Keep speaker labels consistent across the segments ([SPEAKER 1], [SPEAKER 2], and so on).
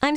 [SPEAKER 1] I'm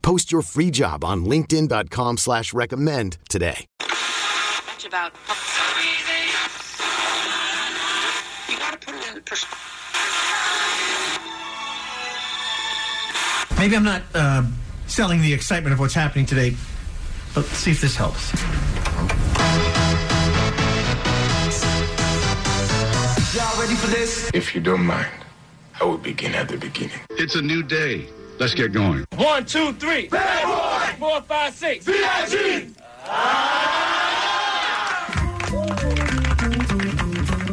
[SPEAKER 2] Post your free job on linkedin.com/recommend slash recommend today.
[SPEAKER 3] much about. You gotta put it in perspective.
[SPEAKER 4] Maybe I'm not uh, selling the excitement of what's happening today, but let's see if this helps.
[SPEAKER 5] Y'all ready for this?
[SPEAKER 6] If you don't mind, I will begin at the beginning.
[SPEAKER 7] It's a new day. Let's get going.
[SPEAKER 8] One, two, three. Bad boy. Four, five, six. VIG.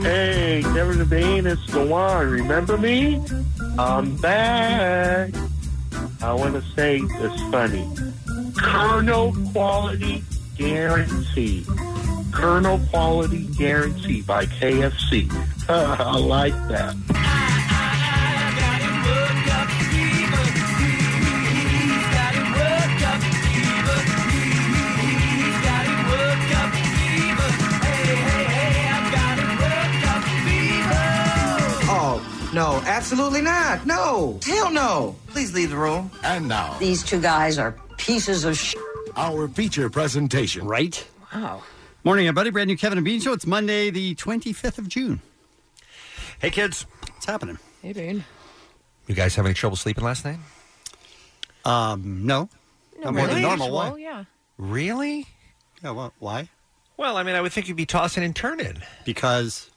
[SPEAKER 9] Hey, Kevin Devane, it's the one. Remember me? I'm back. I want to say it's funny. Colonel quality guarantee. Colonel quality guarantee by KFC. I like that.
[SPEAKER 5] Oh, no, absolutely not. No. Hell no. Please leave the room.
[SPEAKER 7] And now,
[SPEAKER 3] These two guys are pieces of sh.
[SPEAKER 7] our feature presentation.
[SPEAKER 10] Right?
[SPEAKER 11] Oh.
[SPEAKER 10] Wow. Morning, everybody. Brand new Kevin and Bean Show. It's Monday, the 25th of June.
[SPEAKER 12] Hey, kids.
[SPEAKER 10] What's happening?
[SPEAKER 11] Hey, Bane.
[SPEAKER 12] You guys have any trouble sleeping last night?
[SPEAKER 10] Um, no.
[SPEAKER 11] No,
[SPEAKER 10] more than
[SPEAKER 11] really?
[SPEAKER 10] normal.
[SPEAKER 11] Usual,
[SPEAKER 10] Why?
[SPEAKER 11] yeah.
[SPEAKER 12] Really?
[SPEAKER 10] Yeah, well, why?
[SPEAKER 12] Well, I mean, I would think you'd be tossing and turning
[SPEAKER 10] Because.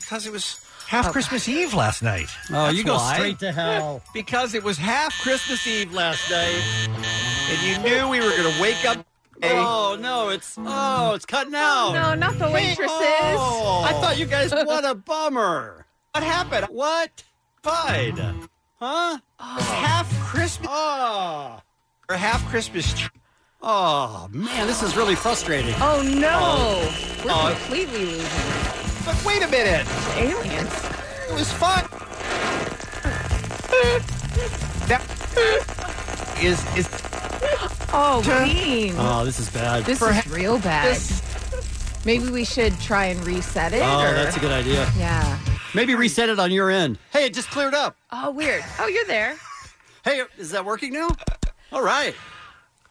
[SPEAKER 12] because it was half Christmas Eve last night.
[SPEAKER 10] Oh,
[SPEAKER 12] That's
[SPEAKER 10] you go
[SPEAKER 12] why.
[SPEAKER 10] straight to hell.
[SPEAKER 12] Because it was half Christmas Eve last night, and you knew we were going to wake up.
[SPEAKER 10] Oh, no. It's. Oh, it's cutting out.
[SPEAKER 11] No, not the waitresses.
[SPEAKER 10] Oh, I thought you guys. What a bummer. What happened? What?
[SPEAKER 12] Fine.
[SPEAKER 10] Huh?
[SPEAKER 12] Half Christmas
[SPEAKER 10] Oh.
[SPEAKER 12] or half Christmas. tr-
[SPEAKER 10] Oh, man. This is really frustrating.
[SPEAKER 11] Oh, no. We're completely losing
[SPEAKER 12] Oh. But wait a minute.
[SPEAKER 11] the aliens.
[SPEAKER 12] It was fun. that is is
[SPEAKER 11] Oh, Bane.
[SPEAKER 10] Oh, this is bad.
[SPEAKER 11] this is real bad. Maybe we should try and reset it.
[SPEAKER 10] Oh,
[SPEAKER 11] or-
[SPEAKER 10] that's a good idea.
[SPEAKER 11] Yeah.
[SPEAKER 10] Maybe reset it on your end. Hey, it just cleared up.
[SPEAKER 11] Oh, weird. Oh, you're there.
[SPEAKER 10] Hey, is that working now? All right.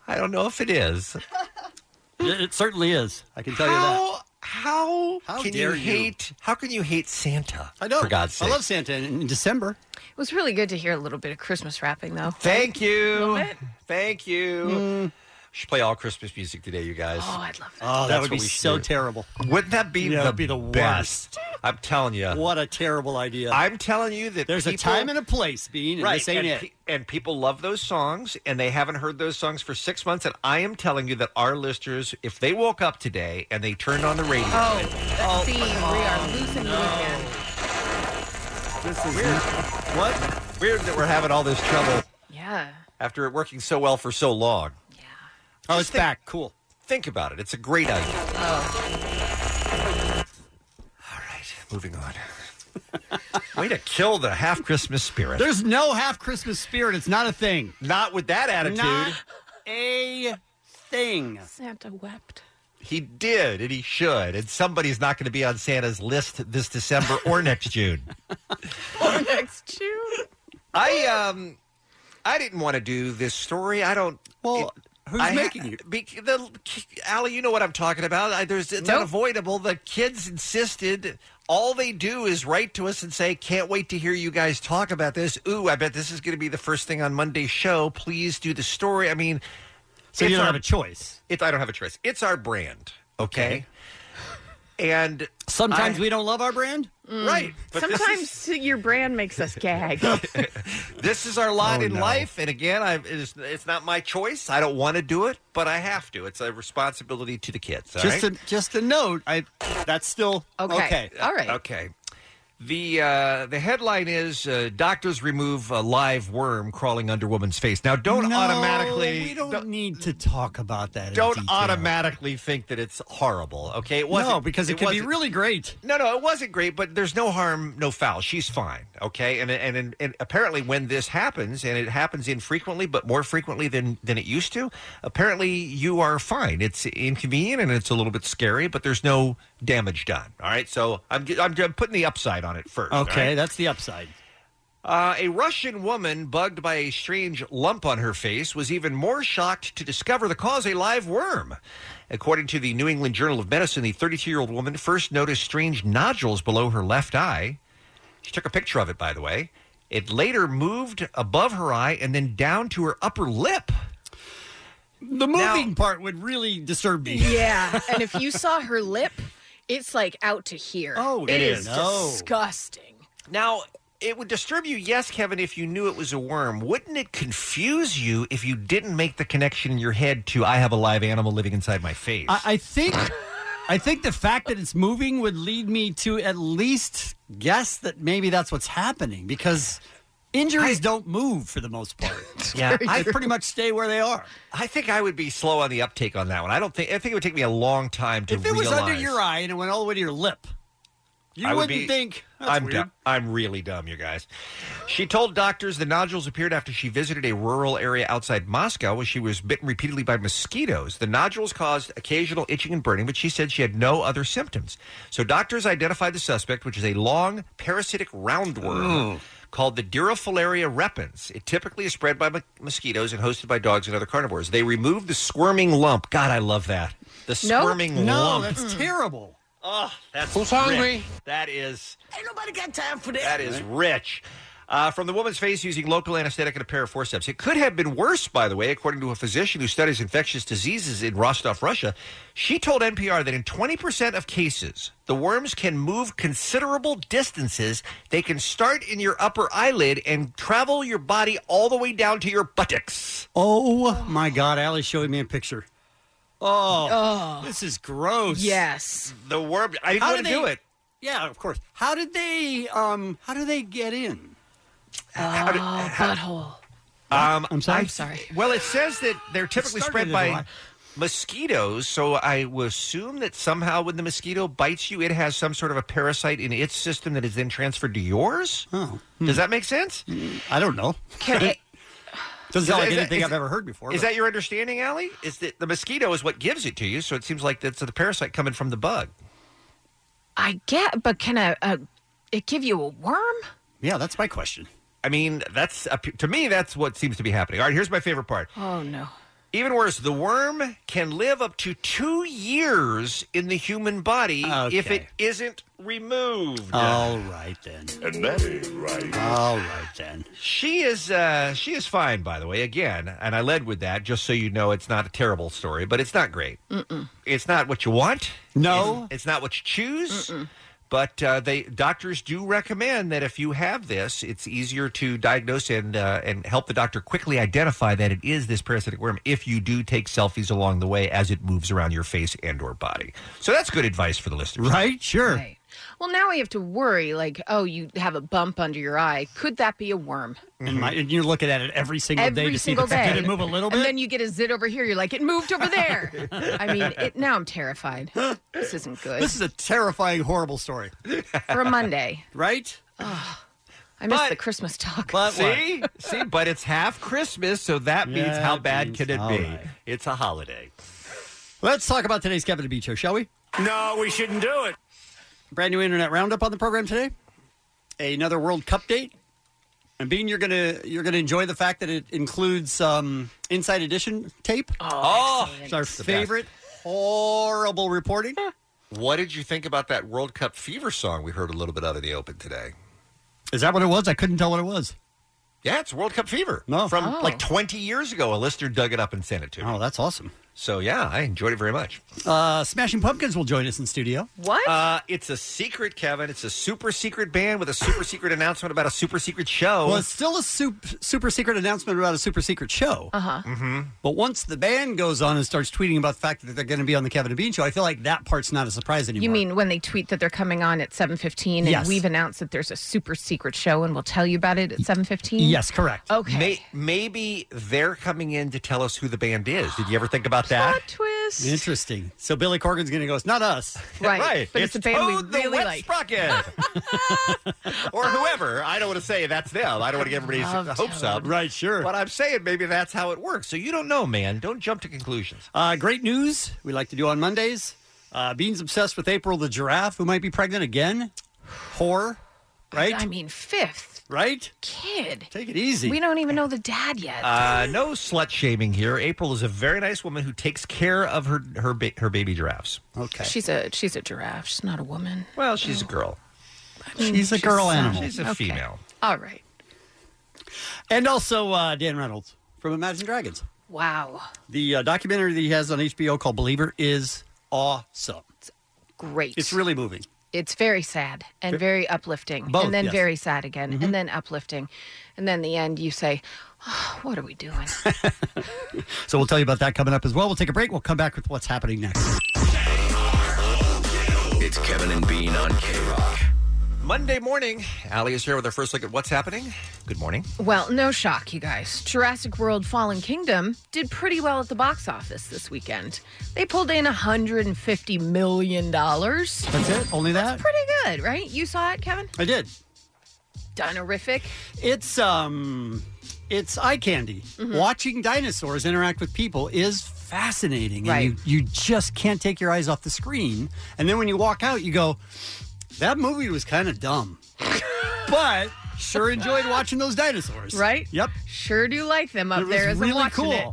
[SPEAKER 12] I don't know if it is.
[SPEAKER 10] It, it certainly is. I can tell you that.
[SPEAKER 12] How how,
[SPEAKER 10] How
[SPEAKER 12] can you
[SPEAKER 10] dare you.
[SPEAKER 12] hate how can you hate Santa?
[SPEAKER 10] I know.
[SPEAKER 12] For God's sake.
[SPEAKER 10] I love Santa in, in December.
[SPEAKER 11] It was really good to hear a little bit of Christmas wrapping, though.
[SPEAKER 12] Thank you.
[SPEAKER 11] Love it.
[SPEAKER 12] Thank you. We should play all Christmas music today, you guys.
[SPEAKER 11] Oh, I'd love that.
[SPEAKER 10] Mm. Oh,
[SPEAKER 12] That's
[SPEAKER 10] that
[SPEAKER 12] what
[SPEAKER 10] would be
[SPEAKER 12] we should
[SPEAKER 10] so
[SPEAKER 12] do.
[SPEAKER 10] terrible.
[SPEAKER 12] Wouldn't that be
[SPEAKER 10] Yeah,
[SPEAKER 12] the
[SPEAKER 10] it'd be the
[SPEAKER 12] best? I'm telling you.
[SPEAKER 10] What a terrible idea.
[SPEAKER 12] I'm telling you that
[SPEAKER 10] There's a
[SPEAKER 12] people-
[SPEAKER 10] time and a place, Bean, and
[SPEAKER 12] right,
[SPEAKER 10] this ain't
[SPEAKER 12] and,
[SPEAKER 10] it.
[SPEAKER 12] pe- and people love those songs, and they haven't heard those songs for six months. And I am telling you that our listeners, if they woke up today and they turned on the radio,
[SPEAKER 11] Oh, that theme. We are losing the weekend.
[SPEAKER 10] this is weird. What?
[SPEAKER 12] weird that we're having all this trouble
[SPEAKER 11] Yeah.
[SPEAKER 12] after it working so well for so long.
[SPEAKER 10] Oh, it's
[SPEAKER 12] think-
[SPEAKER 10] back. Cool.
[SPEAKER 12] Think about it. It's a great idea. All right, moving on. Way to kill the half Christmas spirit.
[SPEAKER 10] There's no half Christmas spirit. It's not a thing.
[SPEAKER 12] not with that attitude.
[SPEAKER 10] Not a thing.
[SPEAKER 11] Santa wept.
[SPEAKER 12] He did, and he should. And somebody's not going to be on Santa's list this December or next June.
[SPEAKER 11] Or next June.
[SPEAKER 12] I um, I didn't want to do this story. I don't.
[SPEAKER 10] Well, who's
[SPEAKER 12] I ha-
[SPEAKER 10] making you?
[SPEAKER 12] Be, the, Allie, you know what I'm talking about. I, there's, it's
[SPEAKER 11] Nope.
[SPEAKER 12] unavoidable. The kids insisted. All they do is write to us and say, "Can't wait to hear you guys talk about this." Ooh, I bet this is going to be the first thing on Monday's show. Please do the story. I mean,
[SPEAKER 10] So
[SPEAKER 12] it's
[SPEAKER 10] you don't
[SPEAKER 12] our-
[SPEAKER 10] have a choice.
[SPEAKER 12] It's I don't have a choice. It's our brand, okay? And
[SPEAKER 10] Sometimes
[SPEAKER 12] I- Mm.
[SPEAKER 10] we don't love our brand.
[SPEAKER 11] Mm.
[SPEAKER 12] right, but this is-
[SPEAKER 11] Sometimes your brand makes us gag.
[SPEAKER 12] this is our
[SPEAKER 10] Oh,
[SPEAKER 12] lot in life. And again, I it's, it's not my choice. I don't want to do it, but I have to. It's a responsibility to the kids. all
[SPEAKER 10] just
[SPEAKER 12] right?
[SPEAKER 10] a just a note. I that's still
[SPEAKER 11] Okay. All right.
[SPEAKER 12] okay. The uh, the headline is uh, doctors remove a live worm crawling under woman's face. Now, don't
[SPEAKER 10] No,
[SPEAKER 12] automatically
[SPEAKER 10] Oh, We don't need to talk about that. in
[SPEAKER 12] don't
[SPEAKER 10] detail.
[SPEAKER 12] automatically think that it's horrible. Okay, it wasn't.
[SPEAKER 10] No, because it could be
[SPEAKER 12] wasn't-
[SPEAKER 10] really great.
[SPEAKER 12] No, no, it wasn't great. But there's no harm, no foul. She's fine. Okay, and and and, and apparently when this happens, and it happens infrequently, but more frequently than than it used to, apparently you are fine. It's inconvenient and it's a little bit scary, but there's no damage done. All right, so I'm I'm, I'm putting the upside on it first. all
[SPEAKER 10] Okay,
[SPEAKER 12] right?
[SPEAKER 10] that's the upside.
[SPEAKER 12] Uh, a Russian woman bugged by a strange lump on her face was even more shocked to discover the cause a live worm. According to the New England Journal of Medicine, the 32 year old woman first noticed strange nodules below her left eye. She took a picture of it, by the way. It later moved above her eye and then down to her upper lip.
[SPEAKER 10] The moving part would really disturb me.
[SPEAKER 11] Yeah, and if you saw her lip, it's like out to here. Oh,
[SPEAKER 12] it
[SPEAKER 11] is
[SPEAKER 12] is. No.
[SPEAKER 11] disgusting.
[SPEAKER 12] Now, it would disturb you, yes, Kevin, if you knew it was a worm. Wouldn't it confuse you if you didn't make the connection in your head to I have a live animal living inside my face?
[SPEAKER 10] I, I think I think the fact that it's moving would lead me to at least guess that maybe that's what's happening because injuries don't move for the most part.
[SPEAKER 12] Yeah,
[SPEAKER 10] I
[SPEAKER 12] I-
[SPEAKER 10] pretty much stay where they are.
[SPEAKER 12] I think I would be slow on the uptake on that one. I don't think. I think it would take me a long time to
[SPEAKER 10] If it was
[SPEAKER 12] realize.
[SPEAKER 10] under your eye and it went all the way to your lip, you
[SPEAKER 12] I would
[SPEAKER 10] wouldn't
[SPEAKER 12] be-
[SPEAKER 10] think that's
[SPEAKER 12] I'm
[SPEAKER 10] weird.
[SPEAKER 12] dumb. I'm really dumb, you guys. She told doctors the nodules appeared after she visited a rural area outside Moscow where she was bitten repeatedly by mosquitoes. The nodules caused occasional itching and burning, but she said she had no other symptoms. So doctors identified the suspect, which is a long parasitic roundworm. Called the Durifilaria repens. It typically is spread by mo- mosquitoes and hosted by dogs and other carnivores. They removed the squirming lump. God, I love that. The squirming lump.
[SPEAKER 10] terrible.
[SPEAKER 12] Oh, that's
[SPEAKER 10] Who's
[SPEAKER 12] rich.
[SPEAKER 10] hungry?
[SPEAKER 12] That is.
[SPEAKER 13] Ain't nobody got time for that.
[SPEAKER 12] That is rich. Uh, from the woman's face using local anesthetic and a pair of forceps. It could have been worse, by the way, according to a physician who studies infectious diseases in Rostov, Russia. She told NPR that in 20% of cases, the worms can move considerable distances. They can start in your upper eyelid and travel your body all the way down to your buttocks.
[SPEAKER 10] Oh my God! Allie's showing me a picture. Oh, this is gross.
[SPEAKER 11] Yes,
[SPEAKER 12] the worm. I didn't
[SPEAKER 10] How
[SPEAKER 12] want to
[SPEAKER 10] they-
[SPEAKER 12] do it.
[SPEAKER 10] Yeah, of course. How did they? Um, how do they get in?
[SPEAKER 11] Oh,
[SPEAKER 12] How did- how- Um, I'm sorry. Well, it says that they're typically
[SPEAKER 10] started
[SPEAKER 12] spread
[SPEAKER 10] in
[SPEAKER 12] by
[SPEAKER 10] July.
[SPEAKER 12] mosquitoes, so I will assume that somehow when the mosquito bites you, it has some sort of a parasite in its system that is then transferred to yours. Oh, does that make sense?
[SPEAKER 10] hmm. Mm, I don't know. Doesn't sound
[SPEAKER 12] Is-
[SPEAKER 10] like
[SPEAKER 12] is that-
[SPEAKER 10] anything
[SPEAKER 12] is-
[SPEAKER 10] I've ever heard before.
[SPEAKER 12] Is
[SPEAKER 10] but-
[SPEAKER 12] that your understanding, Allie? Is that the mosquito is what gives it to you? So it seems like that's the parasite coming from the bug.
[SPEAKER 11] I get, but can a, a it give you a worm?
[SPEAKER 10] Yeah, that's my question.
[SPEAKER 12] I mean, that's to me, that's what seems to be happening. All right, here's my favorite part.
[SPEAKER 11] Oh no.
[SPEAKER 12] Even worse, the worm can live up to two years in the human body if it isn't removed.
[SPEAKER 10] All right then.
[SPEAKER 12] And that ain't right.
[SPEAKER 10] All right then.
[SPEAKER 12] She is uh, she is fine, by the way. Again, and I led with that just so you know it's not a terrible story, but it's not great.
[SPEAKER 14] Mm-mm.
[SPEAKER 12] It's not what you want.
[SPEAKER 10] No.
[SPEAKER 12] it's, it's not what you choose. But uh, they doctors do recommend that if you have this, it's easier to diagnose and uh, and help the doctor quickly identify that it is this parasitic worm if you do take selfies along the way as it moves around your face and or body. So that's good advice for the listeners,
[SPEAKER 10] right? Sure.
[SPEAKER 11] Well, now we have to worry. Like, oh, you have a bump under your eye. Could that be a worm?
[SPEAKER 10] And, my, and you're looking at it every single
[SPEAKER 11] Every
[SPEAKER 10] day to see
[SPEAKER 11] single
[SPEAKER 10] if
[SPEAKER 11] day.
[SPEAKER 10] did it move a little
[SPEAKER 11] And
[SPEAKER 10] bit.
[SPEAKER 11] then you get a zit over here. You're like, it moved over there. I mean, it, now I'm terrified. This isn't good.
[SPEAKER 10] This is a terrifying, horrible story.
[SPEAKER 11] for a Monday.
[SPEAKER 10] Right?
[SPEAKER 11] I miss the Christmas talk.
[SPEAKER 12] See, see, but it's half Christmas, so that means
[SPEAKER 10] Yeah,
[SPEAKER 12] how
[SPEAKER 10] it
[SPEAKER 12] bad
[SPEAKER 10] means-
[SPEAKER 12] can it
[SPEAKER 10] all
[SPEAKER 12] be?
[SPEAKER 10] right.
[SPEAKER 12] It's a holiday.
[SPEAKER 10] Let's talk about today's Kevin and Beach Show, shall we?
[SPEAKER 12] No, we shouldn't do it.
[SPEAKER 10] Brand new internet roundup on the program today. Another World Cup date. And Bean, you're gonna you're gonna enjoy the fact that it includes um, Inside Edition tape.
[SPEAKER 12] Oh,
[SPEAKER 10] it's our
[SPEAKER 12] It's the best.
[SPEAKER 10] favorite horrible reporting.
[SPEAKER 12] What did you think about that World Cup fever song we heard a little bit of in the open today?
[SPEAKER 10] Is that what it was? I couldn't tell what it was.
[SPEAKER 12] Yeah, it's World Cup fever.
[SPEAKER 10] No.
[SPEAKER 12] From
[SPEAKER 10] Oh.
[SPEAKER 12] like 20 years ago, a listener dug it up and sent it to me.
[SPEAKER 10] Oh, that's awesome.
[SPEAKER 12] So yeah, I enjoyed it very much.
[SPEAKER 10] Uh, Smashing Pumpkins will join us in studio.
[SPEAKER 11] What?
[SPEAKER 12] Uh, it's a secret, Kevin. It's a super secret band with a super secret announcement about a super secret show.
[SPEAKER 10] Well, it's still a sup- super secret announcement about a super secret show.
[SPEAKER 11] Uh huh.
[SPEAKER 12] hmm
[SPEAKER 10] But once the band goes on and starts tweeting about the fact that they're going to be on the Kevin and Bean show, I feel like that part's not a surprise anymore.
[SPEAKER 11] You mean when they tweet that they're coming on at 7:15 and
[SPEAKER 10] Yes.
[SPEAKER 11] we've announced that there's a super secret show and we'll tell you about it at Oh, 7:15?
[SPEAKER 10] correct.
[SPEAKER 11] Okay.
[SPEAKER 12] maybe they're coming in to tell us who the band is. Did you ever think about that?
[SPEAKER 11] twist.
[SPEAKER 10] Interesting. So Billy Corgan's going to go. It's not us,
[SPEAKER 11] Right. But it's, a band we
[SPEAKER 12] Toad the
[SPEAKER 11] really
[SPEAKER 12] Wet
[SPEAKER 11] like.
[SPEAKER 12] Sprocket. or whoever. I don't want to say that's them. I don't want to get everybody's
[SPEAKER 10] Love
[SPEAKER 12] hopes up.
[SPEAKER 10] Right, sure.
[SPEAKER 12] But I'm saying maybe that's how it works. So you don't know, man. Don't jump to conclusions.
[SPEAKER 10] Uh, great news we like to do on Mondays. Uh, Bean's obsessed with April the giraffe, who might be pregnant again. Whore, right?
[SPEAKER 11] I mean, fifth
[SPEAKER 10] right?
[SPEAKER 11] kid.
[SPEAKER 10] Take it easy.
[SPEAKER 11] We don't even know the dad yet.
[SPEAKER 12] Uh, no slut shaming here. April is a very nice woman who takes care of her her ba- her baby giraffes.
[SPEAKER 10] Okay.
[SPEAKER 11] she's a she's a giraffe. She's not a woman.
[SPEAKER 12] Well, she's a girl.
[SPEAKER 11] I mean,
[SPEAKER 10] She's a girl
[SPEAKER 11] some-
[SPEAKER 10] animal.
[SPEAKER 12] She's a
[SPEAKER 11] Okay.
[SPEAKER 12] female.
[SPEAKER 11] All right.
[SPEAKER 10] And also uh, Dan Reynolds from Imagine Dragons.
[SPEAKER 11] Wow.
[SPEAKER 10] The uh, documentary that he has on HBO called Believer is awesome.
[SPEAKER 11] Great.
[SPEAKER 10] It's really moving.
[SPEAKER 11] it's very sad and very uplifting
[SPEAKER 10] Both,
[SPEAKER 11] and then
[SPEAKER 10] yes. Mm-hmm.
[SPEAKER 11] very sad again and then uplifting and then the end you say oh, what are we doing
[SPEAKER 10] So we'll tell you about that coming up as well. We'll take a break. We'll come back with what's happening next.
[SPEAKER 14] It's Kevin and Bean on K Rock.
[SPEAKER 12] Monday morning, Allie is here with her first look at what's happening. Good morning.
[SPEAKER 11] well no shock you guys jurassic world fallen kingdom did pretty well at the box office this weekend they pulled in 150 million dollars
[SPEAKER 10] That's it? Only that?
[SPEAKER 11] pretty good right you saw it kevin
[SPEAKER 10] I did.
[SPEAKER 11] dinerific
[SPEAKER 10] It's um it's eye candy.
[SPEAKER 11] Mhm.
[SPEAKER 10] Watching dinosaurs interact with people is fascinating.
[SPEAKER 11] Right.
[SPEAKER 10] And you, you just can't take your eyes off the screen. And then when you walk out, you go, that movie was kind of dumb. but sure enjoyed watching those dinosaurs.
[SPEAKER 11] Right?
[SPEAKER 10] Yep.
[SPEAKER 11] Sure do like them up
[SPEAKER 10] It was
[SPEAKER 11] there as I'm
[SPEAKER 10] really
[SPEAKER 11] watching
[SPEAKER 10] cool.
[SPEAKER 11] it.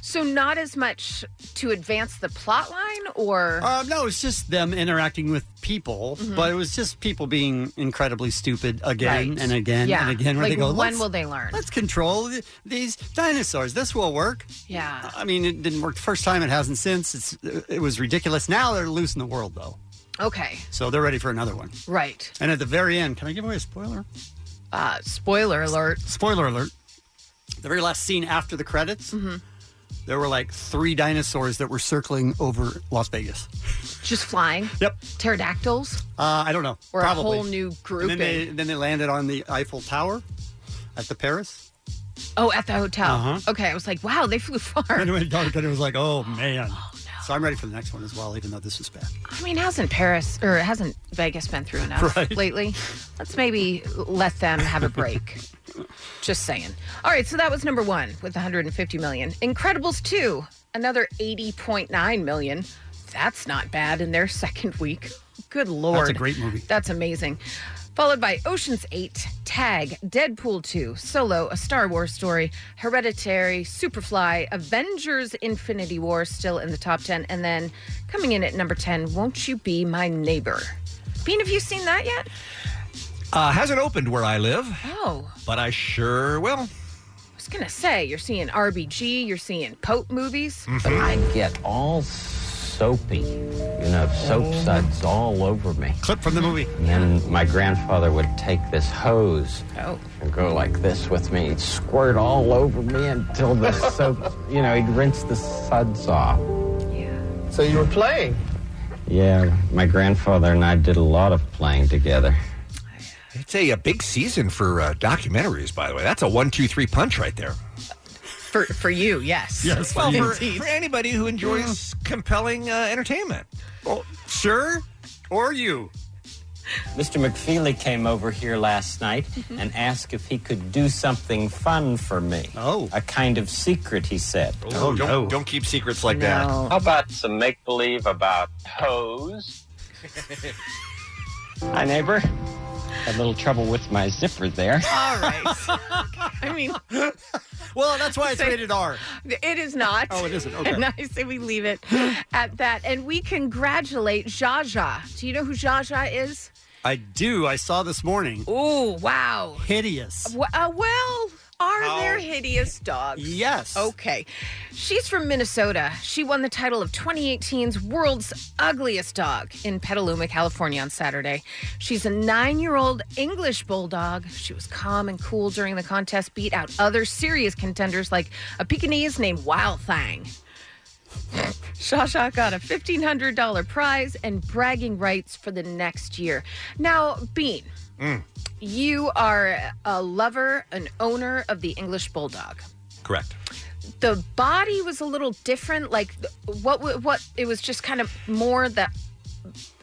[SPEAKER 11] So not as much to advance the plot line or
[SPEAKER 10] Um, no, it's just them interacting with people,
[SPEAKER 11] Mhm.
[SPEAKER 10] but it was just people being incredibly stupid again
[SPEAKER 11] Right.
[SPEAKER 10] and again
[SPEAKER 11] yeah.
[SPEAKER 10] and again. Where
[SPEAKER 11] like
[SPEAKER 10] they go,
[SPEAKER 11] when
[SPEAKER 10] "Let's-
[SPEAKER 11] will they learn?
[SPEAKER 10] Let's control th- these dinosaurs. This will work.
[SPEAKER 11] Yeah.
[SPEAKER 10] I mean, it didn't work the first time. It hasn't since. It's it was ridiculous. Now they're losing the world though,
[SPEAKER 11] Okay.
[SPEAKER 10] so they're ready for another one.
[SPEAKER 11] Right.
[SPEAKER 10] And at the very end, can I give away a spoiler?
[SPEAKER 11] Uh, spoiler alert.
[SPEAKER 10] Spoiler alert. The very last scene after the credits,
[SPEAKER 11] Mm-hmm.
[SPEAKER 10] there were like three dinosaurs that were circling over Las Vegas.
[SPEAKER 11] Just flying.
[SPEAKER 10] Yep.
[SPEAKER 11] Pterodactyls
[SPEAKER 10] Uh, I don't know.
[SPEAKER 11] or
[SPEAKER 10] Probably.
[SPEAKER 11] a whole new
[SPEAKER 10] And
[SPEAKER 11] grouping.
[SPEAKER 10] then they, then they landed on the Eiffel Tower at the Paris.
[SPEAKER 11] oh, at the hotel.
[SPEAKER 10] Uh-huh.
[SPEAKER 11] Okay. I was like, wow, they flew far.
[SPEAKER 10] And it went dark, and it was like, oh, man. So I'm ready for the next one as well, even though this is bad.
[SPEAKER 11] I mean, hasn't Paris or hasn't Vegas been through enough
[SPEAKER 10] Right.
[SPEAKER 11] lately? Let's maybe let them have a break. Just saying. All right, so that was number one with 150 million. Incredibles two, another 80.9 million. That's not bad in their second week. Good lord,
[SPEAKER 10] great movie.
[SPEAKER 11] That's amazing. Followed by Ocean's 8, Tag, Deadpool 2, Solo, A Star Wars Story, Hereditary, Superfly, Avengers Infinity War still in the top 10. And then coming in at number 10, Won't You Be My Neighbor? Bean, have you seen that yet?
[SPEAKER 12] Uh, hasn't opened where I live,
[SPEAKER 11] Oh,
[SPEAKER 12] but I sure will.
[SPEAKER 11] I was going to say, you're seeing RBG, you're seeing Pope movies.
[SPEAKER 10] Mm-hmm.
[SPEAKER 9] I get all soapy, you know, soap suds all over me.
[SPEAKER 10] Oh. Clip from the movie.
[SPEAKER 9] And then my grandfather would take this hose
[SPEAKER 10] Oh.
[SPEAKER 9] and go like this with me. He'd squirt all over me until the soap, you know, he'd rinse the suds off.
[SPEAKER 15] So you were playing.
[SPEAKER 9] Yeah, my grandfather and I did a lot of playing together.
[SPEAKER 12] It's a, a big season for uh, documentaries, by the way. That's a one, two, three punch right there.
[SPEAKER 11] For, for you, yes.
[SPEAKER 12] well, for, for anybody who enjoys compelling uh, entertainment.
[SPEAKER 10] Well, sure. Or you.
[SPEAKER 9] Mr. McFeely came over here last night
[SPEAKER 10] Mm-hmm.
[SPEAKER 9] and asked if he could do something fun for me.
[SPEAKER 10] Oh.
[SPEAKER 9] A kind of secret, he said.
[SPEAKER 12] Oh, don't, don't keep secrets like
[SPEAKER 9] How about some make believe about hose?
[SPEAKER 12] uh,
[SPEAKER 9] Hi, neighbor. Had a little trouble with my zipper there.
[SPEAKER 11] All right. I mean,
[SPEAKER 10] well, that's why it's rated R.
[SPEAKER 11] It is not.
[SPEAKER 10] Oh, it isn't. Okay.
[SPEAKER 11] And I say we leave it at that. And we congratulate Zsa Zsa. Do you know who Zsa Zsa is?
[SPEAKER 10] I do. I saw this morning.
[SPEAKER 11] Oh, wow.
[SPEAKER 10] Hideous.
[SPEAKER 11] W- Uh, well, Are
[SPEAKER 10] How-
[SPEAKER 11] there hideous dogs?
[SPEAKER 10] Yes.
[SPEAKER 11] Okay. She's from Minnesota. She won the title of 2018's World's Ugliest Dog in Petaluma, California on Saturday. She's a nine year old English bulldog. She was calm and cool during the contest, beat out other serious contenders like a Pekingese named Wild Thang. Shawsha got a $1,500 prize and bragging rights for the next year. Now, Bean,
[SPEAKER 12] Mm.
[SPEAKER 11] you are a lover, an owner of the English Bulldog.
[SPEAKER 12] Correct.
[SPEAKER 11] The body was a little different. Like, what, wa- what, it was just kind of more the,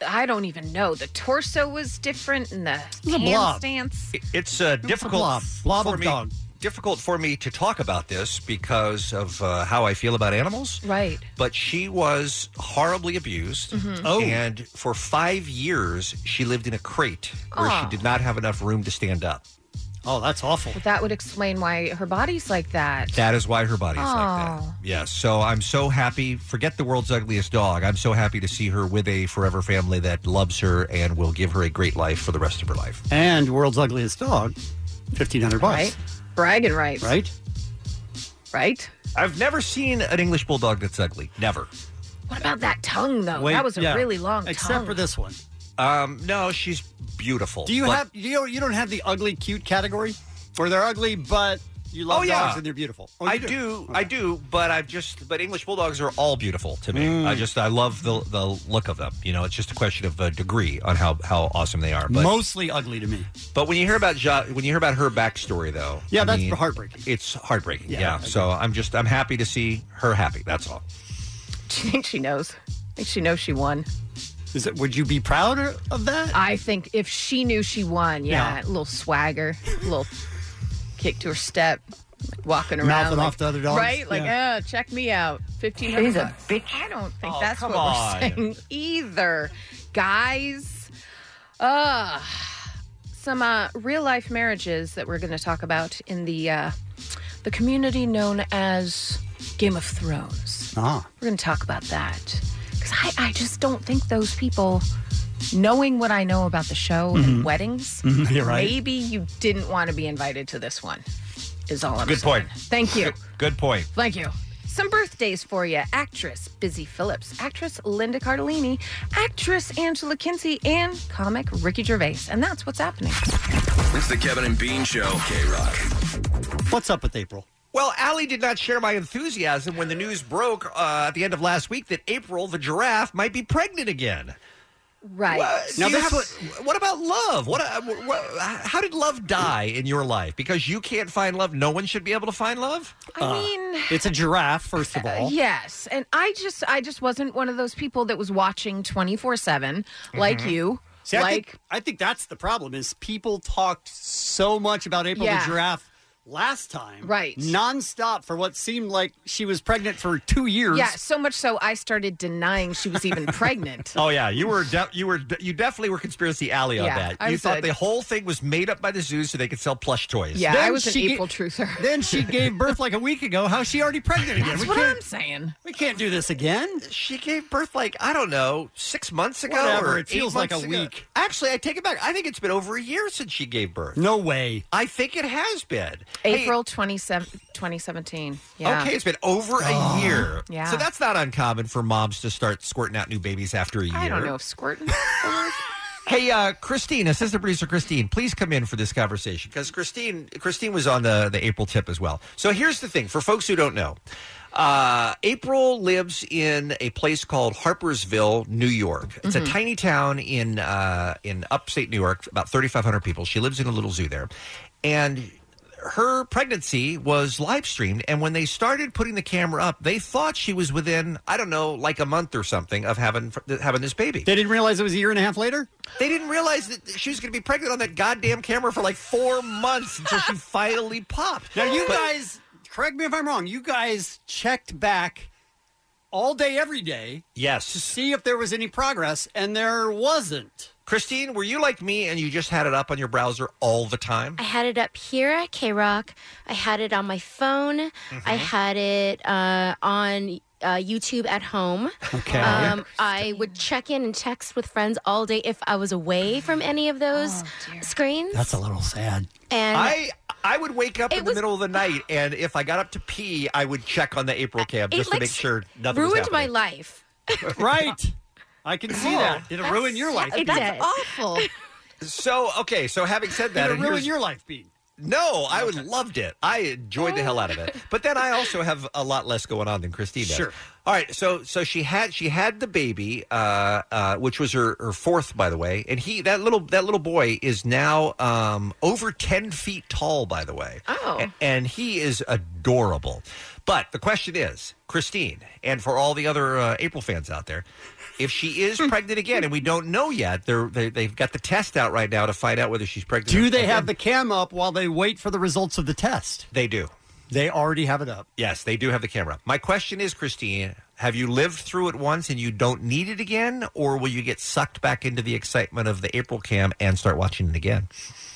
[SPEAKER 11] I don't even know. The torso was different and the
[SPEAKER 10] was a
[SPEAKER 11] hand
[SPEAKER 10] blob.
[SPEAKER 11] stance.
[SPEAKER 12] It- It's uh, difficult
[SPEAKER 10] blob. Blob
[SPEAKER 12] for
[SPEAKER 10] of
[SPEAKER 12] me,
[SPEAKER 10] dog.
[SPEAKER 12] Difficult for me to talk about this because of uh, how I feel about animals.
[SPEAKER 11] Right.
[SPEAKER 12] But she was horribly abused.
[SPEAKER 11] Mhm. Oh.
[SPEAKER 12] Mm-hmm. And for five years, she lived in a crate where
[SPEAKER 11] Aw.
[SPEAKER 12] she did not have enough room to stand up.
[SPEAKER 10] Oh, that's awful.
[SPEAKER 11] But that would explain why her body's like that.
[SPEAKER 12] That is why her body is like that.
[SPEAKER 11] Oh.
[SPEAKER 12] Yes. So I'm so happy. Forget the world's ugliest dog. I'm so happy to see her with a forever family that loves her and will give her a great life for the rest of her life.
[SPEAKER 10] And world's ugliest dog, fifteen hundred bucks.
[SPEAKER 11] Right? Bragging rights.
[SPEAKER 10] Right?
[SPEAKER 11] Right?
[SPEAKER 12] I've never seen an English bulldog that's ugly. Never.
[SPEAKER 11] What about that tongue, though? Oh, that was a really long
[SPEAKER 10] Except
[SPEAKER 11] tongue.
[SPEAKER 10] for this one.
[SPEAKER 12] Um, no, she's beautiful.
[SPEAKER 10] Do you
[SPEAKER 12] But-
[SPEAKER 10] have? Do you you don't have the ugly cute category, where they're ugly but you love
[SPEAKER 12] Oh, yeah.
[SPEAKER 10] dogs and they're beautiful. Oh, you
[SPEAKER 12] I do, I do, but I've just but English bulldogs are all beautiful to me.
[SPEAKER 10] Mm.
[SPEAKER 12] I just I love the the look of them. You know, it's just a question of a degree on how how awesome they are. But,
[SPEAKER 10] Mostly ugly to me.
[SPEAKER 12] but when you hear about ja, when you hear about her backstory though,
[SPEAKER 10] Yeah,
[SPEAKER 12] I
[SPEAKER 10] that's
[SPEAKER 12] mean,
[SPEAKER 10] heartbreaking.
[SPEAKER 12] It's heartbreaking.
[SPEAKER 10] Yeah,
[SPEAKER 12] Yeah.
[SPEAKER 10] I
[SPEAKER 12] So I'm just I'm happy to see her happy. That's all.
[SPEAKER 11] Do you think she knows? I think she knows she won.
[SPEAKER 10] Is it? Would you be proud or- of that?
[SPEAKER 11] I think if she knew she won, yeah,
[SPEAKER 10] Yeah.
[SPEAKER 11] a little swagger, a little kick to her step, like walking around,
[SPEAKER 10] Mouthing
[SPEAKER 11] like-
[SPEAKER 10] off to other dogs?
[SPEAKER 11] right? Like,
[SPEAKER 10] Yeah.
[SPEAKER 11] uh, check me out, fifteen hundred.
[SPEAKER 10] She's a
[SPEAKER 11] bitch. I don't think
[SPEAKER 10] Oh,
[SPEAKER 11] that's
[SPEAKER 10] come
[SPEAKER 11] what
[SPEAKER 10] on.
[SPEAKER 11] we're saying either, guys. Uh some uh, real life marriages that we're going to talk about in the uh, the community known as Game of Thrones.
[SPEAKER 10] Ah.
[SPEAKER 11] We're going to talk about that because I, I just don't think those people, knowing what I know about the show
[SPEAKER 10] Mhm.
[SPEAKER 12] Mm-hmm.
[SPEAKER 11] and weddings,
[SPEAKER 10] Mhm, you're right.
[SPEAKER 11] maybe you didn't want to be invited to this one, is all I'm
[SPEAKER 12] Good
[SPEAKER 11] saying.
[SPEAKER 12] point.
[SPEAKER 11] Thank you.
[SPEAKER 12] Good point.
[SPEAKER 11] Thank you. Some birthdays for you. Actress Busy Phillips, actress Linda Cardellini, actress Angela Kinsey, and comic Ricky Gervais. And that's what's happening.
[SPEAKER 14] It's the Kevin and Bean Show. K Rock.
[SPEAKER 10] What's up with April?
[SPEAKER 12] Well, Allie did not share my enthusiasm when the news broke uh, at the end of last week that April the giraffe might be pregnant again.
[SPEAKER 11] Right.
[SPEAKER 12] Now, this what, what about love? What, uh, what? How did love die in your life? Because you can't find love. No one should be able to find love.
[SPEAKER 11] I mean-
[SPEAKER 10] Uh, it's a giraffe, first of all.
[SPEAKER 11] Yes, and I just I just wasn't one of those people that was watching 24/7 like you.
[SPEAKER 10] Mm-hmm. See, I
[SPEAKER 11] like
[SPEAKER 10] think, I think that's the problem is people talked so much about April
[SPEAKER 11] Yeah.
[SPEAKER 10] the giraffe last time.
[SPEAKER 11] Right.
[SPEAKER 10] Nonstop for what seemed like she was pregnant for two years.
[SPEAKER 11] yeah, so much so I started denying she was even pregnant.
[SPEAKER 12] Oh yeah, you were de- you were de- you definitely were conspiracy alley on
[SPEAKER 11] Yeah, I
[SPEAKER 12] that. You
[SPEAKER 11] was
[SPEAKER 12] thought
[SPEAKER 11] a-
[SPEAKER 12] the whole thing was made up by the zoo so they could sell plush toys.
[SPEAKER 11] Yeah, I was an
[SPEAKER 10] she ga-
[SPEAKER 11] April truther.
[SPEAKER 10] Then she gave birth like a week ago. How's she already pregnant again?
[SPEAKER 11] That's
[SPEAKER 10] we
[SPEAKER 11] what
[SPEAKER 10] can't
[SPEAKER 11] I'm saying.
[SPEAKER 10] we can't do this again.
[SPEAKER 12] She gave birth like I don't know six months ago.
[SPEAKER 10] Whatever,
[SPEAKER 12] or
[SPEAKER 10] it feels
[SPEAKER 12] eight
[SPEAKER 10] like a
[SPEAKER 12] months ago.
[SPEAKER 10] week.
[SPEAKER 12] Actually, I take it back. I think it's been over a year since she gave birth.
[SPEAKER 10] No way.
[SPEAKER 12] I think it has been. Hey,
[SPEAKER 11] April 27 2017. Yeah.
[SPEAKER 12] Okay, it's been over
[SPEAKER 10] Oh.
[SPEAKER 12] a year.
[SPEAKER 11] Yeah.
[SPEAKER 12] So that's not uncommon for moms to start squirting out new babies after a year.
[SPEAKER 11] I don't know if squirting.
[SPEAKER 12] Hey, uh, Christine, assistant producer Christine, please come in for this conversation because Christine, Christine was on the the April tip as well. So here's the thing for folks who don't know, uh, April lives in a place called Harpersville, New York. It's
[SPEAKER 10] Mm-hmm.
[SPEAKER 12] a tiny town in uh, in upstate New York, about 3,500 people. She lives in a little zoo there, and her pregnancy was live streamed and when they started putting the camera up they thought she was within i don't know like a month or something of having having this baby
[SPEAKER 10] They didn't realize it was a year and a half later?
[SPEAKER 12] they didn't realize that she was going to be pregnant on that goddamn camera for like four months until she finally popped.
[SPEAKER 10] Now you
[SPEAKER 12] But-
[SPEAKER 10] guys correct me if I'm wrong, you guys checked back all day every day
[SPEAKER 12] yes,
[SPEAKER 10] to see if there was any progress and there wasn't.
[SPEAKER 12] Christine, were you like me and you just had it up on your browser all the time?
[SPEAKER 16] I had it up here
[SPEAKER 12] Mm-hmm.
[SPEAKER 16] at K Rock. I had it on my phone. I had it uh, on uh, YouTube at home.
[SPEAKER 10] Okay.
[SPEAKER 16] Um, I would check in and text with friends all day if I was away from any of those screens.
[SPEAKER 10] That's a little sad.
[SPEAKER 16] And
[SPEAKER 12] I I would wake up
[SPEAKER 16] It
[SPEAKER 12] in the
[SPEAKER 16] was-
[SPEAKER 12] middle of the night, and if I got up to pee, I would check on the April cam
[SPEAKER 16] it,
[SPEAKER 12] just to
[SPEAKER 16] like,
[SPEAKER 12] make sure nothing was
[SPEAKER 16] ruined
[SPEAKER 12] happening.
[SPEAKER 16] my life.
[SPEAKER 10] right. I can see that. Did it
[SPEAKER 16] Oh, That's-
[SPEAKER 10] ruin your life?
[SPEAKER 16] It
[SPEAKER 10] Pete?
[SPEAKER 16] That's awful.
[SPEAKER 12] So okay, so having said that,
[SPEAKER 10] Did it
[SPEAKER 12] and
[SPEAKER 10] ruin
[SPEAKER 12] here's-
[SPEAKER 10] your life, Pete?
[SPEAKER 12] No, I would loved it. I enjoyed the hell out of it. But then I also have a lot less going on than Christine does.
[SPEAKER 10] Sure.
[SPEAKER 12] All right. So so she had she had the baby, uh, uh, which was her, her fourth, by the way. And he that little that little boy is now um, over ten feet tall, by the way.
[SPEAKER 16] Oh.
[SPEAKER 12] A- and he is adorable. But the question is, Christine, and for all the other uh, April fans out there, if she is pregnant again, and we don't know yet, they're, they they've got the test out right now to find out whether she's pregnant.
[SPEAKER 10] Do
[SPEAKER 12] or-
[SPEAKER 10] they have the cam up while they wait for the results of the test?
[SPEAKER 12] They do.
[SPEAKER 10] They already have it up.
[SPEAKER 12] Yes, they do have the camera. My question is, Christine, have you lived through it once and you don't need it again, or will you get sucked back into the excitement of the April cam and start watching it again?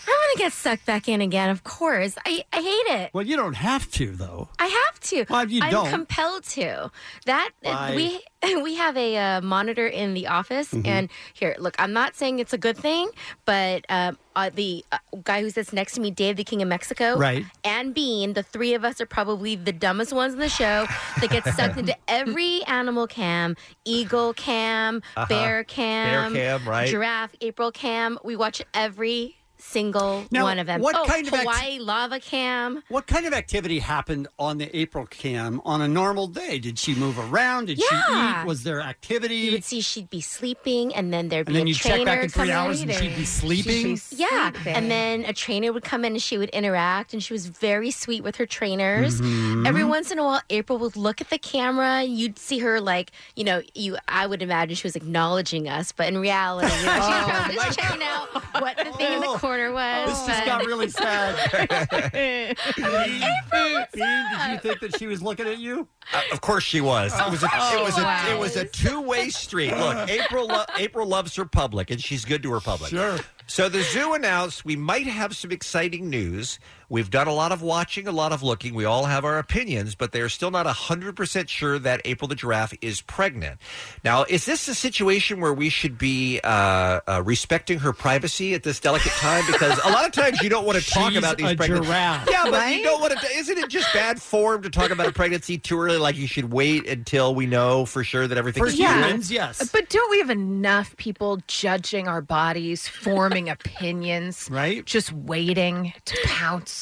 [SPEAKER 16] I want to get sucked back in again, of course. I, I hate it.
[SPEAKER 10] Well, you don't have to though.
[SPEAKER 16] I have to.
[SPEAKER 10] Well, you
[SPEAKER 16] I'm
[SPEAKER 10] don't.
[SPEAKER 16] compelled to. That
[SPEAKER 10] Why?
[SPEAKER 16] we we have a uh, monitor in the office,
[SPEAKER 10] Mhm.
[SPEAKER 16] and here, look, I'm not saying it's a good thing, but um, uh, the uh, guy who sits next to me, Dave, the King of Mexico,
[SPEAKER 10] Right.
[SPEAKER 16] and Bean, the three of us are probably the dumbest ones in the show that get sucked into every animal cam, eagle cam,
[SPEAKER 12] Uh-huh.
[SPEAKER 16] bear cam,
[SPEAKER 12] Bear cam, right.
[SPEAKER 16] giraffe, April cam. We watch every single
[SPEAKER 10] Now,
[SPEAKER 16] one of them.
[SPEAKER 10] what
[SPEAKER 16] oh,
[SPEAKER 10] kind of act-
[SPEAKER 16] Hawaii lava cam?
[SPEAKER 10] What kind of activity happened on the April cam on a normal day? Did she move around? Did she
[SPEAKER 16] Yeah.
[SPEAKER 10] eat? Was there activity?
[SPEAKER 16] You would see she'd be sleeping, and then there'd be
[SPEAKER 10] And then
[SPEAKER 16] a
[SPEAKER 10] you
[SPEAKER 16] trainer
[SPEAKER 10] check back in three
[SPEAKER 16] coming
[SPEAKER 10] hours and she'd be sleeping.
[SPEAKER 16] yeah,
[SPEAKER 11] sleeping.
[SPEAKER 16] and then a trainer would come in and she would interact, and she was very sweet with her trainers.
[SPEAKER 10] Mm-hmm.
[SPEAKER 16] Every once in a while, April would look at the camera. and You'd see her like, you know, you. I would imagine she was acknowledging us, but in reality,
[SPEAKER 11] Oh.
[SPEAKER 16] you know, she's probably just checking out what the thing in the corner was.
[SPEAKER 10] oh, This just
[SPEAKER 16] but-
[SPEAKER 10] got really sad.
[SPEAKER 16] April, what's
[SPEAKER 10] Bean, did you think that she was looking at you?
[SPEAKER 12] Uh, of course she was. It was a,
[SPEAKER 10] Oh,
[SPEAKER 12] it was
[SPEAKER 10] wow.
[SPEAKER 12] a, it was a two way street. Look, April lo- April loves her public, and she's good to her public. Sure. So the zoo announced we might have some exciting news. We've done a lot of watching, a lot of looking. We all have our opinions, but they are still not hundred percent sure that April the giraffe is pregnant. Now, is this a situation where we should be uh, uh, respecting her privacy at this delicate time? Because a lot of times you don't want to talk
[SPEAKER 10] She's
[SPEAKER 12] about these
[SPEAKER 10] a
[SPEAKER 12] pregnant
[SPEAKER 10] giraffe.
[SPEAKER 12] Yeah, but you don't want to. Isn't it just bad form to talk about a pregnancy too early? Like you should wait until we know for sure that everything. is clear?
[SPEAKER 10] yes.
[SPEAKER 11] But don't we have enough people judging our bodies, forming opinions,
[SPEAKER 10] right?
[SPEAKER 11] Just waiting to pounce.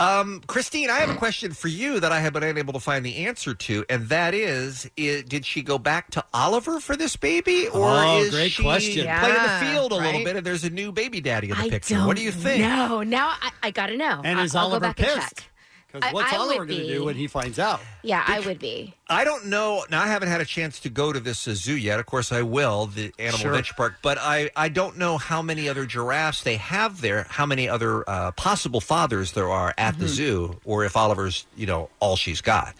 [SPEAKER 12] Um, Christine, I have a question for you that I have been unable to find the answer to, and that is, i did she go back to Oliver for this baby, or
[SPEAKER 10] Oh,
[SPEAKER 12] is
[SPEAKER 10] great
[SPEAKER 12] she
[SPEAKER 10] question.
[SPEAKER 12] playing
[SPEAKER 10] Yeah,
[SPEAKER 12] the field a little
[SPEAKER 10] right?
[SPEAKER 12] bit and there's a new baby daddy in the
[SPEAKER 16] I
[SPEAKER 12] picture?
[SPEAKER 16] don't
[SPEAKER 12] what do you think?
[SPEAKER 16] No, now I, I gotta know.
[SPEAKER 10] And
[SPEAKER 16] I-
[SPEAKER 10] is
[SPEAKER 16] I'll go
[SPEAKER 10] Oliver
[SPEAKER 16] back and
[SPEAKER 10] pissed?
[SPEAKER 16] check.
[SPEAKER 10] Because
[SPEAKER 16] I-
[SPEAKER 10] what's
[SPEAKER 16] I
[SPEAKER 10] Oliver
[SPEAKER 16] would
[SPEAKER 10] going to
[SPEAKER 16] be.
[SPEAKER 10] do when he finds out?
[SPEAKER 16] Yeah, I would be.
[SPEAKER 12] I don't know. Now I haven't had a chance to go to this uh, zoo yet. Of course, I will the Animal
[SPEAKER 10] Sure.
[SPEAKER 12] Nature Park, but I I don't know how many other giraffes they have there, how many other uh, possible fathers there are at
[SPEAKER 10] Mm-hmm.
[SPEAKER 12] the zoo, or if Oliver's you know all she's got.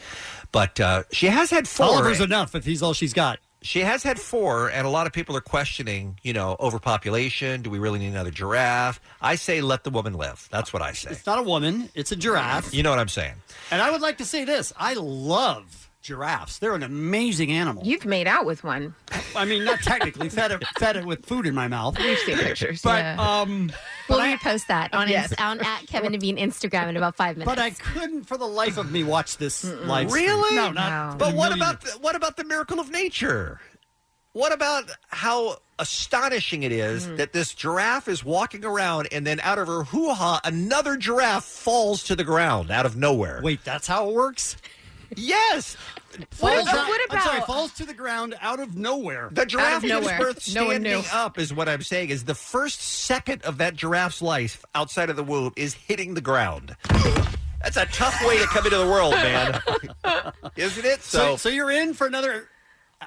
[SPEAKER 12] But uh, she has had four.
[SPEAKER 10] Oliver's enough if he's all she's got.
[SPEAKER 12] She has had four, and a lot of people are questioning, you know, overpopulation. Do we really need another giraffe? I say let the woman live. That's what I say.
[SPEAKER 10] It's not a woman. It's a giraffe.
[SPEAKER 12] You know what I'm saying?
[SPEAKER 10] And I would like to say this: I love giraffes. They're an amazing animal.
[SPEAKER 11] You've made out with one.
[SPEAKER 10] I mean, not technically fed it fed it with food in my mouth. We've
[SPEAKER 11] seen pictures,
[SPEAKER 10] but
[SPEAKER 11] yeah.
[SPEAKER 10] um,
[SPEAKER 16] We'll repost that on,
[SPEAKER 10] Yes.
[SPEAKER 16] ins- on at Kevin and Bean Instagram in about five minutes.
[SPEAKER 10] but I couldn't for the life of me watch this live. stream.
[SPEAKER 12] Really?
[SPEAKER 10] No, not.
[SPEAKER 12] But what about the, what about the miracle of nature? What about how astonishing it is that this giraffe is walking around and then out of her hoo ha, another giraffe falls to the ground out of nowhere.
[SPEAKER 10] Wait, that's how it works.
[SPEAKER 12] Yes.
[SPEAKER 10] Falls
[SPEAKER 11] about-
[SPEAKER 10] out-
[SPEAKER 11] what
[SPEAKER 10] I'm sorry,
[SPEAKER 11] about-
[SPEAKER 10] falls to the ground out of nowhere.
[SPEAKER 12] The giraffe gives
[SPEAKER 11] nowhere.
[SPEAKER 12] birth
[SPEAKER 11] No one
[SPEAKER 12] standing
[SPEAKER 11] knew.
[SPEAKER 12] up is what I'm saying. Is the first second of that giraffe's life outside of the womb is hitting the ground. That's a tough way to come into the world, Oh, man. Isn't it?
[SPEAKER 10] So,
[SPEAKER 12] So,
[SPEAKER 10] so you're in for another.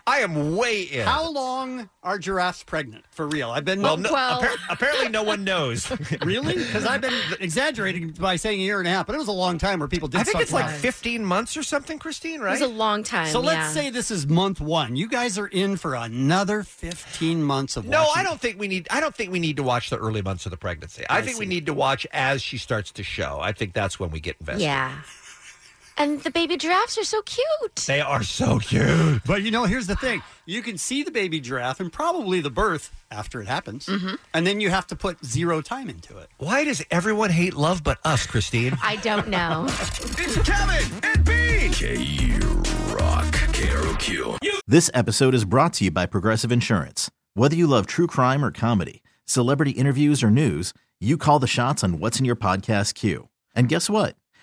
[SPEAKER 12] I am way in.
[SPEAKER 10] How long are giraffes pregnant? For real, I've been.
[SPEAKER 12] well, no, appar- apparently no one knows.
[SPEAKER 10] really? Because I've been exaggerating by saying a year and a half, but it was a long time where people did.
[SPEAKER 12] I think
[SPEAKER 10] suck
[SPEAKER 12] it's like
[SPEAKER 10] live.
[SPEAKER 12] 15 months or something, Christine,
[SPEAKER 16] it
[SPEAKER 12] right?
[SPEAKER 16] was a long time.
[SPEAKER 10] So let's
[SPEAKER 16] yeah.
[SPEAKER 10] say this is month one. You guys are in for another fifteen months of
[SPEAKER 12] no,
[SPEAKER 10] watching-
[SPEAKER 12] I don't think we need. I don't think we need to watch the early months of the pregnancy. I,
[SPEAKER 10] I
[SPEAKER 12] think we
[SPEAKER 10] see.
[SPEAKER 12] need to watch as she starts to show. I think that's when we get invested.
[SPEAKER 16] Yeah. And the baby giraffes are so cute.
[SPEAKER 10] They are so cute. But you know, here's the thing you can see the baby giraffe and probably the birth after it happens. And then you have to put zero time into it.
[SPEAKER 12] Why does everyone hate love but us, Christine?
[SPEAKER 16] I don't know.
[SPEAKER 14] It's Kevin and Bean. K Rock K R O Q.
[SPEAKER 17] This episode is brought to you by Progressive Insurance. Whether you love true crime or comedy, celebrity interviews or news, you call the shots on what's in your podcast queue. And guess what?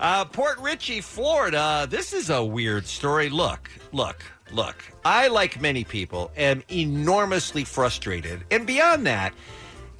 [SPEAKER 12] Uh, Port Richey, Florida. This is a weird story. Look, look, look. I, like many people, am enormously frustrated. And beyond that,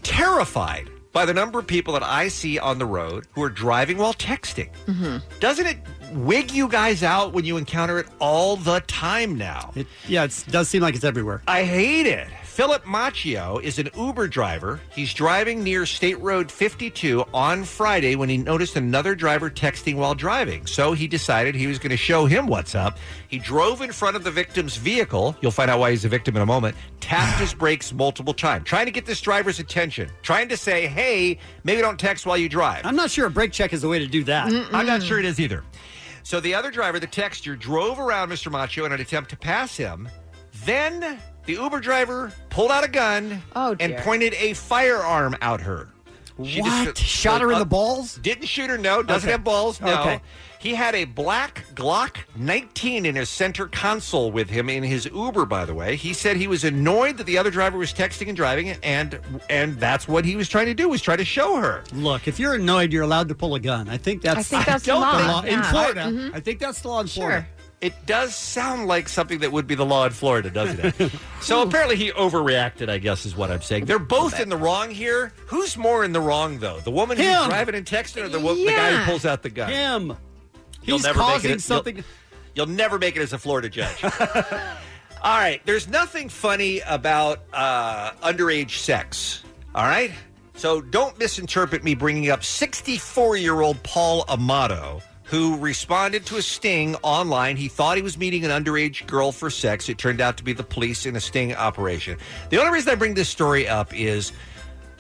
[SPEAKER 12] terrified by the number of people that I see on the road who are driving while texting.
[SPEAKER 5] Mm-hmm.
[SPEAKER 12] Doesn't it wig you guys out when you encounter it all the time now?
[SPEAKER 10] It, yeah, it does seem like it's everywhere.
[SPEAKER 12] I hate it. Philip Macchio is an Uber driver. He's driving near State Road 52 on Friday when he noticed another driver texting while driving. So he decided he was going to show him what's up. He drove in front of the victim's vehicle. You'll find out why he's a victim in a moment. Tapped his brakes multiple times, trying to get this driver's attention, trying to say, hey, maybe don't text while you drive.
[SPEAKER 10] I'm not sure a brake check is the way to do that.
[SPEAKER 12] I'm not sure it is either. So the other driver, the texter, drove around Mr. Macho in an attempt to pass him. Then the Uber driver pulled out a gun and
[SPEAKER 10] dear.
[SPEAKER 12] pointed a firearm at her.
[SPEAKER 10] What? Shot her in the balls?
[SPEAKER 12] Didn't shoot her, no. Doesn't
[SPEAKER 10] Okay.
[SPEAKER 12] have balls, no.
[SPEAKER 10] Okay.
[SPEAKER 12] He had a black Glock 19 in his center console with him in his Uber, by the way. He said he was annoyed that the other driver was texting and driving, and and that's what he was trying to do, was try to show her.
[SPEAKER 10] Look, if you're annoyed, you're allowed to pull a gun. I think that's,
[SPEAKER 12] I think that's the
[SPEAKER 10] don't
[SPEAKER 12] law.
[SPEAKER 10] think- in
[SPEAKER 12] Yeah.
[SPEAKER 10] Florida.
[SPEAKER 12] Mhm.
[SPEAKER 10] I think that's the law in Florida.
[SPEAKER 12] It does sound like something that would be the law in Florida, doesn't it? so apparently he overreacted, I guess, is what I'm saying. They're both in the wrong here. Who's more in the wrong, though? The woman who's
[SPEAKER 10] Him.
[SPEAKER 12] driving and texting or the, wo- the guy
[SPEAKER 10] Yeah.
[SPEAKER 12] who pulls out the gun?
[SPEAKER 10] Him.
[SPEAKER 12] You'll
[SPEAKER 10] He's
[SPEAKER 12] never make it-
[SPEAKER 10] causing
[SPEAKER 12] you'll-
[SPEAKER 10] something.
[SPEAKER 12] You'll never make it as a Florida judge. all right. There's nothing funny about uh, underage sex. All right. So don't misinterpret me bringing up 64 year old Paul Amato, who responded to a sting online. He thought he was meeting an underage girl for sex. It turned out to be the police in a sting operation. The only reason I bring this story up is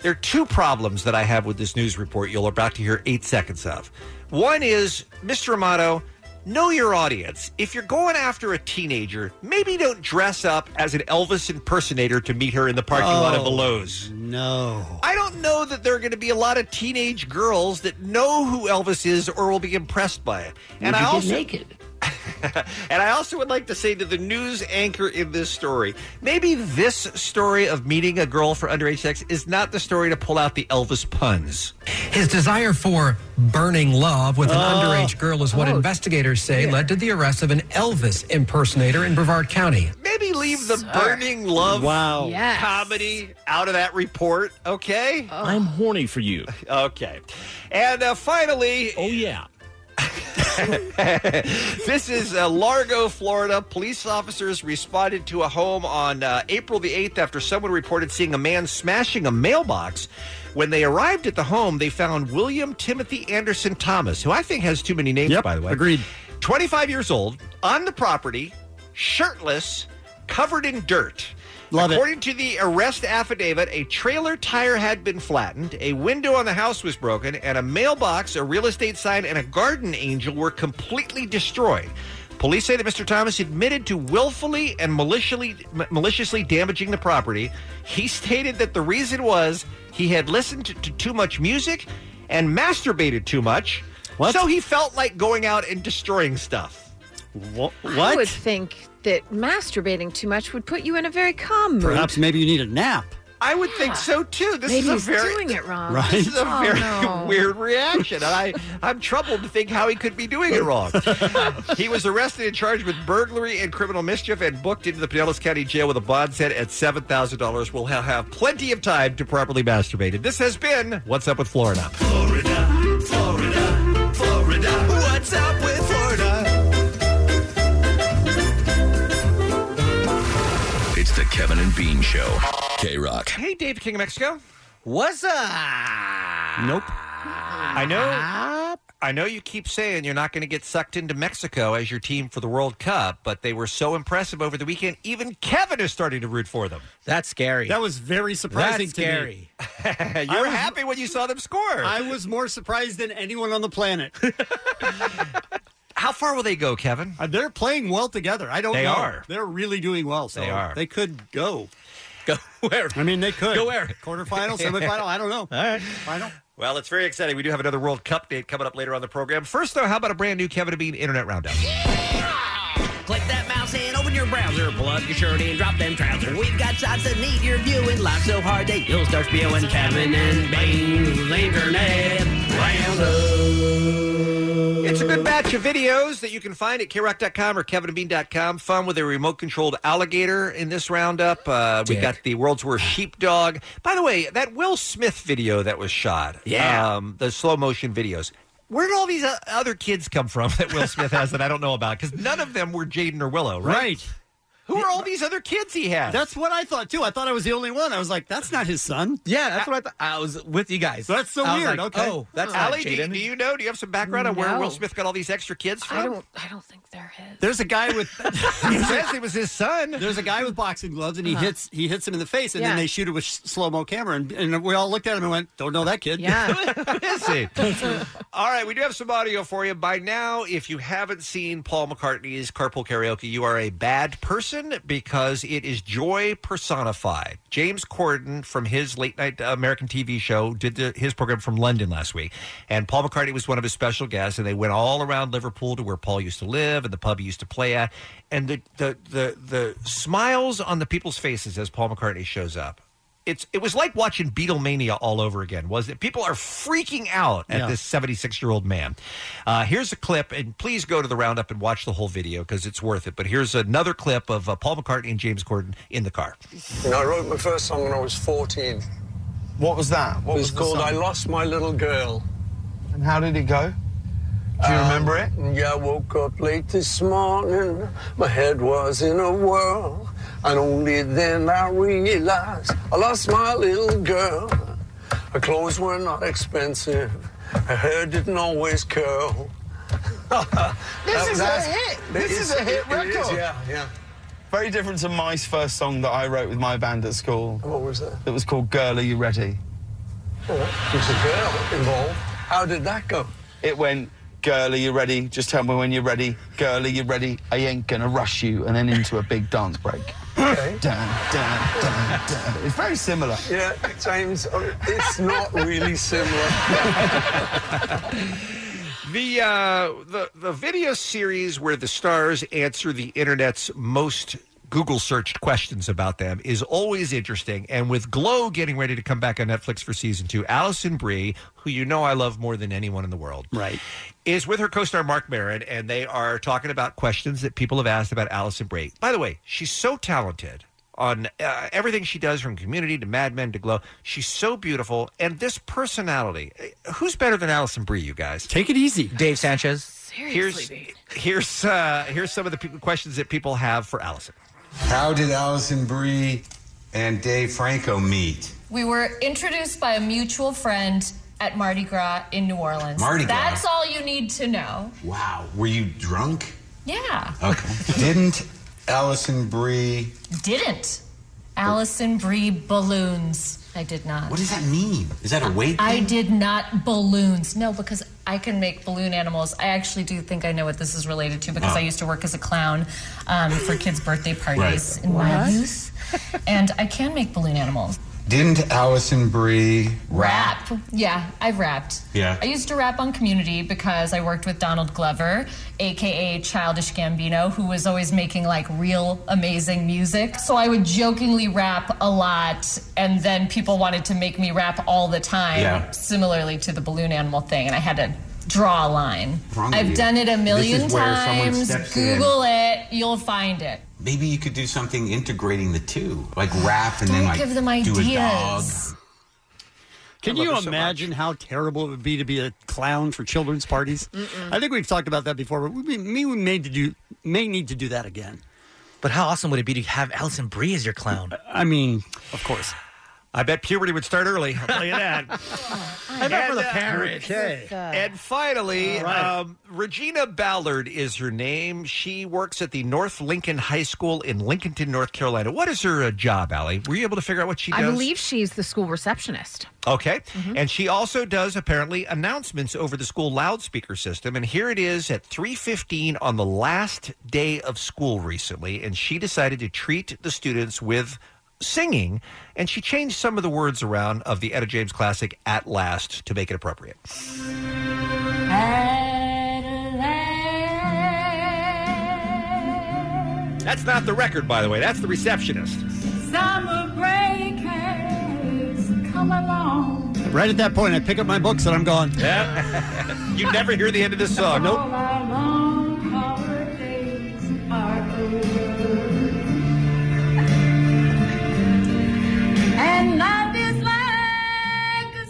[SPEAKER 12] there are two problems that I have with this news report you'll about to hear eight seconds of. One is Mr. Amato Know your audience. If you're going after a teenager, maybe don't dress up as an Elvis impersonator to meet her in the parking lot of the
[SPEAKER 10] Oh,
[SPEAKER 12] Lowe's.
[SPEAKER 10] No.
[SPEAKER 12] I don't know that there are going to be a lot of teenage girls that know who Elvis is or will be impressed by it.
[SPEAKER 5] Would you
[SPEAKER 12] I
[SPEAKER 5] get
[SPEAKER 12] also
[SPEAKER 5] naked?
[SPEAKER 12] and I also would like to say to the news anchor in this story, maybe this story of meeting a girl for underage sex is not the story to pull out the Elvis puns.
[SPEAKER 18] His desire for burning love with an
[SPEAKER 12] Oh.
[SPEAKER 18] underage girl is what investigators say led to the arrest of an Elvis impersonator in Brevard County.
[SPEAKER 12] Maybe leave the burning love
[SPEAKER 18] Wow.
[SPEAKER 12] Yes. comedy out of that report, okay?
[SPEAKER 19] I'm horny for you.
[SPEAKER 12] Okay. And uh, finally. Oh, yeah. this is uh, Largo, Florida. Police officers responded to a home on uh, April the 8th after someone reported seeing a man smashing a mailbox. When they arrived at the home, they found William Timothy Anderson Thomas, who I think has too many names, by the way. Agreed. 25 years old, on the property, shirtless, covered in dirt. According to the arrest affidavit, a trailer tire had been flattened, a window on the house was broken, and a mailbox, a real estate sign, and a garden angel were completely destroyed. Police say that Mr. Thomas admitted to willfully and maliciously, m- maliciously damaging the property. He stated that the reason was he had listened to, to too much music and masturbated too much, so he felt like going out and destroying stuff. What?
[SPEAKER 11] I would think that masturbating too much would put you in a very calm mood.
[SPEAKER 10] Perhaps maybe you need a nap.
[SPEAKER 12] I would think so too. This
[SPEAKER 11] Maybe
[SPEAKER 12] is a
[SPEAKER 11] he's
[SPEAKER 12] very
[SPEAKER 11] doing it wrong.
[SPEAKER 10] Right?
[SPEAKER 12] This is a
[SPEAKER 11] Oh,
[SPEAKER 12] very
[SPEAKER 11] no.
[SPEAKER 12] weird reaction, and I I'm troubled to think how he could be doing it wrong. he was arrested and charged with burglary and criminal mischief, and booked into the Pinellas County Jail with a bond set at seven thousand dollars. We'll ha- have plenty of time to properly masturbate. And this has been what's up with Florida.
[SPEAKER 5] Florida, Florida, Florida. What's up with Florida?
[SPEAKER 14] It's the Kevin and Bean Show. K Rock.
[SPEAKER 12] Hey, Dave, King of Mexico.
[SPEAKER 10] What's up? Nope.
[SPEAKER 12] I know. I know you keep saying you're not going to get sucked into Mexico as your team for the World Cup, but they were so impressive over the weekend. Even Kevin is starting to root for them.
[SPEAKER 19] That's scary.
[SPEAKER 10] That was very surprising
[SPEAKER 12] That's
[SPEAKER 10] to me.
[SPEAKER 12] scary. you were happy when you saw them score.
[SPEAKER 10] I was more surprised than anyone on the planet.
[SPEAKER 12] How far will they go, Kevin?
[SPEAKER 10] Uh, they're playing well together. I don't
[SPEAKER 12] They
[SPEAKER 10] know.
[SPEAKER 12] are.
[SPEAKER 10] Oh, They're really doing well. So
[SPEAKER 12] They are.
[SPEAKER 10] They could go.
[SPEAKER 19] Go where?
[SPEAKER 10] I mean, they could.
[SPEAKER 12] Go where?
[SPEAKER 10] Quarterfinal, semifinal. I don't know. All
[SPEAKER 12] right.
[SPEAKER 10] Final.
[SPEAKER 12] Well, it's very exciting. We do have another World Cup date coming up later on the program. First, though, how about a brand new Kevin and Bean Internet Roundup?
[SPEAKER 5] Click that mouse and open your browser. Plug your shirt and drop them trousers. We've got shots that need your viewing. Live so hard that you'll start spewing. Kevin and Bean's Internet Roundup.
[SPEAKER 12] It's a good batch of videos that you can find at krock.com or kevinandbean.com. Fun with a remote controlled alligator in this roundup. Uh, we got the world's worst sheepdog. By the way, that Will Smith video that was shot,
[SPEAKER 19] Yeah.
[SPEAKER 12] um, the slow motion videos. Where did all these o- other kids come from that Will Smith has that I don't know about? Because none of them were Jaden or Willow, right?
[SPEAKER 10] Right.
[SPEAKER 12] Who are all these other kids he has?
[SPEAKER 10] That's what I thought too. I thought I was the only one. I was like, that's not his son.
[SPEAKER 19] Yeah, that's what I thought. I was with you guys.
[SPEAKER 10] That's so
[SPEAKER 19] I was
[SPEAKER 10] weird.
[SPEAKER 19] like,
[SPEAKER 10] okay.
[SPEAKER 19] oh, that's not
[SPEAKER 12] Allie, do, you-
[SPEAKER 19] Jaden.
[SPEAKER 12] do you know? Do you have some background on where
[SPEAKER 10] No.
[SPEAKER 12] Will Smith got all these extra kids from?
[SPEAKER 10] I
[SPEAKER 11] don't- I don't think they're his.
[SPEAKER 10] There's a guy with. he
[SPEAKER 12] says it was his son.
[SPEAKER 10] There's a guy with boxing gloves, and he
[SPEAKER 11] Uh-huh.
[SPEAKER 10] hits he hits him in the face, and
[SPEAKER 11] Yeah.
[SPEAKER 10] then they shoot it with slow mo camera, and, and we all looked at him and went, "Don't know that kid."
[SPEAKER 12] Yeah. Is he? All right, we do have some audio for you. By now, if you haven't seen Paul McCartney's Carpool Karaoke, you are a bad person because it is joy personified. James Corden from his late night uh, American TV show did the, his program from London last week, and Paul McCartney was one of his special guests, and they went all around Liverpool to where Paul used to live and the pub he used to play at, and the the the, the smiles on the people's faces as Paul McCartney shows up it's it was like watching Beatlemania all over again. Was it? People are freaking out at
[SPEAKER 19] Yeah.
[SPEAKER 12] this 76 year old man. Uh, here's a clip, and please go to the roundup and watch the whole video because it's worth it. But here's another clip of uh, Paul McCartney and James Corden in the car.
[SPEAKER 8] You know, I wrote my first song when I was 14. What was that? What it was, was the called song? I Lost My Little Girl. And how did it go? Do you remember it? Yeah, I woke up late this morning. My head was in a whirl. And only then I realized I lost my little girl. Her clothes were not expensive. Her hair didn't always curl.
[SPEAKER 20] This is a
[SPEAKER 8] That's-
[SPEAKER 20] hit.
[SPEAKER 8] it
[SPEAKER 20] This is a hit
[SPEAKER 8] it- it is,
[SPEAKER 20] record.
[SPEAKER 8] yeah, yeah.
[SPEAKER 20] Very different to my first song that I wrote with my band at school.
[SPEAKER 8] What was that?
[SPEAKER 20] That was called Girl Are You Ready?
[SPEAKER 8] There's a girl involved. How did that go?
[SPEAKER 20] It went Girl, are you ready? Just tell me when you're ready. Girl, are you ready? I ain't gonna rush you. And then into a big dance break.
[SPEAKER 8] Okay.
[SPEAKER 20] Dun, dun, dun, dun. It's very similar.
[SPEAKER 8] Yeah, James, uh, it's not really similar.
[SPEAKER 12] The uh, the the video series where the stars answer the internet's most Google searched questions about them is always interesting. And with Glow getting ready to come back on Netflix for season two, Allison Brie, who you know I love more than anyone in the world, right, is with her co-star Mark Maron, and they are talking about questions that people have asked about Allison Brie. By the way, she's so talented on uh, everything she does from community to mad men to glow she's so beautiful and this personality uh, who's better than allison brie you guys
[SPEAKER 10] take it easy
[SPEAKER 12] dave sanchez here's
[SPEAKER 5] Dave.
[SPEAKER 12] here's uh here's some of the pe- questions that people have for allison
[SPEAKER 21] How did Allison Brie and Dave Franco meet?
[SPEAKER 3] We were introduced by a mutual friend at Mardi Gras in New Orleans.
[SPEAKER 21] Mardi Gras.
[SPEAKER 3] That's all you need to know.
[SPEAKER 21] Wow, were you drunk?
[SPEAKER 3] Yeah.
[SPEAKER 21] Okay. Didn't Allison Brie?
[SPEAKER 3] Didn't. Allison Brie balloons. I did not.
[SPEAKER 21] What does that mean? Is that a weight?
[SPEAKER 3] I did not balloons. No, because I can make balloon animals. I actually do think I know what this is related to because
[SPEAKER 21] Wow.
[SPEAKER 3] I used to work as a clown um, for kids' birthday parties
[SPEAKER 21] Right.
[SPEAKER 3] in my
[SPEAKER 21] What?
[SPEAKER 3] youth. And I can make balloon animals.
[SPEAKER 21] Didn't Allison Brie
[SPEAKER 3] Rap. Yeah, I've rapped.
[SPEAKER 21] Yeah.
[SPEAKER 3] I used to rap on Community because I worked with Donald Glover, aka Childish Gambino, who was always making like real amazing music. So I would jokingly rap a lot, and then people wanted to make me rap all the time,
[SPEAKER 21] Yeah.
[SPEAKER 3] similarly to the balloon animal thing, and I had to draw a line.
[SPEAKER 21] Wrong with
[SPEAKER 3] I've
[SPEAKER 21] you.
[SPEAKER 3] done it a
[SPEAKER 21] This is
[SPEAKER 3] million
[SPEAKER 21] where someone
[SPEAKER 3] times.
[SPEAKER 21] steps in.
[SPEAKER 3] Google it, you'll find it.
[SPEAKER 21] Maybe you could do something integrating the two, like rap and then
[SPEAKER 3] Don't
[SPEAKER 21] like
[SPEAKER 3] give them
[SPEAKER 21] do a dog.
[SPEAKER 3] ideas.
[SPEAKER 10] Can you imagine how terrible it would be to be a clown for children's parties? I think we've talked about that before, but we, me, we may, to do, may need to do that again.
[SPEAKER 22] But how awesome would it be to have Allison Brie as your clown?
[SPEAKER 10] I mean, of course.
[SPEAKER 12] I bet puberty would start early. I'll tell you that.
[SPEAKER 5] I bet for the parents.
[SPEAKER 12] Okay. uh,
[SPEAKER 5] uh,
[SPEAKER 12] And finally, um, Regina Ballard is her name. She works at the North Lincoln High School in Lincolnton, North Carolina. What is her uh, job, Allie? Were you able to figure out what she
[SPEAKER 11] I
[SPEAKER 12] does?
[SPEAKER 11] believe she's the school receptionist.
[SPEAKER 12] Okay. And she also does apparently announcements over the school loudspeaker system. And here it is at 3:15 on the last day of school recently, and she decided to treat the students with singing, and she changed some of the words around of the Etta James classic At Last to make it appropriate. That's not the record, by the way. That's the receptionist.
[SPEAKER 5] Summer break has come along.
[SPEAKER 10] Right at that point, I pick up my books and I'm gone.
[SPEAKER 12] Yeah. you never hear the end of this song. Nope.
[SPEAKER 5] All our long holidays are over. And life is like a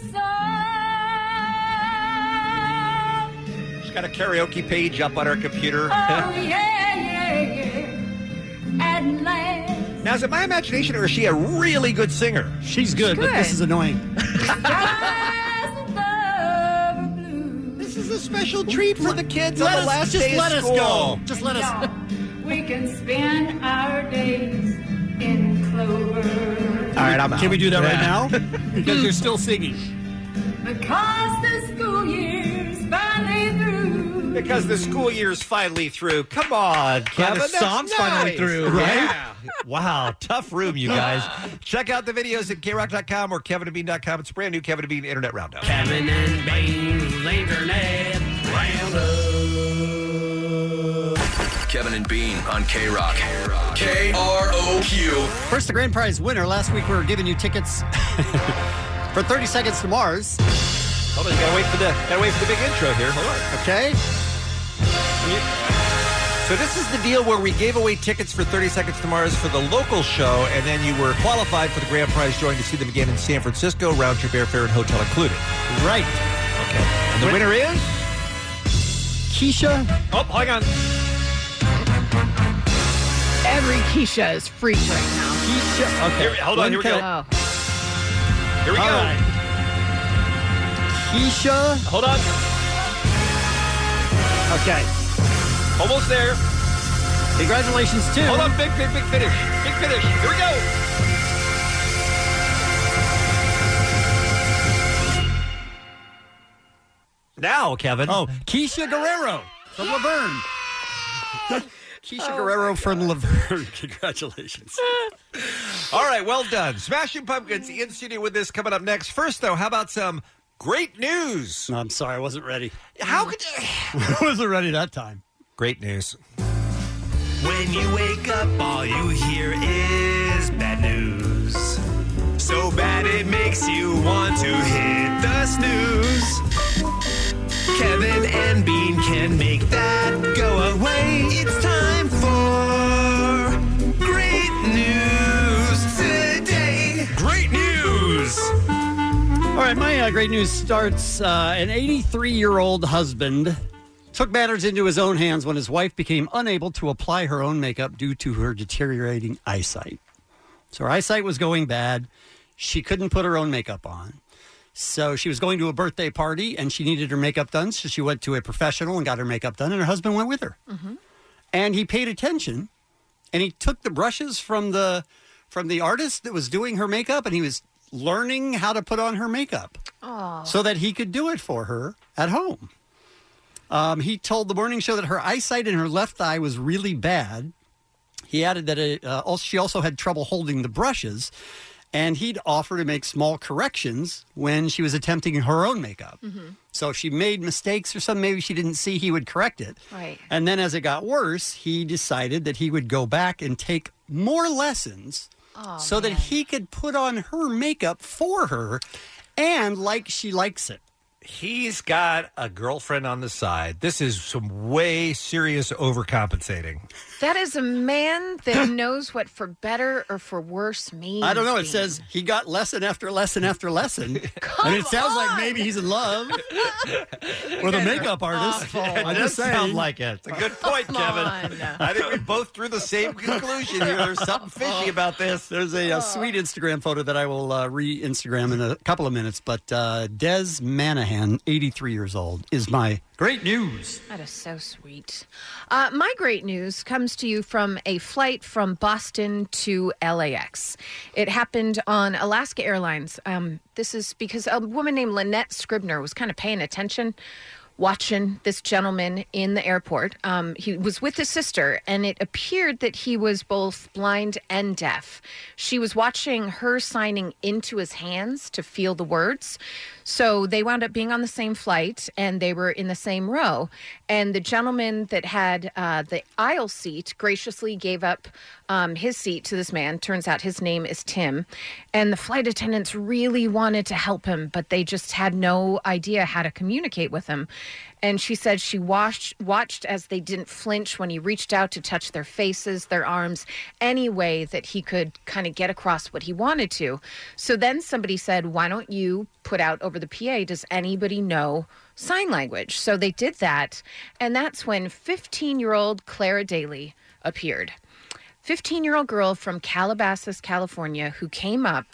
[SPEAKER 5] song.
[SPEAKER 12] She's got a karaoke page up on her computer.
[SPEAKER 5] Oh, yeah, yeah, yeah. At last.
[SPEAKER 12] Now, is it my imagination or is she a really good singer?
[SPEAKER 10] She's good, but this
[SPEAKER 5] good.
[SPEAKER 10] is annoying.
[SPEAKER 5] This is a special treat for the kids
[SPEAKER 10] Let us- just let us go. Just let us-
[SPEAKER 5] We can spend our days in clover.
[SPEAKER 10] All right, I'm Can we do that
[SPEAKER 5] Yeah.
[SPEAKER 10] right now? because you're still singing.
[SPEAKER 5] Because the school year's finally through.
[SPEAKER 12] Because the school year's finally through. Come on, Kevin. that's
[SPEAKER 5] stomp's finally
[SPEAKER 12] nice.
[SPEAKER 5] through.
[SPEAKER 12] Right?
[SPEAKER 5] Yeah.
[SPEAKER 12] Wow, tough room, you guys. Check out the videos at krock.com or kevinandbean.com. It's a brand new Kevin and Bean Internet Roundup.
[SPEAKER 5] Kevin and Bane's Internet
[SPEAKER 14] Kevin and Bean on K Rock. K R O Q.
[SPEAKER 10] First, the grand prize winner. Last week, we were giving you tickets for 30 Seconds to Mars.
[SPEAKER 12] Hold on, you gotta wait for the gotta wait for the big intro here. Hold on.
[SPEAKER 10] Okay.
[SPEAKER 12] So this is the deal where we gave away tickets for 30 Seconds to Mars for the local show, and then you were qualified for the grand prize drawing to see them again in San Francisco, round trip airfare and hotel included.
[SPEAKER 10] Right.
[SPEAKER 12] Okay. And the winner is
[SPEAKER 10] Keisha.
[SPEAKER 12] Oh, hang on.
[SPEAKER 11] Every Keisha is free right now.
[SPEAKER 10] Keisha.
[SPEAKER 12] Okay. Here- hold on, here we go. Here we
[SPEAKER 11] All
[SPEAKER 12] go.
[SPEAKER 11] right.
[SPEAKER 10] Oh. Keisha.
[SPEAKER 12] Hold on.
[SPEAKER 10] Okay.
[SPEAKER 12] Almost there.
[SPEAKER 10] Congratulations to.
[SPEAKER 12] Hold on, big, big, big finish. Big finish. Here we go. now, Kevin.
[SPEAKER 10] Oh, Keisha Guerrero from Laverne. Keisha Guerrero from Laverne. Congratulations.
[SPEAKER 12] All right, well done. Smashing Pumpkins in studio with this coming up next. First, though, how about some great news?
[SPEAKER 10] I'm sorry, I wasn't ready.
[SPEAKER 12] How could
[SPEAKER 10] I wasn't ready that time.
[SPEAKER 12] Great news.
[SPEAKER 5] When you wake up, all you hear is bad news. So bad it makes you want to hit the snooze. Kevin and Bean can make that go away. It's time for great news today. Great news!
[SPEAKER 10] All right, my uh, great news starts. Uh, an 83 year old husband took matters into his own hands when his wife became unable to apply her own makeup due to her deteriorating eyesight. So her eyesight was going bad. She couldn't put her own makeup on. So she was going to a birthday party and she needed her makeup done. So she went to a professional and got her makeup done, and her husband went with her.
[SPEAKER 5] Mm-hmm.
[SPEAKER 10] And he paid attention and he took the brushes from the from the artist that was doing her makeup and he was learning how to put on her makeup
[SPEAKER 5] Oh.
[SPEAKER 10] so that he could do it for her at home. Um, he told the morning show that her eyesight in her left eye was really bad. He added that it, uh, also, she also had trouble holding the brushes, and he'd offer to make small corrections when she was attempting her own makeup.
[SPEAKER 5] Mm-hmm.
[SPEAKER 10] So if she made mistakes or something, maybe she didn't see, he would correct it.
[SPEAKER 5] Right.
[SPEAKER 10] And then as it got worse, he decided that he would go back and take more lessons
[SPEAKER 5] Oh,
[SPEAKER 10] so that he could put on her makeup for her and like she likes it.
[SPEAKER 12] He's got a girlfriend on the side. This is some way serious overcompensating.
[SPEAKER 11] That is a man that knows what for better or for worse means.
[SPEAKER 10] I don't know. It says he got lesson after lesson after lesson. I mean, it sounds like maybe he's in love
[SPEAKER 12] You
[SPEAKER 10] with a
[SPEAKER 12] guys are
[SPEAKER 10] makeup artist.
[SPEAKER 12] awful.
[SPEAKER 10] I'm
[SPEAKER 12] It
[SPEAKER 10] just
[SPEAKER 12] does
[SPEAKER 10] saying.
[SPEAKER 12] sound like it. It's a good point, Come Kevin.
[SPEAKER 10] on.
[SPEAKER 12] I think we both drew the same conclusion here. There's something fishy about this.
[SPEAKER 10] There's a, uh sweet Instagram photo that I will uh, re Instagram in a couple of minutes. But uh, Des Manahan, 83 years old, is my great news.
[SPEAKER 11] That is so sweet. Uh, my great news comes to you from a flight from Boston to LAX. It happened on Alaska Airlines. Um, this is because a woman named Lynette Scribner was kind of paying attention, watching this gentleman in the airport. Um, he was with his sister, and it appeared that he was both blind and deaf. She was watching her signing into his hands to feel the words. So they wound up being on the same flight and they were in the same row. And the gentleman that had uh, the aisle seat graciously gave up um, his seat to this man. Turns out his name is Tim. And the flight attendants really wanted to help him, but they just had no idea how to communicate with him. And she said she watched, watched as they didn't flinch when he reached out to touch their faces, their arms, any way that he could kind of get across what he wanted to. So then somebody said, Why don't you put out over the PA, does anybody know sign language? So they did that. And that's when 15 year old Clara Daly appeared. 15 year old girl from Calabasas, California, who came up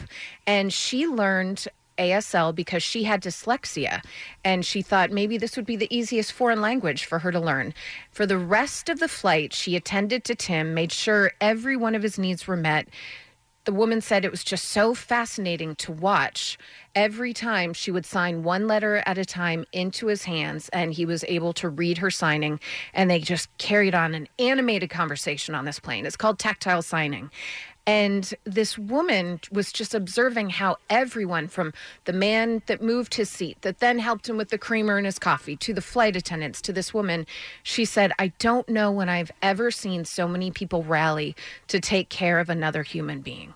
[SPEAKER 11] and she learned ASL because she had dyslexia and she thought maybe this would be the easiest foreign language for her to learn. For the rest of the flight, she attended to Tim, made sure every one of his needs were met. The woman said it was just so fascinating to watch. Every time she would sign one letter at a time into his hands, and he was able to read her signing, and they just carried on an animated conversation on this plane. It's called tactile signing. And this woman was just observing how everyone from the man that moved his seat, that then helped him with the creamer in his coffee, to the flight attendants, to this woman, she said, I don't know when I've ever seen so many people rally to take care of another human being.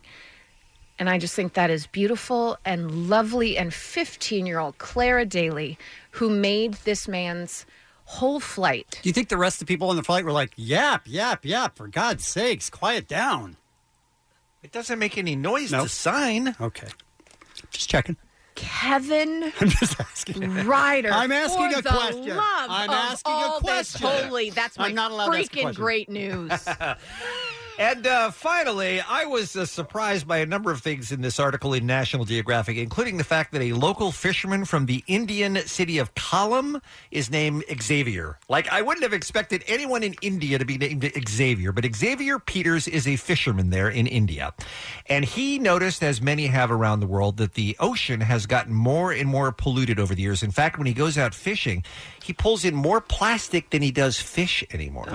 [SPEAKER 11] And I just think that is beautiful and lovely. And 15 year old Clara Daly, who made this man's whole flight.
[SPEAKER 10] Do you think the rest of the people on the flight were like, yap, yap, yap, for God's sakes, quiet down?
[SPEAKER 12] It doesn't make any noise
[SPEAKER 10] Nope.
[SPEAKER 12] to sign.
[SPEAKER 10] Okay. Just checking.
[SPEAKER 11] Kevin
[SPEAKER 10] I'm just asking.
[SPEAKER 11] Ryder.
[SPEAKER 10] I'm asking
[SPEAKER 11] for
[SPEAKER 10] a
[SPEAKER 11] the
[SPEAKER 10] question.
[SPEAKER 11] love
[SPEAKER 10] I'm
[SPEAKER 11] of
[SPEAKER 10] asking
[SPEAKER 11] all
[SPEAKER 10] a question.
[SPEAKER 11] That's holy. That's my
[SPEAKER 10] I'm not allowed to ask a
[SPEAKER 11] freaking
[SPEAKER 10] question.
[SPEAKER 11] great news.
[SPEAKER 12] And uh, finally, I was uh, surprised by a number of things in this article in National Geographic, including the fact that a local fisherman from the Indian city of Kollam is named Xavier. Like, I wouldn't have expected anyone in India to be named Xavier, but Xavier Peters is a fisherman there in India. And he noticed, as many have around the world, that the ocean has gotten more and more polluted over the years. In fact, when he goes out fishing, he pulls in more plastic than he does fish anymore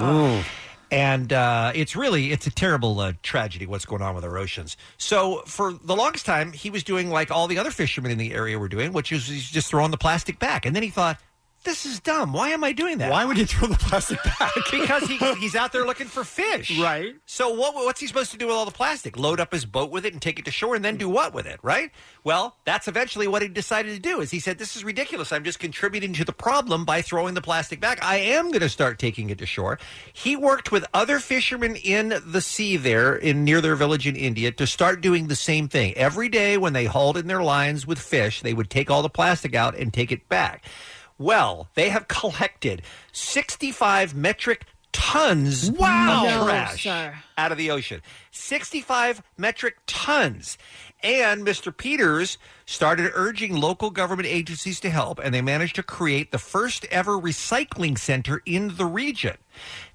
[SPEAKER 12] and uh, it's really it's a terrible uh, tragedy what's going on with our oceans so for the longest time he was doing like all the other fishermen in the area were doing which is he's just throwing the plastic back and then he thought this is dumb why am i doing that why
[SPEAKER 10] would you throw the plastic back
[SPEAKER 12] because he, he's out there looking for fish right so what, what's he supposed to do with all the plastic load up his boat with it and take it to shore and then do what with it right well that's eventually what he decided to do is he said this is ridiculous i'm just contributing to the problem by throwing the plastic back i am going to start taking it to shore he worked with other fishermen in the sea there in near their village in india to start doing the same thing every day when they hauled in their lines with fish they would take all the plastic out and take it back well, they have collected 65 metric tons of trash out of the ocean. 65 metric tons. And Mr. Peters started urging local government agencies to help, and they managed to create the first ever recycling center in the region.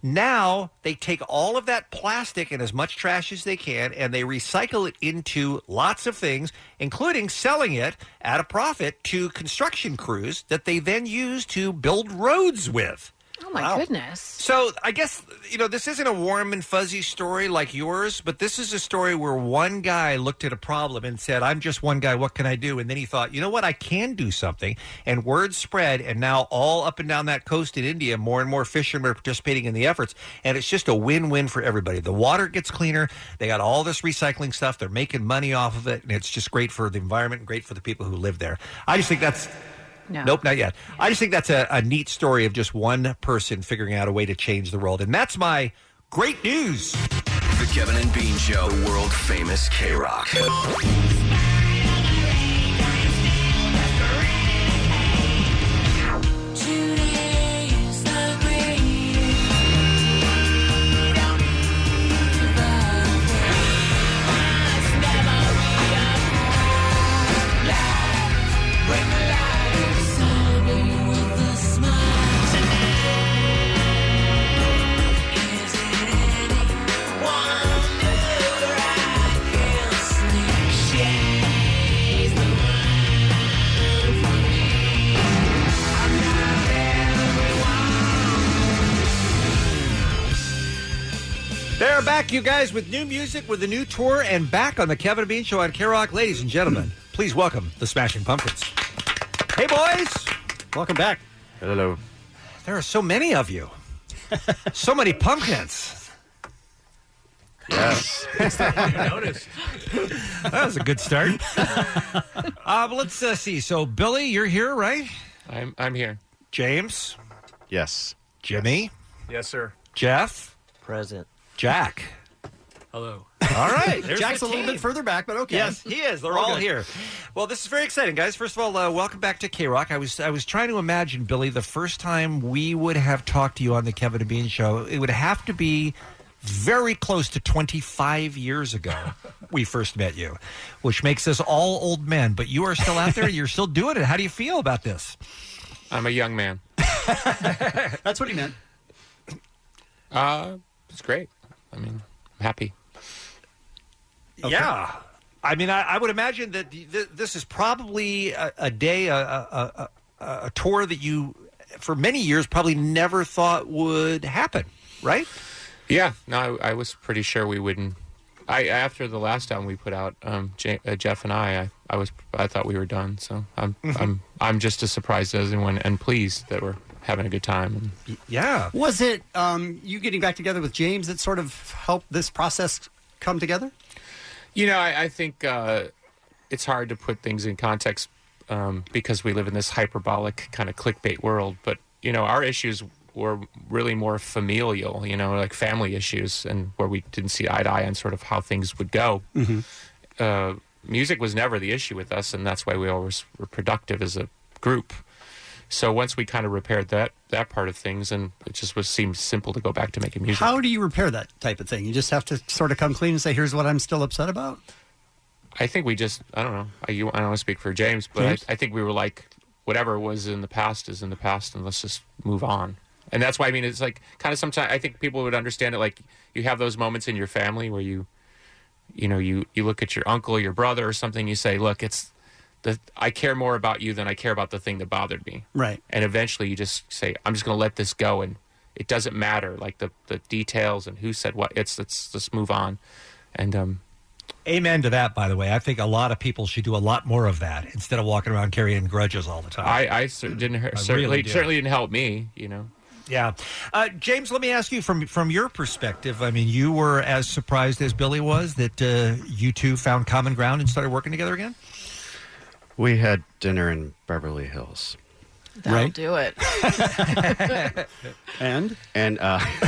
[SPEAKER 12] Now they take all of that plastic and as much trash as they can, and they recycle it into lots of things, including selling it at a profit to construction crews that they then use to build roads with.
[SPEAKER 11] Oh my goodness.
[SPEAKER 12] So I guess you know this isn't a warm and fuzzy story like yours, but this is a story where one guy looked at a problem and said, "I'm just one guy. What can I do?" And then he thought, "You know what? I can do something." And word spread, and now all up and down that coast in India, more and more fishermen are participating in the efforts, and it's just a win-win for everybody. The water gets cleaner. They got all this recycling stuff. They're making money off of it, and it's just great for the environment, and great for the people who live there. I just think that's
[SPEAKER 11] No.
[SPEAKER 12] Nope, not yet. I just think that's a, a neat story of just one person figuring out a way to change the world. And that's my great news.
[SPEAKER 14] The Kevin and Bean Show, the world famous K Rock.
[SPEAKER 12] They're back, you guys, with new music, with a new tour, and back on the Kevin and Bean Show on K Rock. Ladies and gentlemen, please welcome the Smashing Pumpkins. Hey, boys. Welcome back. Hello. There are so many of you, so many pumpkins. Yes. that was a good start. uh, but let's uh, see. So, Billy, you're here, right? I'm I'm here. James. Yes. Jimmy.
[SPEAKER 23] Yes, sir.
[SPEAKER 12] Jeff. Present. Jack.
[SPEAKER 23] Hello.
[SPEAKER 12] All right.
[SPEAKER 23] There's
[SPEAKER 12] Jack's a
[SPEAKER 23] the
[SPEAKER 12] little
[SPEAKER 23] team.
[SPEAKER 12] bit further back, but okay.
[SPEAKER 23] Yes,
[SPEAKER 12] he is. They're
[SPEAKER 23] We're
[SPEAKER 12] all
[SPEAKER 23] good.
[SPEAKER 12] here. Well, this is very exciting, guys. First of all, uh, welcome back to K Rock. I was I was trying to imagine Billy the first time we would have talked to you on the Kevin and Bean show. It would have to be very close to 25 years ago we first met you, which makes us all old men. But you are still out there. You're still doing it. How do you feel about this?
[SPEAKER 23] I'm a young man.
[SPEAKER 10] That's what he meant.
[SPEAKER 23] Uh, it's great. I mean, I'm happy.
[SPEAKER 12] Yeah. I mean, I, I would imagine that th- th- this is probably a, a day, a, a, a, a- a tour that you, for many years, probably never thought would happen, right?
[SPEAKER 23] Yeah, no, I, I was pretty sure we wouldn't. I after the last album we put out, um, J- uh, Jeff and I, I, I was I thought we were done. So I'm
[SPEAKER 10] Mhm.
[SPEAKER 23] I'm I'm just as surprised as anyone and pleased that we're having a good time. And
[SPEAKER 12] Yeah.
[SPEAKER 10] Was it um, you getting back together with James that sort of helped this process come together?
[SPEAKER 23] you know, I, I think uh, it's hard to put things in context um, because we live in this hyperbolic kind of clickbait world. But you know, our issues were really more familial. You know, like family issues, and where we didn't see eye to eye on sort of how things would go. uh, music was never the issue with us, and that's why we always were productive as a group. So once we kind of repaired that that part of things, and it just was seemed simple to go back to making music.
[SPEAKER 10] How do you repair that type of thing? You just have to sort of come clean and say, "Here's what I'm still upset about."
[SPEAKER 23] I think we just I don't know. I, you, I don't want to speak for James, but
[SPEAKER 10] James?
[SPEAKER 23] I, I think we were like, whatever was in the past is in the past, and let's just move on. And that's why I mean it's like kind of sometimes I think people would understand it like you have those moments in your family where you, you know, you you look at your uncle, your brother, or something. You say, look, it's the I care more about you than I care about the thing that bothered me.
[SPEAKER 10] Right.
[SPEAKER 23] and eventually you just say i'm just going to let this go and it doesn't matter like the, the details and who said what it's let's just move on and um
[SPEAKER 12] Amen to that, by the way. I think a lot of people should do a lot more of that instead of walking around carrying grudges all the time.
[SPEAKER 23] i i cer- didn't
[SPEAKER 12] I
[SPEAKER 23] certainly
[SPEAKER 12] really do.
[SPEAKER 23] certainly didn't help me you know
[SPEAKER 12] Yeah, uh, James. Let me ask you from from your perspective. I mean, you were as surprised as Billy was that uh, you two found common ground and started working together again.
[SPEAKER 24] We had dinner in Beverly Hills.
[SPEAKER 11] That'll do it.
[SPEAKER 10] and
[SPEAKER 24] And uh,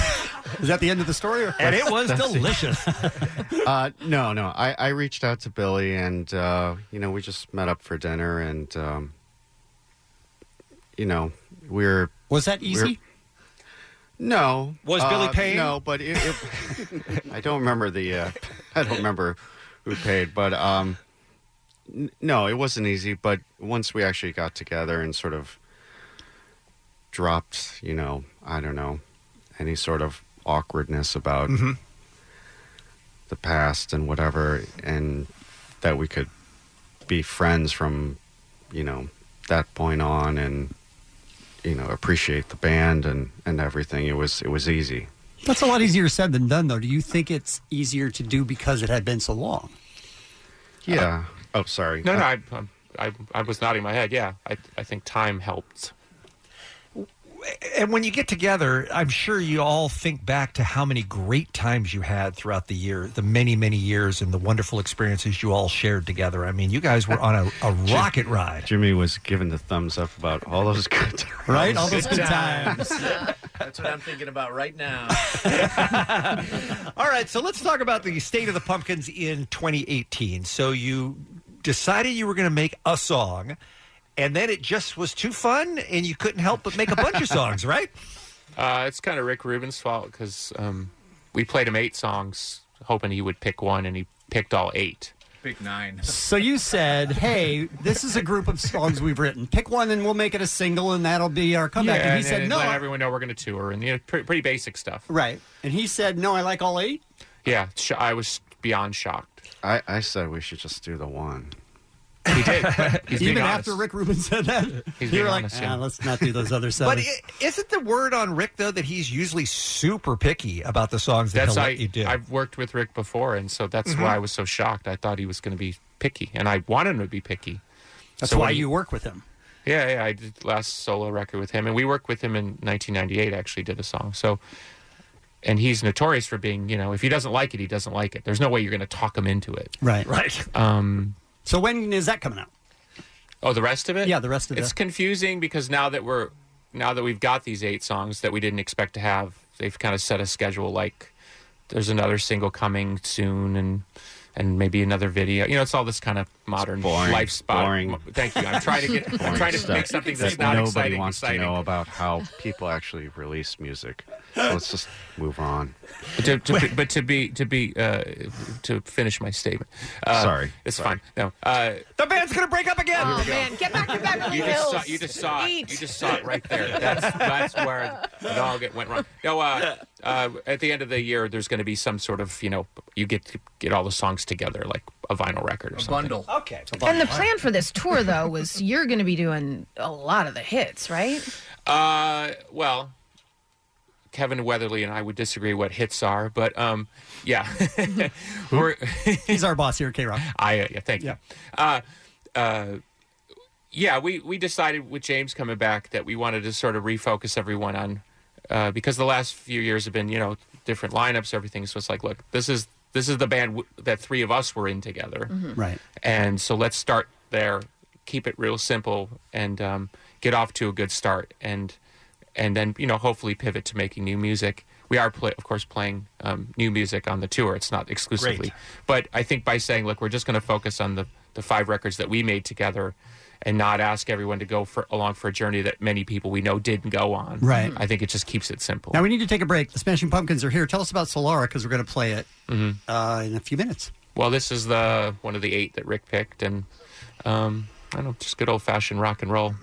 [SPEAKER 10] is that the end of the story? Or?
[SPEAKER 12] And it was delicious.
[SPEAKER 24] uh, no, no. I, I reached out to Billy, and uh, you know, we just met up for dinner, and um, you know, we were.
[SPEAKER 10] Was that easy?
[SPEAKER 24] no.
[SPEAKER 12] Was Billy
[SPEAKER 24] Uh,
[SPEAKER 12] paying?
[SPEAKER 24] No, but it, it, I don't remember the. Uh, I don't remember who paid, but um, n- no, it wasn't easy. But once we actually got together and sort of dropped, you know, I don't know, any sort of awkwardness about
[SPEAKER 10] Mm-hmm.
[SPEAKER 12] Mhm.
[SPEAKER 24] the past and whatever, and that we could be friends from, you know, that point on, and you know, appreciate the band and and everything. It was it was easy.
[SPEAKER 10] That's a lot easier said than done, though. Do you think it's easier to do because it had been so long?
[SPEAKER 24] Yeah. oh, sorry.
[SPEAKER 23] Uh, no no I, I i was nodding my head yeah i i think time helped
[SPEAKER 12] And when you get together, I'm sure you all think back to how many great times you had throughout the year, the many many years, and the wonderful experiences you all shared together. I mean, you guys were on a, a rocket ride.
[SPEAKER 24] Jimmy was giving the thumbs up about all those good times.
[SPEAKER 12] Right? All those Good good times.
[SPEAKER 17] That's what I'm thinking about right now.
[SPEAKER 12] All right, so let's talk about the state of the pumpkins in 2018. So you decided you were going to make a song, and then it just was too fun, and you couldn't help but make a bunch of songs, right?
[SPEAKER 23] uh it's kind of rick rubin's fault because um we played him eight songs hoping he would pick one and he picked all eight
[SPEAKER 17] Big nine.
[SPEAKER 10] So you said, "Hey, this is a group of songs we've written. Pick one, and we'll make it a single, and that'll be our comeback."
[SPEAKER 23] Yeah,
[SPEAKER 10] and he said, "No,
[SPEAKER 23] let
[SPEAKER 10] I-
[SPEAKER 23] everyone know we're going to tour and you know, pretty, pretty basic stuff
[SPEAKER 10] right?" And he said, "No, I like all eight.
[SPEAKER 23] yeah sh- i was beyond shocked
[SPEAKER 24] I, I said we should just do the one.
[SPEAKER 23] He did. He's
[SPEAKER 10] Even
[SPEAKER 23] being
[SPEAKER 10] after Rick Rubin said that,
[SPEAKER 12] He's being
[SPEAKER 10] you were like,
[SPEAKER 12] honest,
[SPEAKER 10] "Ah,
[SPEAKER 12] yeah.
[SPEAKER 10] let's not do those other seven.
[SPEAKER 12] But is isn't the word on Rick though that he's usually super picky about the songs that
[SPEAKER 23] That's
[SPEAKER 12] he'll
[SPEAKER 23] I,
[SPEAKER 12] let you do?
[SPEAKER 23] I've worked with Rick before, and so that's
[SPEAKER 12] Mhm.
[SPEAKER 23] why I was so shocked. I thought he was going to be picky, and I wanted him to be picky.
[SPEAKER 10] That's
[SPEAKER 23] So
[SPEAKER 10] why
[SPEAKER 23] when-
[SPEAKER 10] you work with him.
[SPEAKER 23] Yeah, yeah. I did last solo record with him, and we worked with him in 1998. Actually, did a song. So, and he's notorious for being, you know, if he doesn't like it, he doesn't like it. There's no way you're going to talk him into it.
[SPEAKER 10] Right.
[SPEAKER 12] Right.
[SPEAKER 23] Um,
[SPEAKER 10] So when is that coming out?
[SPEAKER 23] Oh, the rest of it?
[SPEAKER 10] Yeah, the rest of
[SPEAKER 23] It's
[SPEAKER 10] the-
[SPEAKER 23] confusing because now that we're now that we've got these eight songs that we didn't expect to have, they've kind of set a schedule like there's another single coming soon and and maybe another video. You know, it's all this kind of modern
[SPEAKER 24] boring.
[SPEAKER 23] life spot.
[SPEAKER 24] Boring.
[SPEAKER 23] mo- Thank you. I'm trying to get I'm
[SPEAKER 24] Boring
[SPEAKER 23] trying to
[SPEAKER 24] stuff
[SPEAKER 23] make something that's
[SPEAKER 24] that
[SPEAKER 23] not
[SPEAKER 24] nobody
[SPEAKER 23] exciting.
[SPEAKER 24] wants
[SPEAKER 23] exciting.
[SPEAKER 24] to know about how people actually release music. Let's just move on.
[SPEAKER 23] But to, to be, but to be to be uh, to finish my statement. Uh,
[SPEAKER 24] Sorry.
[SPEAKER 23] it's fine. No, uh,
[SPEAKER 12] the band's going to break up again.
[SPEAKER 23] Oh, man.
[SPEAKER 11] Get back to Beverly
[SPEAKER 23] you just
[SPEAKER 11] Hills.
[SPEAKER 23] saw you just saw it. you just saw it right there. That's that's where it all get, went wrong. No, uh, uh, at the end of the year, there's going to be some sort of you know you get to get all the songs together like a vinyl record or something.
[SPEAKER 17] bundle.
[SPEAKER 12] Okay.
[SPEAKER 11] And the plan for this tour, though, was you're going to be doing a lot of the hits, right?
[SPEAKER 23] Uh, well, Kevin Weatherly and I would disagree what hits are, but um, yeah, We're-
[SPEAKER 10] He's our boss here, at K Rock.
[SPEAKER 23] I uh, yeah, thank you. Uh, uh, yeah, we we decided with James coming back that we wanted to sort of refocus everyone on uh, because the last few years have been you know different lineups, everything. So it's like, look, this is this is the band w- that three of us were in together,
[SPEAKER 10] Mhm. Right.
[SPEAKER 23] And so let's start there, keep it real simple, and um, get off to a good start, and and then you know hopefully pivot to making new music. We are, play, of course, playing um, new music on the tour. It's not exclusively,
[SPEAKER 17] Great.
[SPEAKER 23] but I think by saying, look, we're just going to focus on the the five records that we made together, and not ask everyone to go for along for a journey that many people we know didn't go on.
[SPEAKER 10] Right.
[SPEAKER 23] I think it just keeps it simple.
[SPEAKER 10] Now we need to take a break. The Smashing Pumpkins are here. Tell us about Solara because we're going to play it
[SPEAKER 23] hmm
[SPEAKER 10] uh, in a few minutes.
[SPEAKER 23] Well, this is the one of the eight that Rick picked, and um, I don't know, just good old fashioned rock and roll,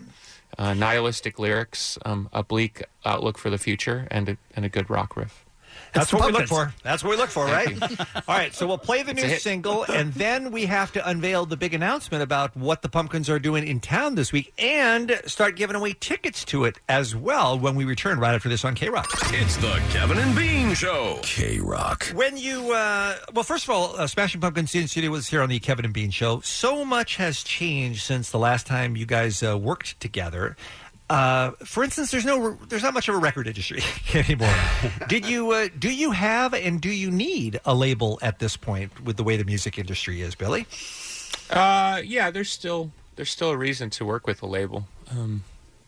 [SPEAKER 23] uh, nihilistic lyrics, um, a bleak outlook for the future, and a, and a good rock riff.
[SPEAKER 12] That's what we look for. That's what we look for, right?
[SPEAKER 23] Thank
[SPEAKER 12] All right, so we'll play the
[SPEAKER 23] It's a
[SPEAKER 12] new
[SPEAKER 23] hit.
[SPEAKER 12] single, and then we have to unveil the big announcement about what the Pumpkins are doing in town this week and start giving away tickets to it as well when we return right after this on K Rock.
[SPEAKER 14] It's the Kevin and Bean Show. K Rock.
[SPEAKER 12] When you, uh, well, first of all, uh, Smashing Pumpkins in studio was here on the Kevin and Bean show. So much has changed since the last time you guys uh, worked together. Uh, for instance, there's no, there's not much of a record industry anymore. Did you, uh, do you have, and do you need a label at this point with the way the music industry is, Billy?
[SPEAKER 23] Uh, yeah, there's still there's still a reason to work with a label, um,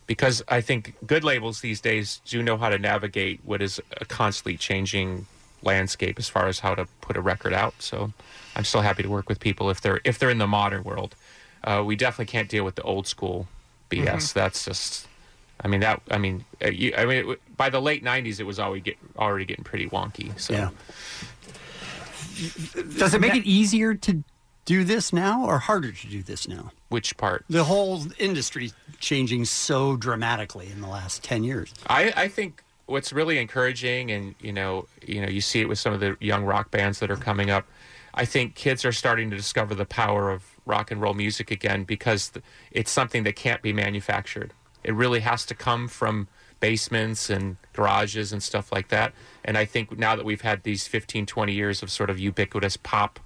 [SPEAKER 23] because I think good labels these days do know how to navigate what is a constantly changing landscape as far as how to put a record out. So I'm still happy to work with people if they're if they're in the modern world. Uh, we definitely can't deal with the old school BS.
[SPEAKER 22] Mhm.
[SPEAKER 12] Mm-hmm.
[SPEAKER 23] That's just I mean that I mean uh, you, I mean it, by the late '90s it was already get, already getting pretty wonky. So.
[SPEAKER 10] Yeah. Does it make it easier to do this now or harder to do this now?
[SPEAKER 23] Which part?
[SPEAKER 10] The whole industry changing so dramatically in the last 10 years.
[SPEAKER 23] I, I think what's really encouraging, and you know, you know, you see it with some of the young rock bands that are coming up. I think kids are starting to discover the power of rock and roll music again because th- it's something that can't be manufactured. It really has to come from basements and garages and stuff like that. And I think now that we've had these 15, 20 years of sort of ubiquitous pop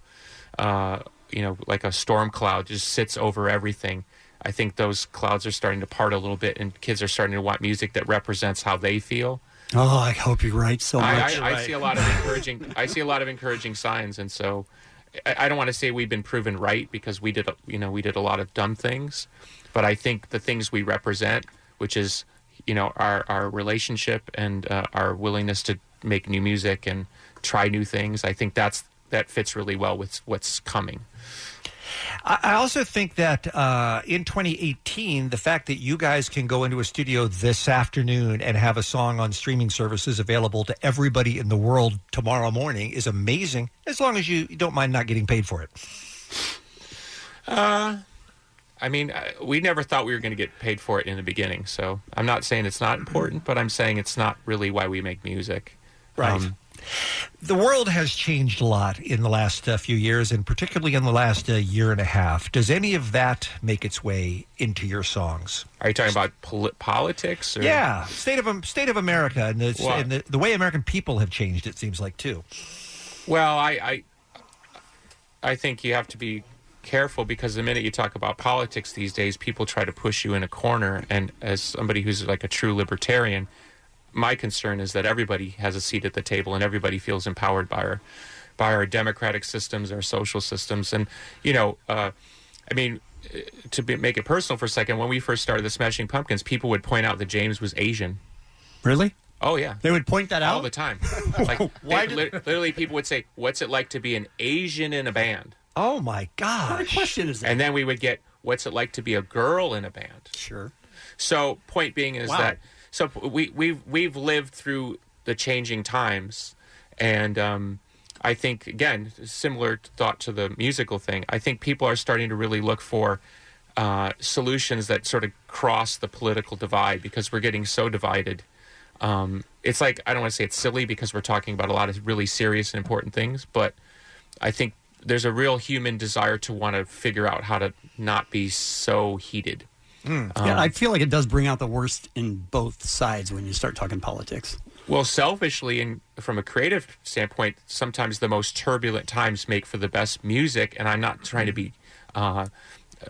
[SPEAKER 23] uh, you know, like a storm cloud just sits over everything. I think those clouds are starting to part a little bit, and kids are starting to want music that represents how they feel.
[SPEAKER 10] Oh, I hope you're right so
[SPEAKER 23] I,
[SPEAKER 10] much.
[SPEAKER 23] I, I see a lot of encouraging. I see a lot of encouraging signs, and so I, I don't want to say we've been proven right because we did, a- you know, we did a lot of dumb things, but I think the things we represent, which is, you know, our our relationship and uh, our willingness to make new music and try new things, I think that's that fits really well with what's coming.
[SPEAKER 12] I I also think that uh, in 2018, the fact that you guys can go into a studio this afternoon and have a song on streaming services available to everybody in the world tomorrow morning is amazing, as long as you don't mind not getting paid for it.
[SPEAKER 23] Uh, I mean, I- we never thought we were going to get paid for it in the beginning. So I'm not saying it's not important, but I'm saying it's not really why we make music.
[SPEAKER 12] Right. Um, the world has changed a lot in the last uh, few years, and particularly in the last uh, year and a half. Does any of that make its way into your songs?
[SPEAKER 23] Are you talking about poli- politics? Or?
[SPEAKER 12] Yeah, state of state of America and, the,
[SPEAKER 23] Well-
[SPEAKER 12] and the, the way American people have changed. It seems like too.
[SPEAKER 23] Well, I, I, I think you have to be careful because the minute you talk about politics these days, people try to push you in a corner. And as somebody who's like a true libertarian, my concern is that everybody has a seat at the table and everybody feels empowered by our, by our democratic systems, our social systems, and you know, uh, I mean. uh, To be, make it personal for a second, when we first started the Smashing Pumpkins, people would point out that James was Asian.
[SPEAKER 10] Really?
[SPEAKER 23] Oh yeah,
[SPEAKER 10] They would point that out
[SPEAKER 23] all the time. Like
[SPEAKER 10] Why
[SPEAKER 23] they- lit- literally people would say, "What's it like to be an Asian in a band?"
[SPEAKER 12] Oh my god! What
[SPEAKER 10] question is
[SPEAKER 23] And then we would get, "What's it like to be a girl in a band?"
[SPEAKER 10] Sure.
[SPEAKER 23] So, point being is
[SPEAKER 10] Wow.
[SPEAKER 23] that so we we've we've lived through the changing times, and um, I think again, similar thought to the musical thing. I think people are starting to really look for. Uh, solutions that sort of cross the political divide because we're getting so divided um, it's like I don't want to say it's silly because we're talking about a lot of really serious and important things, but I think there's a real human desire to want to figure out how to not be so heated.
[SPEAKER 12] Hmm.
[SPEAKER 23] Um,
[SPEAKER 10] yeah, I feel like it does bring out the worst in both sides when you start talking politics.
[SPEAKER 23] Well, selfishly and from a creative standpoint, sometimes the most turbulent times make for the best music, and I'm not trying to be uh,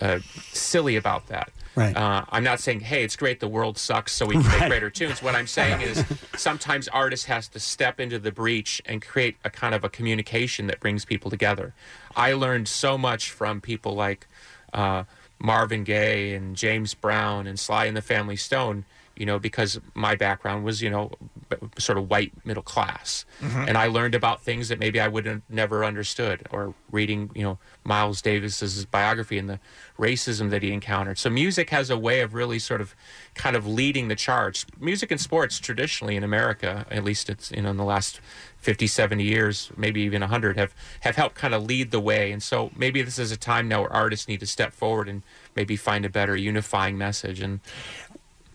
[SPEAKER 23] uh, silly about that.
[SPEAKER 10] Right.
[SPEAKER 23] Uh, I'm not saying, hey, it's great the world sucks, so we can make greater tunes. What I'm saying is sometimes artists has to step into the breach and create a kind of a communication that brings people together. I learned so much from people like uh, Marvin Gaye and James Brown and Sly and the Family Stone you know, because my background was, you know, b- sort of white middle class.
[SPEAKER 5] Mhm.
[SPEAKER 23] And I learned about things that maybe I would have never understood or reading, you know, Miles Davis's biography and the racism that he encountered. So music has a way of really sort of kind of leading the charge. Music and sports traditionally in America, at least it's, you know, in the last 50, 70 years, maybe even 100 have have helped kind of lead the way. And so maybe this is a time now where artists need to step forward and maybe find a better unifying message and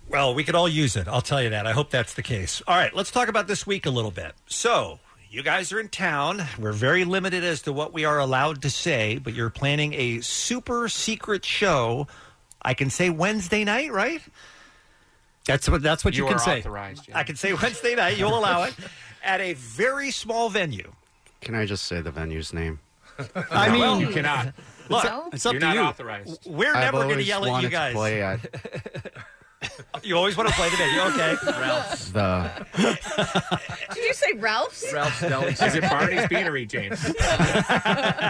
[SPEAKER 12] Well, we could all use it. I'll tell you that. I hope that's the case. All right, let's talk about this week a little bit. So, you guys are in town. We're very limited as to what we are allowed to say, but you're planning a super secret show. I can say Wednesday night, right?
[SPEAKER 10] That's what that's what you, can say.
[SPEAKER 12] I can say Wednesday night. You'll allow it at a very small venue.
[SPEAKER 24] Can I just say the venue's name?
[SPEAKER 12] I mean,
[SPEAKER 24] you cannot.
[SPEAKER 12] Look,
[SPEAKER 24] So? It's up You're to not you. authorized.
[SPEAKER 12] We're
[SPEAKER 24] I've
[SPEAKER 12] never going to
[SPEAKER 24] always
[SPEAKER 12] yell at
[SPEAKER 24] wanted
[SPEAKER 12] you
[SPEAKER 24] to
[SPEAKER 12] guys.
[SPEAKER 24] play at-
[SPEAKER 12] you always want to play the venue, okay?
[SPEAKER 24] The
[SPEAKER 11] Did you say Ralph's?
[SPEAKER 24] Ralph's Deli.
[SPEAKER 23] Is it Barney's Beanery, James?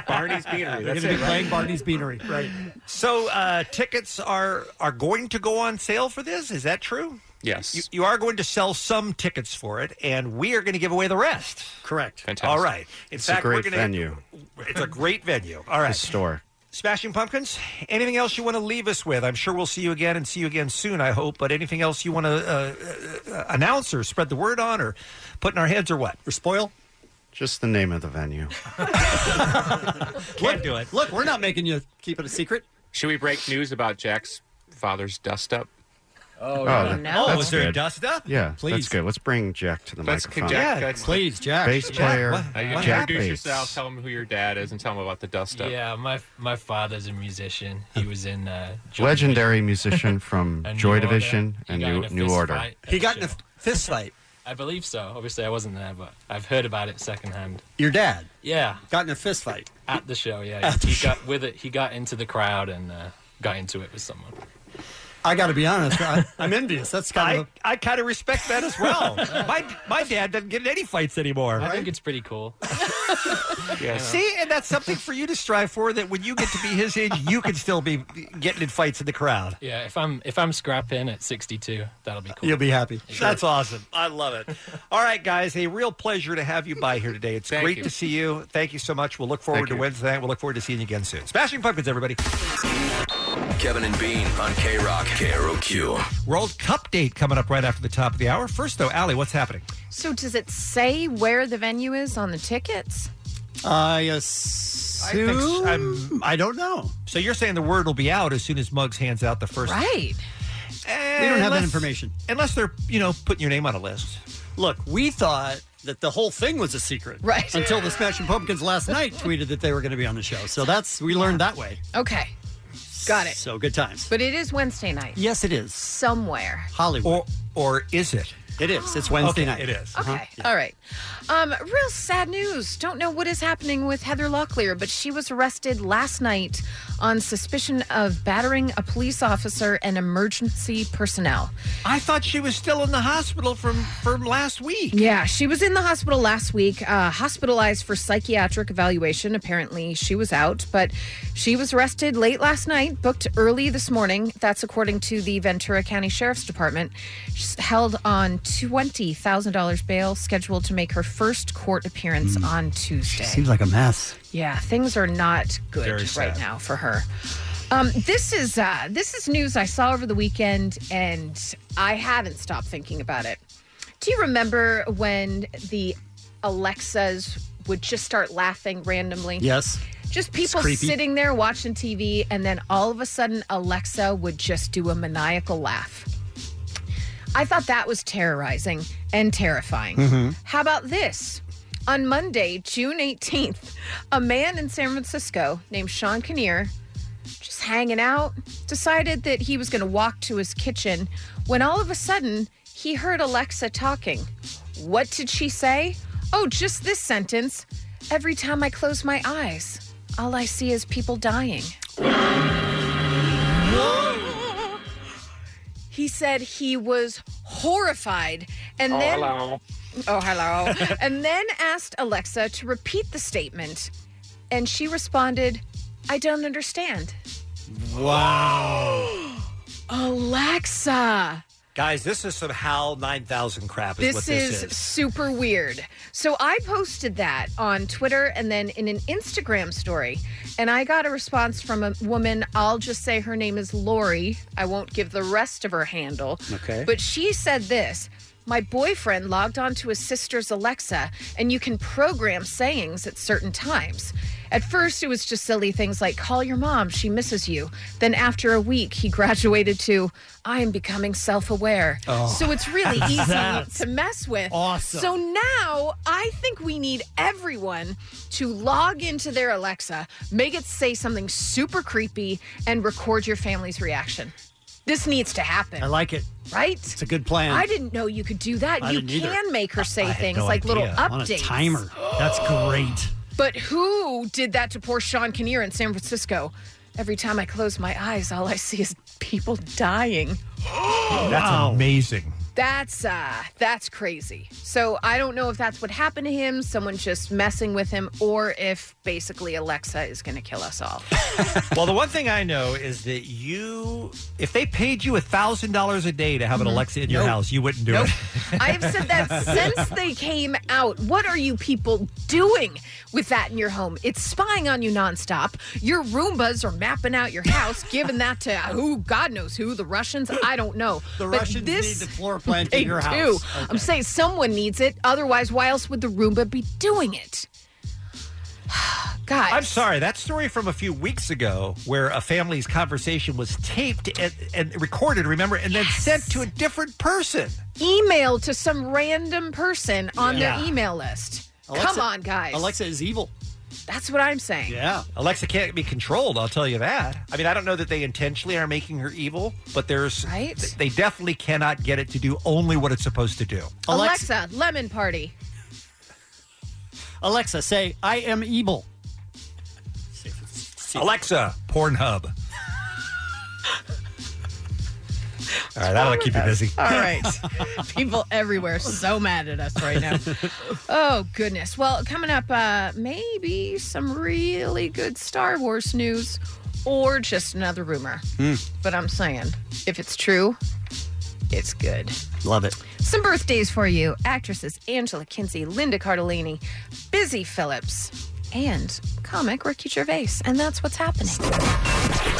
[SPEAKER 23] Barney's Beanery.
[SPEAKER 12] They're
[SPEAKER 23] That's
[SPEAKER 12] gonna be
[SPEAKER 23] it, right?
[SPEAKER 12] playing
[SPEAKER 10] Barney's Beanery, right?
[SPEAKER 12] So uh, tickets are are going to go on sale for this. Is that true?
[SPEAKER 23] Yes.
[SPEAKER 12] You, you are going to sell some tickets for it, and we are going to give away the rest. Correct.
[SPEAKER 24] Fantastic.
[SPEAKER 12] All right. In
[SPEAKER 24] It's a
[SPEAKER 12] fact, we're
[SPEAKER 24] great
[SPEAKER 12] gonna,
[SPEAKER 24] venue.
[SPEAKER 12] It's a great venue. All right.
[SPEAKER 24] store.
[SPEAKER 12] Smashing Pumpkins. Anything else you want to leave us with? I'm sure we'll see you again and see you again soon. I hope. But anything else you want to uh, uh, announce or spread the word on, or put in our heads, or what? Or spoil?
[SPEAKER 24] Just the name of the venue.
[SPEAKER 12] Can't do it.
[SPEAKER 10] Look, we're not making you keep it a secret.
[SPEAKER 23] Should we break news about Jack's father's dust up?
[SPEAKER 24] Oh,
[SPEAKER 23] yeah.
[SPEAKER 24] that-
[SPEAKER 23] no.
[SPEAKER 24] that's
[SPEAKER 23] Was there a
[SPEAKER 24] good.
[SPEAKER 23] dust up?
[SPEAKER 24] Yeah,
[SPEAKER 23] Please.
[SPEAKER 24] that's good. Let's bring Jack to the
[SPEAKER 23] Let's
[SPEAKER 24] microphone.
[SPEAKER 23] Jack, that's-
[SPEAKER 24] Bass player.
[SPEAKER 23] Uh, you
[SPEAKER 24] Jack
[SPEAKER 23] introduce
[SPEAKER 24] Bates.
[SPEAKER 23] yourself. Tell him who your dad is and tell him about the dust up.
[SPEAKER 25] Yeah, my my father's a musician. He was in uh, Joy
[SPEAKER 24] Legendary
[SPEAKER 25] Division.
[SPEAKER 24] musician from
[SPEAKER 25] And New
[SPEAKER 24] Joy
[SPEAKER 25] Order.
[SPEAKER 24] Division and
[SPEAKER 25] He got in
[SPEAKER 24] New
[SPEAKER 25] a
[SPEAKER 24] New
[SPEAKER 25] fist
[SPEAKER 24] Order.
[SPEAKER 25] fight at
[SPEAKER 10] He
[SPEAKER 25] a
[SPEAKER 10] got in a
[SPEAKER 25] show.
[SPEAKER 10] fist fight.
[SPEAKER 25] I believe so. Obviously, I wasn't there, but I've heard about it secondhand.
[SPEAKER 10] Your dad
[SPEAKER 25] Yeah,
[SPEAKER 10] got in a fist fight
[SPEAKER 25] at the show. Yeah,
[SPEAKER 10] At the
[SPEAKER 25] he got with it. He got into the crowd and uh, got into it with someone.
[SPEAKER 10] I got to be honest. I, I'm envious. That's kind of.
[SPEAKER 12] I kind of respect that as well. my my dad doesn't get in any fights anymore.
[SPEAKER 25] I think it's pretty cool.
[SPEAKER 23] Yeah.
[SPEAKER 12] See, and that's something for you to strive for. That when you get to be his age, you can still be getting in fights in the crowd.
[SPEAKER 25] Yeah, if I'm if I'm scrapping at 62, that'll be cool.
[SPEAKER 12] You'll be happy. That's awesome. I love it. All right, guys, a real pleasure to have you by here today. It's great
[SPEAKER 25] you.
[SPEAKER 12] to see you. Thank you so much. We'll look forward
[SPEAKER 14] Thank
[SPEAKER 12] to
[SPEAKER 14] you.
[SPEAKER 12] Wednesday night. We'll look forward to seeing you again soon. Smashing pumpkins, everybody.
[SPEAKER 14] Kevin and Bean on K Rock. KROQ.
[SPEAKER 12] World Cup date coming up right after the top of the hour. First, though, Allie, what's happening?
[SPEAKER 11] So does it say where the venue is on the tickets?
[SPEAKER 12] I,
[SPEAKER 10] I
[SPEAKER 12] think s-
[SPEAKER 10] assume.
[SPEAKER 12] I'm-
[SPEAKER 10] I don't know.
[SPEAKER 12] So you're saying the word will be out as soon as Muggs hands out the first. Eh,
[SPEAKER 11] Right.
[SPEAKER 10] we don't have that
[SPEAKER 12] Unless-
[SPEAKER 10] information.
[SPEAKER 12] Unless they're, you know, putting your name on a list.
[SPEAKER 10] Look, we thought that the whole thing was a secret,
[SPEAKER 11] Right.
[SPEAKER 10] Until the Smashing Pumpkins last night tweeted that they were going to be on the show. So that's we learned that way.
[SPEAKER 11] Okay. Got it.
[SPEAKER 10] So good times.
[SPEAKER 11] But it is Wednesday night.
[SPEAKER 10] Yes, it is.
[SPEAKER 11] Somewhere.
[SPEAKER 10] Hollywood.
[SPEAKER 12] Or, or is it?
[SPEAKER 10] It is. It's Wednesday
[SPEAKER 12] Okay,
[SPEAKER 10] night.
[SPEAKER 12] it is.
[SPEAKER 10] Uh-huh.
[SPEAKER 11] Okay. All right. Um, real sad news. Don't know what is happening with Heather Locklear, but she was arrested last night on suspicion of battering a police officer and emergency personnel.
[SPEAKER 12] I thought she was still in the hospital from from last week.
[SPEAKER 11] Yeah, she was in the hospital last week, uh, hospitalized for psychiatric evaluation. Apparently, she was out, but she was arrested late last night, booked early this morning. That's according to the Ventura County Sheriff's Department. She's held on twenty thousand dollars bail, scheduled to make her first court appearance
[SPEAKER 10] Hmm.
[SPEAKER 11] on Tuesday.
[SPEAKER 10] Seems like a mess.
[SPEAKER 11] Yeah, things are not good
[SPEAKER 10] Very
[SPEAKER 11] right
[SPEAKER 10] sad.
[SPEAKER 11] now for her. Um, this is uh, this is news I saw over the weekend, and I haven't stopped thinking about it. Do you remember when the Alexas would just start laughing randomly?
[SPEAKER 10] Yes.
[SPEAKER 11] Just people
[SPEAKER 10] creepy.
[SPEAKER 11] sitting there watching TV, and then all of a sudden, Alexa would just do a maniacal laugh. I thought that was terrorizing and terrifying.
[SPEAKER 10] Mm-hmm.
[SPEAKER 5] Mhm.
[SPEAKER 11] How about this? On Monday, June 18th, a man in San Francisco named Sean Kinnear, just hanging out, decided that he was going to walk to his kitchen when all of a sudden he heard Alexa talking. What did she say? Oh, just this sentence. Every time I close my eyes, all I see is people dying. He said he was horrified and
[SPEAKER 5] Oh,
[SPEAKER 11] then
[SPEAKER 5] hello.
[SPEAKER 11] Oh, hello. and then asked Alexa to repeat the statement and she responded, "I don't understand."
[SPEAKER 10] Wow.
[SPEAKER 11] Alexa,
[SPEAKER 12] Guys, this is some HAL 9000 crap, is what
[SPEAKER 11] This
[SPEAKER 12] this
[SPEAKER 11] is,
[SPEAKER 12] is.
[SPEAKER 11] super weird. So I posted that on Twitter and then in an Instagram story, and I got a response from a woman. I'll just say her name is Lori. I won't give the rest of her handle.
[SPEAKER 10] Okay.
[SPEAKER 11] But she said this. My boyfriend logged onto his sister's Alexa, and you can program sayings at certain times. At first, it was just silly things like, call your mom, she misses you. Then, after a week, he graduated to, I am becoming self aware.
[SPEAKER 5] Oh.
[SPEAKER 11] so it's really easy
[SPEAKER 5] That's
[SPEAKER 11] to mess with.
[SPEAKER 5] awesome.
[SPEAKER 11] So now I think we need everyone to log into their Alexa, make it say something super creepy, and record your family's reaction. This needs to happen.
[SPEAKER 10] I like it.
[SPEAKER 11] Right?
[SPEAKER 10] It's a good plan.
[SPEAKER 11] I didn't know you could do that.
[SPEAKER 10] I
[SPEAKER 11] you
[SPEAKER 10] didn't either.
[SPEAKER 11] can make her say
[SPEAKER 10] I had
[SPEAKER 11] things
[SPEAKER 10] no
[SPEAKER 11] like little
[SPEAKER 10] idea. On a
[SPEAKER 11] updates.
[SPEAKER 10] timer. That's great.
[SPEAKER 11] But who did that to poor Sean Kinnear in San Francisco? Every time I close my eyes, all I see is people dying.
[SPEAKER 26] That's amazing.
[SPEAKER 11] That's uh that's crazy. So I don't know if that's what happened to him, someone just messing with him, or if basically Alexa is gonna kill us all.
[SPEAKER 12] well, the one thing I know is that you, if they paid you $1,000 a day to have an Alexa in your
[SPEAKER 11] Mm-hmm. Nope.
[SPEAKER 12] house, you wouldn't do it.
[SPEAKER 11] I have said that since they came out. What are you people doing with that in your home? It's spying on you nonstop. Your Roombas are mapping out your house, giving that to who, God knows who, the Russians. I don't know.
[SPEAKER 10] The
[SPEAKER 11] But
[SPEAKER 10] Russians
[SPEAKER 11] this,
[SPEAKER 10] need the floor plan to
[SPEAKER 11] they
[SPEAKER 10] your
[SPEAKER 11] do.
[SPEAKER 10] house.
[SPEAKER 11] I'm saying someone needs it. Otherwise, why else would the Roomba be doing it? Guys.
[SPEAKER 12] I'm sorry. That story from a few weeks ago, where a family's conversation was taped and, and recorded, remember, and then sent to a different person.
[SPEAKER 11] Email to some random person on
[SPEAKER 12] Yeah.
[SPEAKER 11] their email list.
[SPEAKER 12] Alexa-
[SPEAKER 11] Come on, guys.
[SPEAKER 12] Alexa
[SPEAKER 10] is evil.
[SPEAKER 11] That's what I'm saying.
[SPEAKER 10] Yeah.
[SPEAKER 12] Alexa can't be controlled, I'll tell you that. I mean, I don't know that they intentionally are making her evil, but there's.
[SPEAKER 11] Right?
[SPEAKER 12] th- They definitely cannot get it to do only what it's supposed to do.
[SPEAKER 11] Alexa, lemon party.
[SPEAKER 10] Alexa, say, I am evil.
[SPEAKER 12] Alexa, Pornhub. All right, that'll keep you busy.
[SPEAKER 11] All right. People everywhere so mad at us right now. Oh, goodness. Well, coming up, uh, maybe some really good Star Wars news or just another rumor.
[SPEAKER 10] Hmm.
[SPEAKER 11] But I'm saying, if it's true, it's good.
[SPEAKER 10] Love it.
[SPEAKER 11] Some birthdays for you actresses Angela Kinsey, Linda Cardellini, Busy Phillips, and comic Ricky Gervais. And that's what's happening.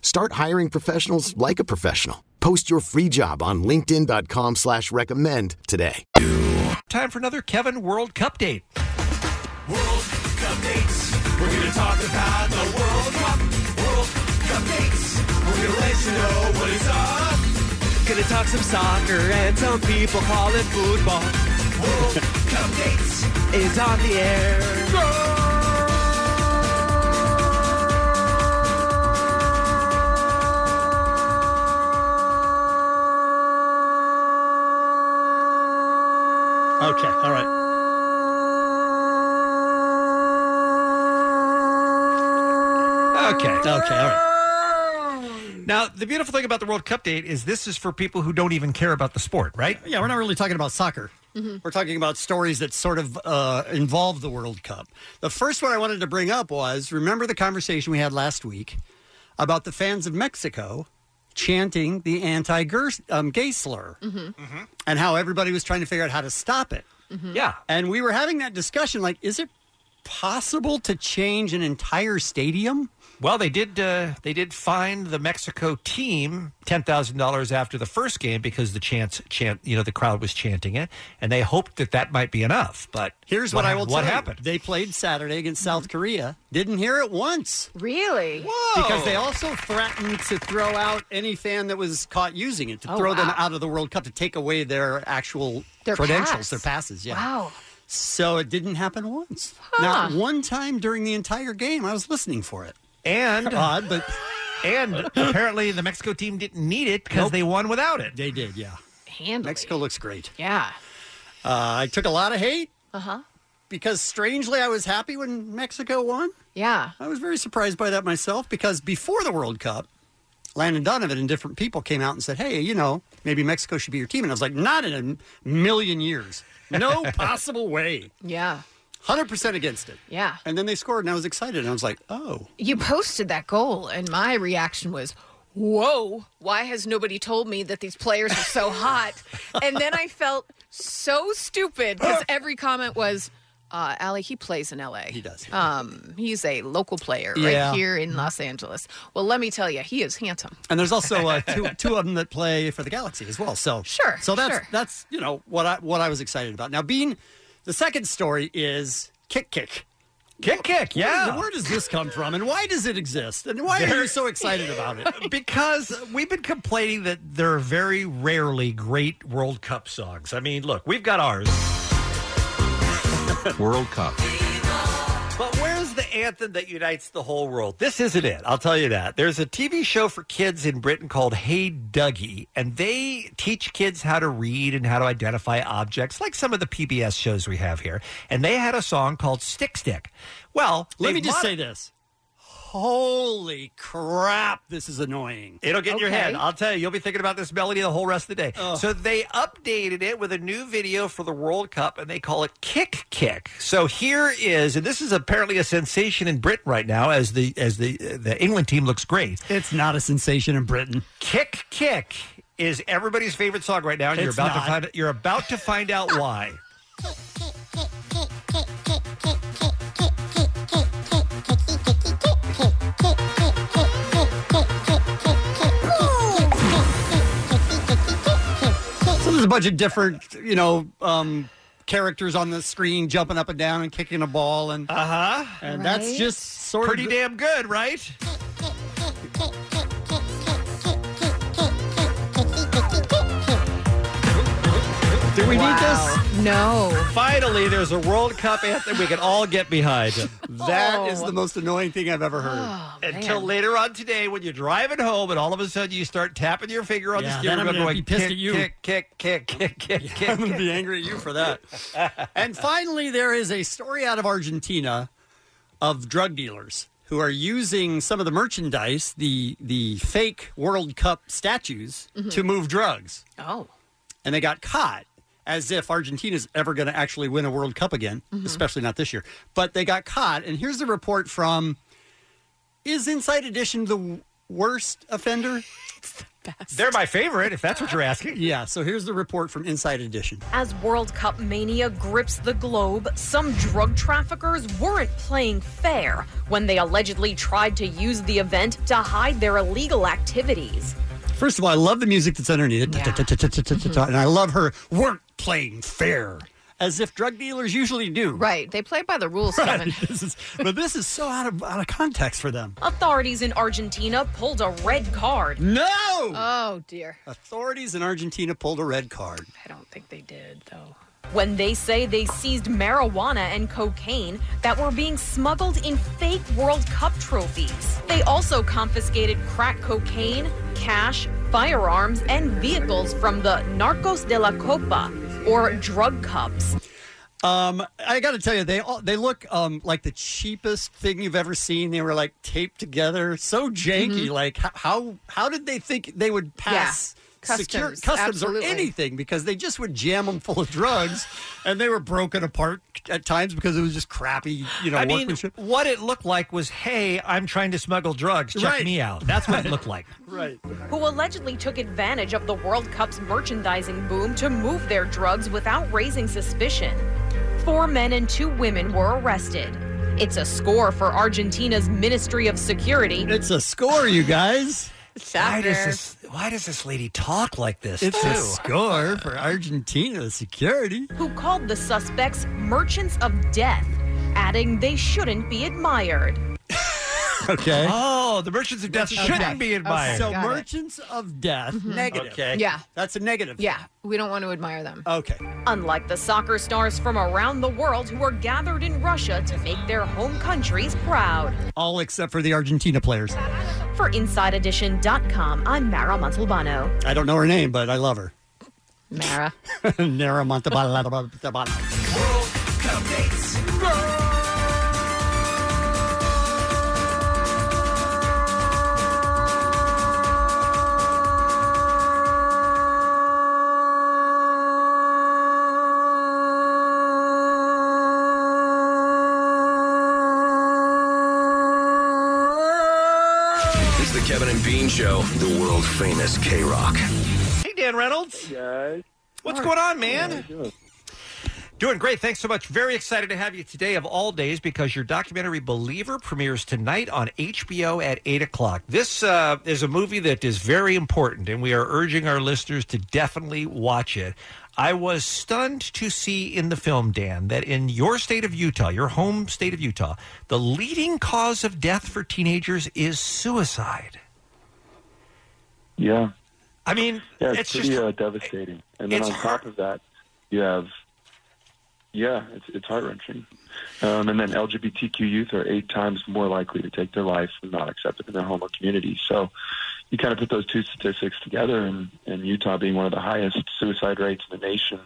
[SPEAKER 2] Start hiring professionals like a professional. Post your free job on linkedin.com/recommend slash recommend today.
[SPEAKER 12] Time for another Kevin World Cup date.
[SPEAKER 5] Cup dates. We're going to talk about the World Cup. World Cup dates. We're going to let you know what it's up. Gonna talk some soccer and some people call it football. World Cup dates is on the air.
[SPEAKER 10] Okay, all right.
[SPEAKER 12] Okay. Okay. All right. Now, the beautiful thing about the World Cup date is this is for people who don't even care about the sport, right?
[SPEAKER 10] Yeah, we're not really talking about soccer.
[SPEAKER 5] Mm-hmm.
[SPEAKER 10] We're talking about stories that sort of uh, involve the World Cup. The first one I wanted to bring up was remember the conversation we had last week about the fans of Mexico chanting the anti um, gay slur and how everybody was trying to figure out how to stop it.
[SPEAKER 12] Hmm. Mm-hmm. Yeah.
[SPEAKER 10] And we were having that discussion like, is it possible to change an entire stadium?
[SPEAKER 12] Well, they did. Uh, they did find the Mexico team ten thousand dollars after the first game because the chants chant. You know, the crowd was chanting it, and they hoped that that might be enough. But
[SPEAKER 10] Here's what, I will
[SPEAKER 12] What
[SPEAKER 10] tell you.
[SPEAKER 12] happened?
[SPEAKER 10] They played Saturday against South Korea. Didn't hear it once.
[SPEAKER 11] Really?
[SPEAKER 10] Because they also threatened to throw out any fan that was caught using it, to
[SPEAKER 11] Oh,
[SPEAKER 10] throw them
[SPEAKER 11] wow.
[SPEAKER 10] out of the World Cup, to take away their actual
[SPEAKER 11] Their
[SPEAKER 10] credentials,
[SPEAKER 11] pass.
[SPEAKER 10] their passes. Yeah.
[SPEAKER 11] Wow.
[SPEAKER 10] So it didn't happen once. Not one time during the entire game. I was listening for it.
[SPEAKER 12] And
[SPEAKER 10] odd, but
[SPEAKER 12] and apparently the Mexico team didn't need it because they won without it.
[SPEAKER 10] They did. Yeah.
[SPEAKER 11] Handily.
[SPEAKER 10] Mexico looks great.
[SPEAKER 11] Yeah.
[SPEAKER 10] Uh, I took a lot of hate
[SPEAKER 11] Uh huh.
[SPEAKER 10] because strangely I was happy when Mexico won.
[SPEAKER 11] Yeah.
[SPEAKER 10] I was very surprised by that myself because before the World Cup, Landon Donovan and different people came out and said, hey, you know, maybe Mexico should be your team. And I was like, not in a m- million years. No possible way.
[SPEAKER 11] Yeah.
[SPEAKER 10] 100% against it.
[SPEAKER 11] Yeah.
[SPEAKER 10] And then they scored and I was excited. And I was like, oh.
[SPEAKER 11] You posted that goal, and my reaction was, Whoa, why has nobody told me that these players are so hot? and then I felt so stupid because every comment was, uh, Ali, he plays in LA. He
[SPEAKER 10] does.
[SPEAKER 11] Um, he's a local player
[SPEAKER 10] Yeah.
[SPEAKER 11] right here in Los Angeles. Well, let me tell you, he is handsome.
[SPEAKER 10] And there's also uh, two two of them that play for the Galaxy as well. So
[SPEAKER 11] Sure,
[SPEAKER 10] So that's
[SPEAKER 11] sure.
[SPEAKER 10] that's you know what I what I was excited about. Now, Bean, the second story is kick kick.
[SPEAKER 12] Kick kick, yeah.
[SPEAKER 10] Where does this come from, and why does it exist, and why are you so excited about it?
[SPEAKER 12] because we've been complaining that there are very rarely great World Cup songs. I mean, look, we've got ours.
[SPEAKER 9] World Cup.
[SPEAKER 12] But where's the anthem that unites the whole world? This isn't it. I'll tell you that. There's a TV show for kids in Britain called Hey Dougie, and they teach kids how to read and how to identify objects, like some of the PBS shows we have here. And they had a song called Stick Stick. Well,
[SPEAKER 10] Let me
[SPEAKER 12] they've
[SPEAKER 10] just
[SPEAKER 12] mod-
[SPEAKER 10] say this. Holy crap! This is annoying.
[SPEAKER 12] It'll get in your head. I'll tell you. You'll be thinking about this melody the whole rest of the day.
[SPEAKER 10] Oh. uh,
[SPEAKER 12] So they updated it with a new video for the World Cup, and they call it Kick Kick. So here is, and this is apparently a sensation in Britain right now, as the as the the England team looks great.
[SPEAKER 10] It's not a sensation in Britain.
[SPEAKER 12] Kick Kick is everybody's favorite song right now, and you're
[SPEAKER 10] It's
[SPEAKER 12] about
[SPEAKER 10] not.
[SPEAKER 12] to find you're about to find out why.
[SPEAKER 10] So there's a bunch of different, you know, um, characters on the screen jumping up and down and kicking a ball, and uh huh, and that's
[SPEAKER 12] Right.
[SPEAKER 10] just sort
[SPEAKER 12] Pretty
[SPEAKER 10] of
[SPEAKER 12] damn good, right?
[SPEAKER 10] Do we
[SPEAKER 12] need
[SPEAKER 11] this? No.
[SPEAKER 12] Finally, there's a World Cup anthem we can all get behind.
[SPEAKER 10] That is the most annoying thing I've ever heard.
[SPEAKER 12] Until later on today, when you're driving home and all of a sudden you start tapping your finger on
[SPEAKER 10] Yeah,
[SPEAKER 12] the steering
[SPEAKER 10] then I'm
[SPEAKER 12] wheel,
[SPEAKER 10] gonna
[SPEAKER 12] going
[SPEAKER 10] be pissed
[SPEAKER 12] kick,
[SPEAKER 10] at you.
[SPEAKER 12] kick, kick, kick, kick, kick, kick.
[SPEAKER 10] I'm going to be angry at you for that. and finally, there is a story out of Argentina of drug dealers who are using some of the merchandise, the the fake World Cup statues,
[SPEAKER 12] Mm-hmm.
[SPEAKER 11] Mhm.
[SPEAKER 10] to move drugs.
[SPEAKER 11] Oh.
[SPEAKER 10] And they got caught. As if Argentina's ever going to actually win a World Cup again,
[SPEAKER 11] Mhm.
[SPEAKER 10] especially not this year. But they got caught. And here's the report from Is Inside Edition the w- worst offender?
[SPEAKER 12] They're my favorite, if that's what you're asking.
[SPEAKER 10] Yeah, so here's the report from Inside Edition.
[SPEAKER 15] As World Cup mania grips the globe, some drug traffickers weren't playing fair when they allegedly tried to use the event to hide their illegal activities.
[SPEAKER 10] First of all, I love the music that's underneath it. Ta-ta-ta-ta-ta-ta-ta. And I love her weren't playing fair. As if drug dealers usually do.
[SPEAKER 11] Right. They play by the rules, Kevin.
[SPEAKER 10] This is, but this is so out of out of context for them.
[SPEAKER 15] Authorities in Argentina pulled a red card.
[SPEAKER 10] No!
[SPEAKER 15] Oh, dear.
[SPEAKER 10] Authorities in Argentina pulled a red card.
[SPEAKER 15] I don't think they did, though. When they say they seized marijuana and cocaine that were being smuggled in fake World Cup trophies. They also confiscated crack cocaine, cash, firearms, and vehicles from the Narcos de la Copa, or drug cups.
[SPEAKER 10] Um, I got to tell you, they all, they look um, like the cheapest thing you've ever seen. They were like taped together, so janky.
[SPEAKER 11] Mhm.
[SPEAKER 10] Like h- how how did they think they would pass
[SPEAKER 11] Yeah.
[SPEAKER 10] secure-
[SPEAKER 11] Customs,
[SPEAKER 10] customs or
[SPEAKER 11] absolutely.
[SPEAKER 10] anything? Because they just would jam them full of drugs, and they were broken apart at times because it was just crappy, you know,
[SPEAKER 12] I mean,
[SPEAKER 10] workmanship.
[SPEAKER 12] what it looked like was, hey, I'm trying to smuggle drugs. Check
[SPEAKER 15] Right.
[SPEAKER 12] me out. That's what it looked like.
[SPEAKER 10] Right.
[SPEAKER 15] Who allegedly took advantage of the World Cup's merchandising boom to move their drugs without raising suspicion. Four men and two women were arrested. It's a score for Argentina's Ministry of Security.
[SPEAKER 10] It's a score, you guys.
[SPEAKER 12] Why does this? Why does this lady talk like this?
[SPEAKER 10] It's
[SPEAKER 15] too.
[SPEAKER 10] a score for Argentina security.
[SPEAKER 15] who called the suspects merchants of death, adding they shouldn't be admired.
[SPEAKER 10] Okay.
[SPEAKER 12] Oh, the merchants of death shouldn't be admired.
[SPEAKER 10] So
[SPEAKER 11] got it.
[SPEAKER 10] merchants of death, negative.
[SPEAKER 15] Okay.
[SPEAKER 11] Yeah.
[SPEAKER 10] That's a negative.
[SPEAKER 11] Yeah. We don't want to admire them.
[SPEAKER 10] Okay.
[SPEAKER 15] Unlike the soccer stars from around the world who are gathered in Russia to make their home countries proud.
[SPEAKER 10] All except for the Argentina players.
[SPEAKER 15] For InsideEdition.com, I'm Mara Montalbano.
[SPEAKER 10] I don't know her name, but I love her.
[SPEAKER 11] Mara.
[SPEAKER 10] Nara Montabala.
[SPEAKER 14] It's the Kevin and Bean Show, the world famous K Rock.
[SPEAKER 12] Hey, Dan Reynolds. What's going on, man? Doing great. Thanks so much. Very excited to have you today of all days because your documentary Believer premieres tonight on HBO at 8 o'clock. This uh, is a movie that is very important, and we are urging our listeners to definitely watch it. I was stunned to see in the film, Dan, that in your state of Utah, your home state of Utah, the leading cause of death for teenagers is suicide.
[SPEAKER 9] Yeah.
[SPEAKER 12] I mean,
[SPEAKER 9] yeah, it's,
[SPEAKER 12] it's
[SPEAKER 9] pretty
[SPEAKER 12] just-
[SPEAKER 9] uh, devastating. And then
[SPEAKER 12] it's
[SPEAKER 9] on top of that, you have, yeah, it's, it's heart wrenching. Um, and then LGBTQ youth are eight times more likely to take their life and not accepted in their home or community. So you kind of put those two statistics together, and, and Utah being one of the highest suicide rates in the nation,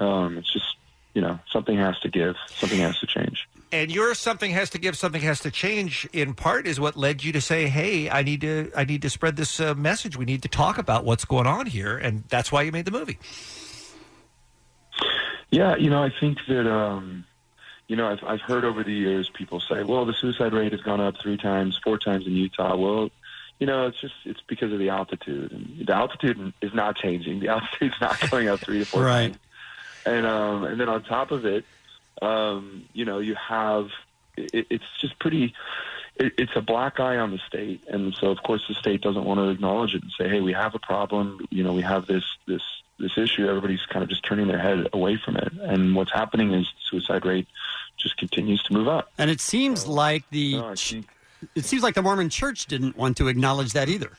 [SPEAKER 9] um, it's just, you know, something has to give, something has to change.
[SPEAKER 12] and your something has to give something has to change in part is what led you to say hey i need to i need to spread this uh, message we need to talk about what's going on here and that's why you made the movie
[SPEAKER 9] Yeah, you know, I think that um, you know I've I've heard over the years people say, well, the suicide rate has gone up three times, four times in Utah. Well, you know, it's just it's because of the altitude, and the altitude is not changing. The altitude's not going up three to four
[SPEAKER 10] Right.
[SPEAKER 9] and um, and then on top of it, um, you know, you have it, it's just pretty. It, it's a black eye on the state, and so of course the state doesn't want to acknowledge it and say, "Hey, we have a problem. You know, we have this this this issue." Everybody's kind of just turning their head away from it, and what's happening is the suicide rate just continues to move up.
[SPEAKER 10] And it seems like the ch- it seems like the Mormon Church didn't want to acknowledge that either.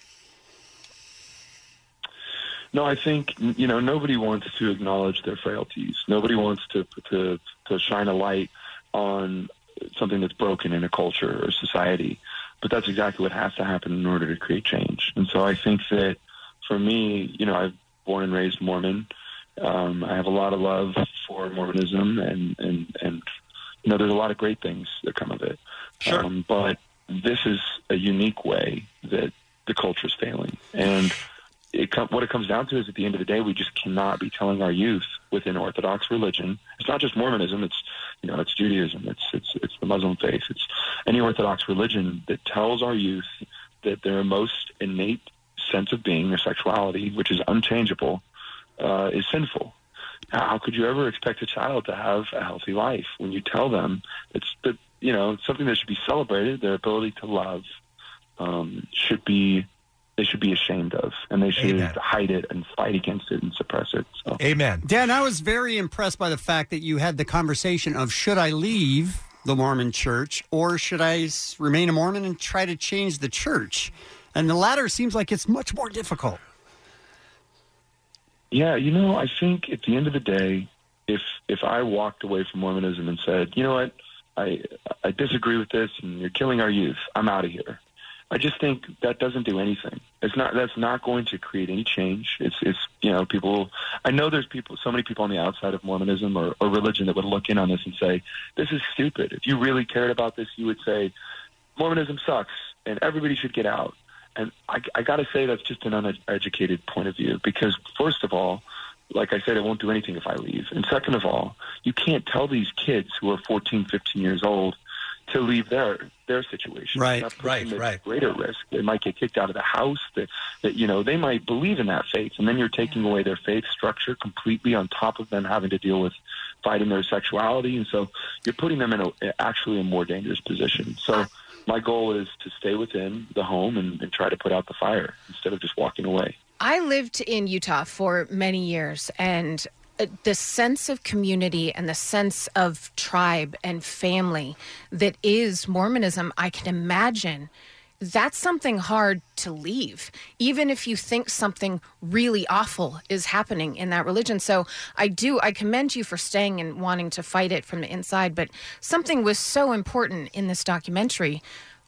[SPEAKER 9] No, I think you know nobody wants to acknowledge their frailties. Nobody wants to to to shine a light on something that's broken in a culture or society. But that's exactly what has to happen in order to create change. And so I think that for me, you know, I've born and raised Mormon. Um, I have a lot of love for Mormonism, and and and you know, there's a lot of great things that come of it. Sure. Um, but this is a unique way that the culture is failing, and it com- what it comes down to is at the end of the day, we just cannot be telling our youth within Orthodox religion. It's not just Mormonism. It's you know, it's Judaism. It's it's it's the Muslim faith. It's any Orthodox religion that tells our youth that their most innate sense of being, their sexuality, which is unchangeable, uh, is sinful. How how could you ever expect a child to have a healthy life when you tell them it's the you know something that should be celebrated? Their ability to love um, should be they should be ashamed of, and they should hide it and fight against it and suppress it. So.
[SPEAKER 12] Amen.
[SPEAKER 10] Dan, I was very impressed by the fact that you had the conversation of should I leave the Mormon church or should I s- remain a Mormon and try to change the church? And the latter seems like it's much more difficult.
[SPEAKER 9] Yeah, you know, I think at the end of the day, if if I walked away from Mormonism and said, you know what, I I disagree with this, and you're killing our youth, I'm out of here. I just think that doesn't do anything. It's not that's not going to create any change. It's it's you know people. I know there's people, so many people on the outside of Mormonism or, or religion that would look in on this and say, this is stupid. If you really cared about this, you would say, Mormonism sucks and everybody should get out. And I, I got to say, that's just an uneducated point of view because, first of all, like I said, it won't do anything if I leave. And second of all, you can't tell these kids who are 14, 15 years old to leave their their situation.
[SPEAKER 12] Right,
[SPEAKER 9] That puts
[SPEAKER 12] right,
[SPEAKER 9] them at
[SPEAKER 12] right.
[SPEAKER 9] Greater risk. They might get kicked out of the house. That, that you know they might believe in that faith, and then you're taking away their faith structure completely. On top of them having to deal with fighting their sexuality, and so you're putting them in a, actually a more dangerous position. So. My goal is to stay within the home and, and try to put out the fire instead of just walking away.
[SPEAKER 11] I lived in Utah for many years, and uh, the sense of community and the sense of tribe and family that is Mormonism, I can imagine that's something hard to leave, even if you think something really awful is happening in that religion. So I do, I commend you for staying and wanting to fight it from the inside, but something was so important in this documentary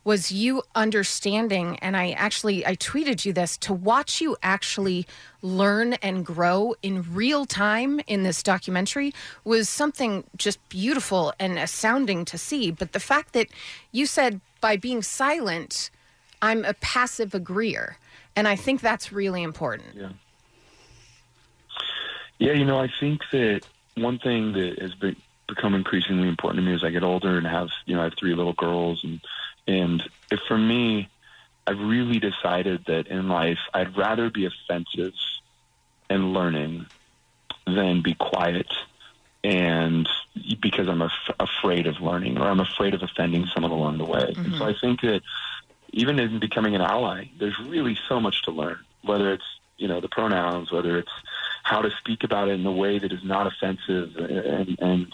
[SPEAKER 11] was you understanding and I actually I tweeted you this to watch you actually learn and grow in real time in this documentary was something just beautiful and astounding to see but the fact that you said by being silent I'm a passive agreeer and I think that's really important.
[SPEAKER 9] Yeah. Yeah, you know, I think that one thing that has be- become increasingly important to me as I get older and have, you know, I have three little girls, and and if for me, I've really decided that in life I'd rather be offensive and learning than be quiet and because I'm af- afraid of learning or I'm afraid of offending someone along the way. And
[SPEAKER 16] Mhm.
[SPEAKER 9] so I think that even in becoming an ally, there's really so much to learn, whether it's, you know, the pronouns, whether it's how to speak about it in a way that is not offensive and, and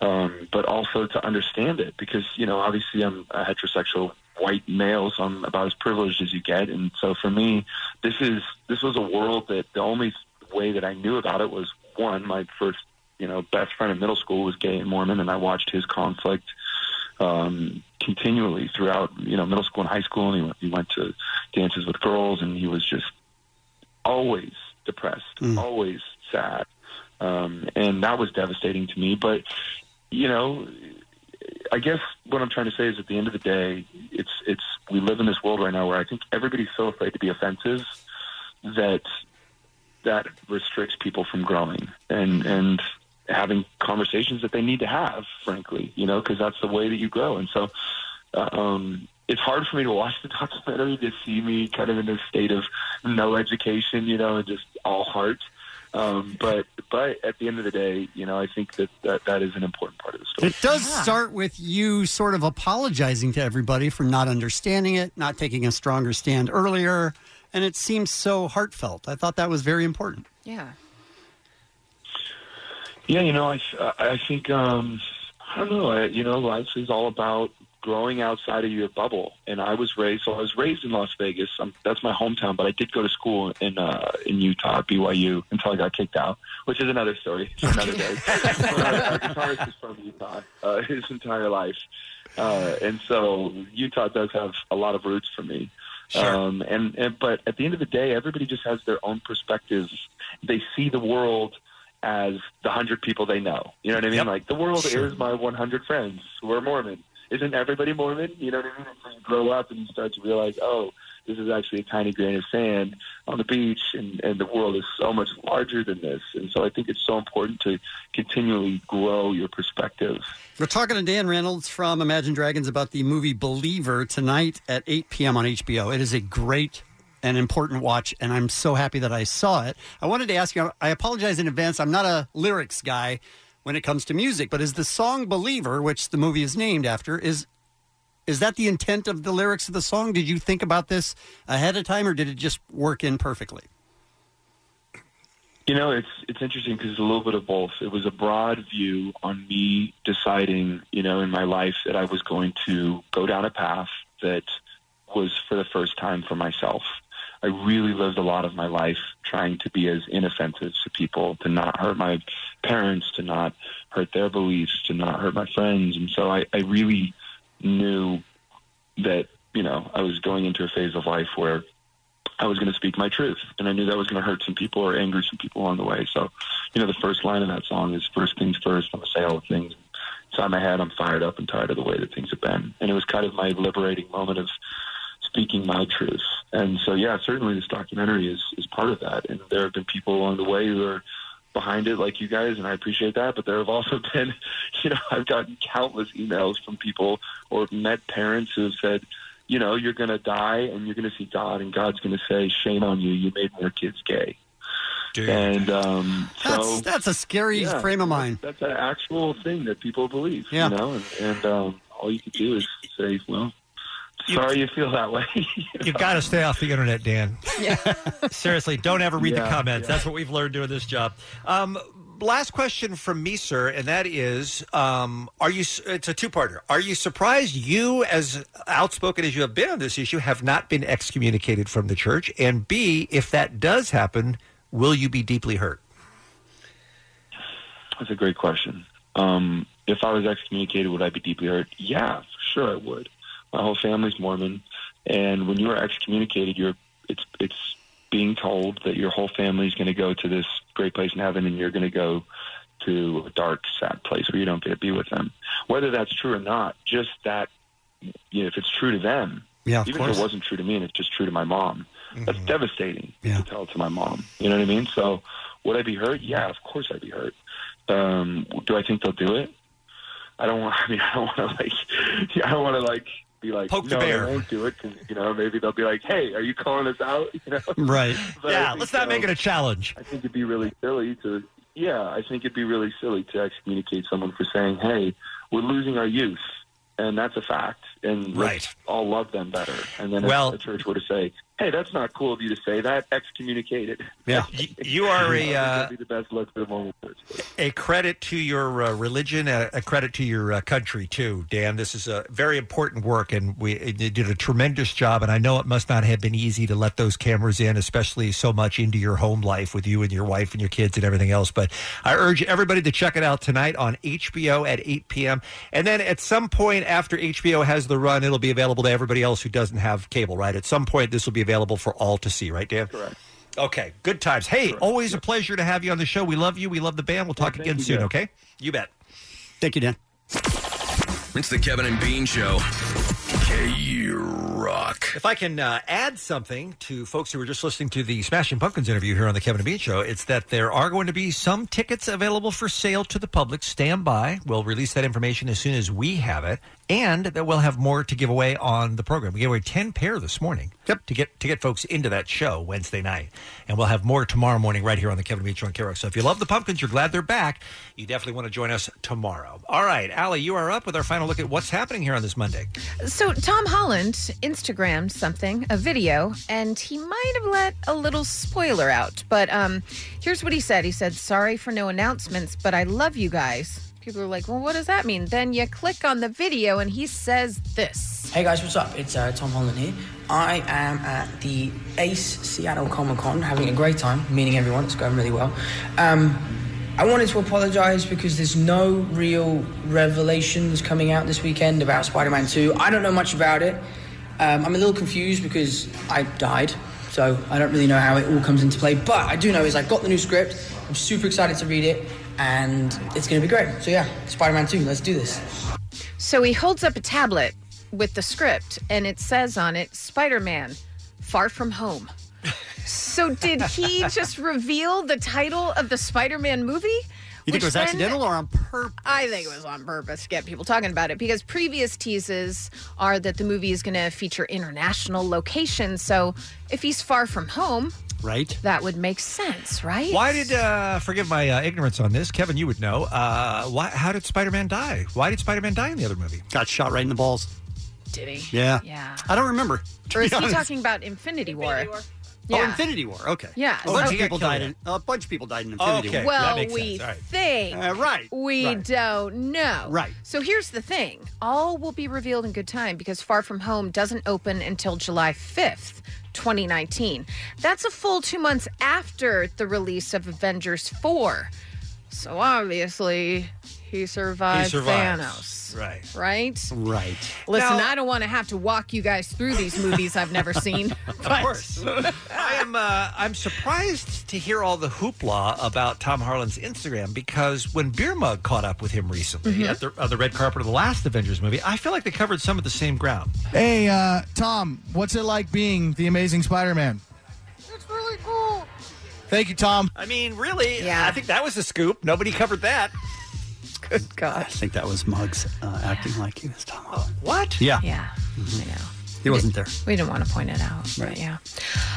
[SPEAKER 9] um, but also to understand it because, you know, obviously I'm a heterosexual white male, so I'm about as privileged as you get. And so for me, this is, this was a world that the only way that I knew about it was one, my first, you know, best friend in middle school was gay and Mormon and I watched his conflict um, continually throughout you know middle school and high school, and he went, he went to dances with girls, and he was just always depressed, always sad, um, and that was devastating to me. But you know, I guess what I'm trying to say is, at the end of the day, it's it's we live in this world right now where I think everybody's so afraid to be offensive that that restricts people from growing and and having conversations that they need to have frankly you know because that's the way that you grow and so uh, um it's hard for me to watch the documentary to see me kind of in a state of no education you know and just all heart um but but at the end of the day you know i think that that, that is an important part of the story
[SPEAKER 10] It does start with you sort of apologizing to everybody for not understanding it, not taking a stronger stand earlier, and it seems so heartfelt. I thought that was very important.
[SPEAKER 11] Yeah.
[SPEAKER 9] Yeah, you know, I I think um, I don't know. I, you know, life is all about growing outside of your bubble. And I was raised, so I was raised in Las Vegas. Um that's my hometown, but I did go to school in uh, in Utah, at BYU, until I got kicked out, which is another story, for another day. our, our guitarist is from Utah uh, his entire life, uh, and so Utah does have a lot of roots for me. Um, and, and but at the end of the day, everybody just has their own perspectives. They see the world as the hundred people they know. You know what I mean? Like the world
[SPEAKER 17] Sure.
[SPEAKER 9] is my one hundred friends who are Mormon. Isn't everybody Mormon? You know what I mean? Until you grow up and you start to realize, oh, this is actually a tiny grain of sand on the beach, and, and the world is so much larger than this. And so I think it's so important to continually grow your perspective.
[SPEAKER 10] We're talking to Dan Reynolds from Imagine Dragons about the movie Believer tonight at 8 p.m. on HBO. It is a great and important watch, and I'm so happy that I saw it. I wanted to ask you, I apologize in advance, I'm not a lyrics guy when it comes to music, but is the song Believer, which the movie is named after, is is that the intent of the lyrics of the song? Did you think about this ahead of time, or did it just work in perfectly?
[SPEAKER 9] You know, it's it's interesting because it's a little bit of both. It was a broad view on me deciding, you know, in my life that I was going to go down a path that was for the first time for myself. I really lived a lot of my life trying to be as inoffensive to people, to not hurt my parents, to not hurt their beliefs, to not hurt my friends, and so I, I really knew that you know I was going into a phase of life where I was going to speak my truth, and I knew that was going to hurt some people or anger some people along the way. So, you know, the first line of that song is first things first, I'm going to say all the things inside my head. I'm fired up and tired of the way that things have been. And it was kind of my liberating moment of speaking my truth. And so, yeah, certainly this documentary is, is part of that. And there have been people along the way who are behind it like you guys and I appreciate that but there have also been you know I've gotten countless emails from people or met parents who have said you know you're going to die and you're going to see God and God's going to say shame on you you made more kids gay and um so
[SPEAKER 10] That's that's a scary
[SPEAKER 9] yeah,
[SPEAKER 10] frame of mind.
[SPEAKER 9] that's an actual thing that people believe
[SPEAKER 10] Yeah.
[SPEAKER 9] you know and, and um, all you can do is say well sorry you, feel that way
[SPEAKER 4] You've got to stay off the internet, Dan. Seriously, don't ever read
[SPEAKER 9] Yeah,
[SPEAKER 4] the comments.
[SPEAKER 9] yeah.
[SPEAKER 4] That's what we've learned doing this job. Um, last question from me, sir, and that is: um, Are you? It's a two-parter. Are you surprised you, as outspoken as you have been on this issue, have not been excommunicated from the church? And B, if that does happen, will you be deeply hurt?
[SPEAKER 9] That's a great question. Um, if I was excommunicated, would I be deeply hurt? Yeah, sure I would. My whole family's Mormon, and when you are excommunicated, you're it's it's being told that your whole family's going to go to this great place in heaven, and you're going to go to a dark, sad place where you don't get to be with them. Whether that's true or not, just that you know, if it's true to them,
[SPEAKER 5] Yeah, of
[SPEAKER 9] even if
[SPEAKER 5] course. Mm-hmm.
[SPEAKER 9] it wasn't true to me and it's just true to my mom, that's devastating
[SPEAKER 10] to
[SPEAKER 9] tell to my mom. You know what I mean? So would I be hurt? Yeah, of course I'd be hurt. Um, do I think they'll do it? I don't want. I mean, I don't want to like. yeah, I don't want to like be like
[SPEAKER 12] Poke the
[SPEAKER 9] no,
[SPEAKER 12] bear."
[SPEAKER 9] They won't do it 'cause, you know maybe they'll be like, hey, are you calling us out? You know,
[SPEAKER 10] Right.
[SPEAKER 9] But I
[SPEAKER 12] yeah,
[SPEAKER 9] think,
[SPEAKER 12] let's not
[SPEAKER 9] you know,
[SPEAKER 12] make it a challenge.
[SPEAKER 9] I think it'd be really silly to. Yeah, I think it'd be really silly to excommunicate someone for saying, "Hey, we're losing our youth," and that's a fact. And
[SPEAKER 12] right,
[SPEAKER 9] all love them better. And then
[SPEAKER 12] Well-
[SPEAKER 9] if the church were to say, "Hey, that's not cool of you to say that," excommunicated.
[SPEAKER 12] Yeah. Y- you are a, uh,
[SPEAKER 9] That'd be the best look for the moment.
[SPEAKER 12] A credit to your uh, religion, a, a credit to your uh, country too, Dan. This is a very important work, and we it, you did a tremendous job. And I know it must not have been easy to let those cameras in, especially so much into your home life with you and your wife and your kids and everything else. But I urge everybody to check it out tonight on HBO at 8 p.m. And then at some point after HBO has the run, it'll be available to everybody else who doesn't have cable. Right? At some point, this will be available for all to see. Right, Dan? Correct. Okay, good times. Hey, always a pleasure to have you on the show. We love you. We love the band. We'll talk again
[SPEAKER 14] you,
[SPEAKER 12] soon,
[SPEAKER 14] Dan.
[SPEAKER 12] okay? You bet.
[SPEAKER 10] Thank you, Dan.
[SPEAKER 14] It's the Kevin and Bean Show. K Rock.
[SPEAKER 12] If I can uh, add something to folks who were just listening to the Smashing Pumpkins interview here on the Kevin and Bean Show, it's that there are going to be some tickets available for sale to the public. Stand by. We'll release that information as soon as we have it, and that we'll have more to give away on the program. We gave away ten pair this morning. Yep. To get to get folks into that show Wednesday night, and we'll have more tomorrow morning right here on the Kevin and Bean Show on KROC. So if you love the pumpkins, you're glad they're back. You definitely want to join us tomorrow. All right, Allie, you are up with our final look at what's happening here on this Monday.
[SPEAKER 11] So Tom Holland Instagrammed something, a video, and he might have let a little spoiler out. But um, here's what he said. He said, "Sorry for no announcements, but I love you guys." People are like, "Well, what does that mean?" Then you click on the video, and he says this.
[SPEAKER 16] Hey guys, what's up? It's uh, Tom Holland here. I am at the Ace Seattle Comic Con, having a great time, meeting everyone. It's going really well. Um, I wanted to apologise because there's no real revelations coming out this weekend about Spider-Man 2. I don't know much about it. Um, I'm a little confused because I died, so I don't really know how it all comes into play. But I do know is I got the new script. I'm super excited to read it, and it's going to be great. So yeah, Spider-Man 2. Let's do this.
[SPEAKER 11] So he holds up a tablet with the script, and it says on it, "Spider Man, Far From Home." So did he just reveal the title of the Spider Man movie?
[SPEAKER 10] You think
[SPEAKER 11] Which
[SPEAKER 10] it was
[SPEAKER 11] then-
[SPEAKER 10] accidental or on purpose?
[SPEAKER 11] I think it was on purpose to get people talking about it because previous teases are that the movie is going to feature international locations. So if he's far from home,
[SPEAKER 10] Right.
[SPEAKER 11] that would make sense, right?
[SPEAKER 12] Why did uh, forgive my uh, ignorance on this, Kevin? You would know. Uh, why? How did Spider Man die? Why did Spider Man die in the other movie?
[SPEAKER 10] Got shot right in the balls.
[SPEAKER 11] Did he?
[SPEAKER 10] Yeah.
[SPEAKER 11] Yeah.
[SPEAKER 10] I don't remember. to
[SPEAKER 11] Or
[SPEAKER 10] be
[SPEAKER 11] is he
[SPEAKER 10] honest.
[SPEAKER 11] talking about Infinity War?
[SPEAKER 10] Oh,
[SPEAKER 11] Yeah.
[SPEAKER 10] Infinity War. Okay.
[SPEAKER 11] Yeah.
[SPEAKER 10] A bunch
[SPEAKER 11] Oh,
[SPEAKER 10] of
[SPEAKER 11] he
[SPEAKER 10] people
[SPEAKER 11] got
[SPEAKER 10] died
[SPEAKER 11] killed.
[SPEAKER 10] in a bunch of people died in Infinity War.
[SPEAKER 11] Well, we think.
[SPEAKER 10] Uh, right.
[SPEAKER 11] We
[SPEAKER 10] Right.
[SPEAKER 11] don't know.
[SPEAKER 10] Right.
[SPEAKER 11] So here's the thing all will be revealed in good time because Far From Home doesn't open until July 5th. 2019. That's a full two months after the release of Avengers 4. So obviously, he survived, Thanos.
[SPEAKER 12] Right.
[SPEAKER 11] Right?
[SPEAKER 10] Right.
[SPEAKER 11] Listen, I don't want to have to walk you guys through these movies I've never seen.
[SPEAKER 12] Of course. I am. Uh, I'm surprised to hear all the hoopla about Tom Harlan's Instagram because when Beer Mug caught up with him recently
[SPEAKER 17] Mhm.
[SPEAKER 12] at the, on the red carpet of the last Avengers movie, I feel like they covered some of the same ground.
[SPEAKER 17] Hey, uh, Tom, what's it like being the Amazing Spider-Man?
[SPEAKER 12] It's really cool.
[SPEAKER 17] Thank you, Tom.
[SPEAKER 12] I mean, really? Yeah. I think that was the scoop. Nobody covered that. Good
[SPEAKER 10] I
[SPEAKER 12] gosh.
[SPEAKER 10] think that was Muggs uh, acting like he was Tom Holland.
[SPEAKER 12] What?
[SPEAKER 10] Yeah.
[SPEAKER 11] Yeah. Oh. I know.
[SPEAKER 10] He wasn't there.
[SPEAKER 11] We didn't want to point it out, but yeah.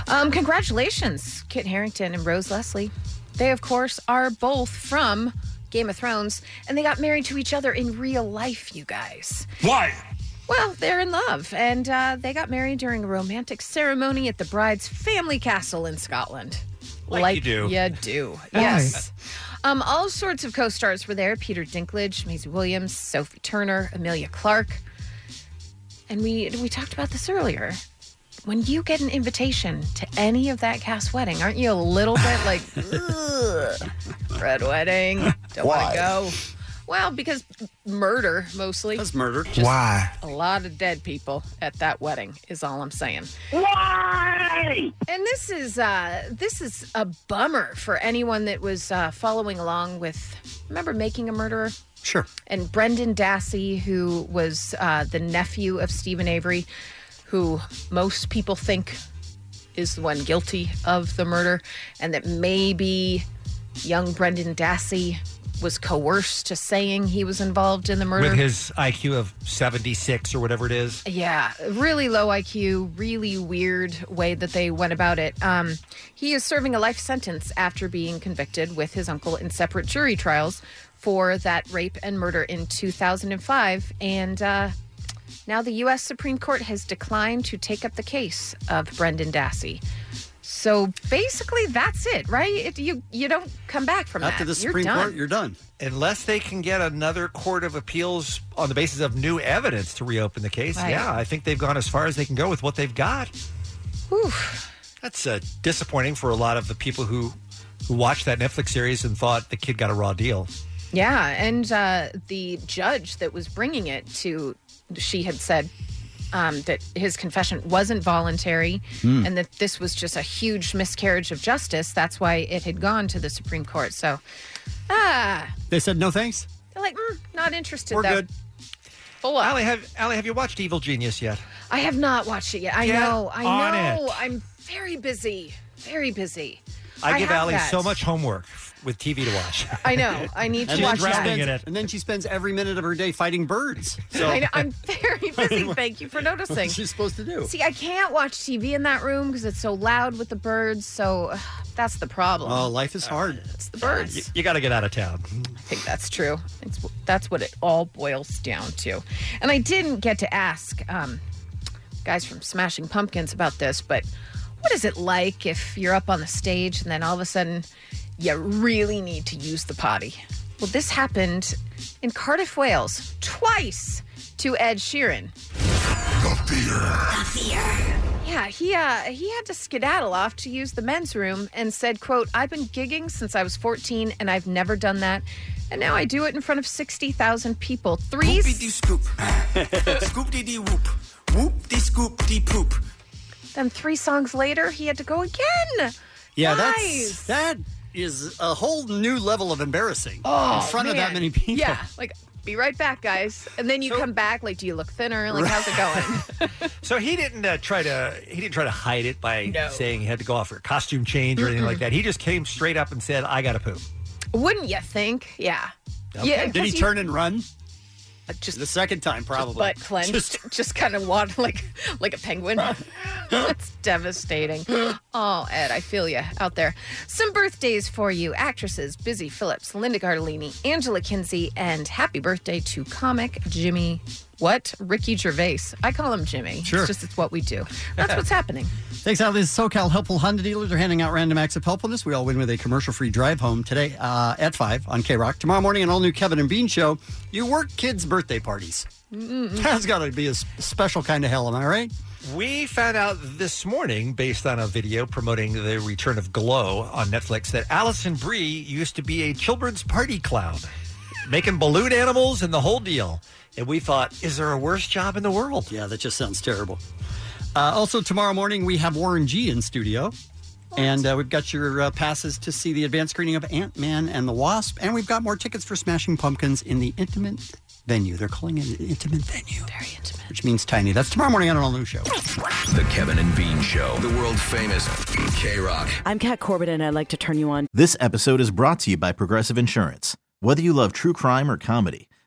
[SPEAKER 11] Um, congratulations, Kit Harrington and Rose Leslie. They, of course, are both from Game of Thrones, and they got married to each other in real life, you guys.
[SPEAKER 5] Why?
[SPEAKER 11] Well, they're in love, and uh, they got married during a romantic ceremony at the bride's family castle in Scotland.
[SPEAKER 5] Like you do.
[SPEAKER 11] You do.
[SPEAKER 5] Why?
[SPEAKER 11] Yes. Um, all sorts of co stars were there Peter Dinklage, Maisie Williams, Sophie Turner, Amelia Clark. And we, we talked about this earlier. When you get an invitation to any of that cast wedding, aren't you a little bit like, ugh, red wedding, don't want
[SPEAKER 5] Why?
[SPEAKER 11] to go? Well, because murder mostly. Because
[SPEAKER 10] murder.
[SPEAKER 2] Why?
[SPEAKER 11] A lot of dead people at that wedding is all I'm saying.
[SPEAKER 5] Why?
[SPEAKER 11] And this is uh, this is a bummer for anyone that was uh, following along with. Remember making a murderer.
[SPEAKER 10] Sure.
[SPEAKER 11] And Brendan Dassey, who was uh, the nephew of Stephen Avery, who most people think is the one guilty of the murder, and that maybe young Brendan Dassey was coerced to saying he was involved in the murder.
[SPEAKER 12] With his IQ of 76 or whatever it is.
[SPEAKER 11] Yeah, really low IQ, really weird way that they went about it. Um, he is serving a life sentence after being convicted with his uncle in separate jury trials for that rape and murder in 2005. And uh, now the U.S. Supreme Court has declined to take up the case of Brendan Dassey. So basically, that's it, right? It, you you don't come back from that. you're done.
[SPEAKER 10] you're done.
[SPEAKER 12] Unless they can get another court of appeals on the basis of new evidence to reopen the case.
[SPEAKER 11] Right.
[SPEAKER 12] Yeah, I think they've gone as far as they can go with what they've got. That's uh, disappointing for a lot of the people who who watched that Netflix series and thought the kid got a raw deal.
[SPEAKER 11] Yeah, and uh, the judge that was bringing it to, she had said um, that his confession wasn't voluntary
[SPEAKER 5] Hmm.
[SPEAKER 11] and that this was just a huge miscarriage of justice. That's why it had gone to the Supreme Court. So, ah,
[SPEAKER 10] They said no thanks.
[SPEAKER 11] they're like, mm, not interested.
[SPEAKER 12] We're
[SPEAKER 11] though.
[SPEAKER 12] good.
[SPEAKER 11] Full up.
[SPEAKER 12] Allie, have Allie, have you watched Evil Genius yet?
[SPEAKER 11] I have not watched it yet. I
[SPEAKER 12] Get
[SPEAKER 11] know.
[SPEAKER 12] on
[SPEAKER 11] I know. I'm very busy. Very busy.
[SPEAKER 12] I, give
[SPEAKER 11] have
[SPEAKER 12] Allie
[SPEAKER 11] that.
[SPEAKER 12] so much homework with TV to watch.
[SPEAKER 11] I know. I need to
[SPEAKER 10] And then
[SPEAKER 11] watch
[SPEAKER 10] she
[SPEAKER 11] that.
[SPEAKER 10] spends- And then she spends every minute of her day fighting birds. So
[SPEAKER 11] I know, I'm very busy. Thank you for noticing.
[SPEAKER 10] What's she supposed to do?
[SPEAKER 11] See, I can't watch TV in that room because it's so loud with the birds. So ugh, that's the problem.
[SPEAKER 10] Oh, life is hard.
[SPEAKER 11] It's the birds.
[SPEAKER 12] You, got to get out of town.
[SPEAKER 11] I think that's true. It's, that's what it all boils down to. And I didn't get to ask um, guys from Smashing Pumpkins about this, but what is it like if you're up on the stage and then all of a sudden you really need to use the potty? Well, this happened in Cardiff, Wales, twice to Ed Sheeran. Yeah, he uh, he had to skedaddle off to use the men's room and said, "quote I've been gigging since I was 14 and I've never done that, and now I do it in front of 60,000 people. Three
[SPEAKER 5] scoop. scoop dee dee whoop. Whoop dee scoop dee poop.
[SPEAKER 11] then three songs later, he had to go again.
[SPEAKER 10] Yeah,
[SPEAKER 11] Guys.
[SPEAKER 10] that's that is a whole new level of embarrassing
[SPEAKER 11] Oh,
[SPEAKER 10] in front of
[SPEAKER 11] man.
[SPEAKER 10] that many people.
[SPEAKER 11] Yeah, like be right back, guys. And then you come back. Like, do you look thinner? Like, how's it going?
[SPEAKER 12] So he didn't uh, try to he didn't try to hide it by saying he had to go off for a costume change or anything
[SPEAKER 11] Mm-mm.
[SPEAKER 12] like that. He just came straight up and said, "I got to poop."
[SPEAKER 11] Wouldn't you think? Yeah.
[SPEAKER 12] Okay.
[SPEAKER 11] Yeah.
[SPEAKER 12] Did
[SPEAKER 11] because
[SPEAKER 12] he turn
[SPEAKER 10] and run?
[SPEAKER 11] Just
[SPEAKER 10] the second time, probably.
[SPEAKER 11] butt clenched, just, kind of waddle like like a penguin. That's devastating. Oh, Ed, I feel you out there. Some birthdays for you: actresses Busy Phillips, Linda Cardellini, Angela Kinsey, and happy birthday to comic Jimmy. What Ricky Gervais? I call him Jimmy.
[SPEAKER 10] Sure.
[SPEAKER 11] it's just it's what we do. That's what's happening.
[SPEAKER 10] Thanks out of these SoCal helpful Honda dealers are handing out random acts of helpfulness. We all win with a commercial-free drive home today uh, at five on K Rock. Tomorrow morning, an all-new Kevin and Bean show. You work kids' birthday parties. That's got to be a s- special kind of hell. Am I right?
[SPEAKER 12] We found out this morning, based on a video promoting the return of Glow on Netflix, that Allison Brie used to be a children's party clown, making balloon animals and the whole deal. And we thought, is there a worse job in the world?
[SPEAKER 10] Yeah, that just sounds terrible. Uh, also, tomorrow morning we have Warren G in studio, and uh, we've got your uh, passes to see the advanced screening of Ant Man and the Wasp, and we've got more tickets for Smashing Pumpkins in the intimate venue. They're calling it an intimate venue, very intimate, which means tiny. That's tomorrow morning on an all new show.
[SPEAKER 14] The Kevin and Bean Show, the world famous K Rock.
[SPEAKER 15] I'm Kat Corbett, and I'd like to turn you on.
[SPEAKER 17] This episode is brought to you by Progressive Insurance. Whether you love true crime or comedy,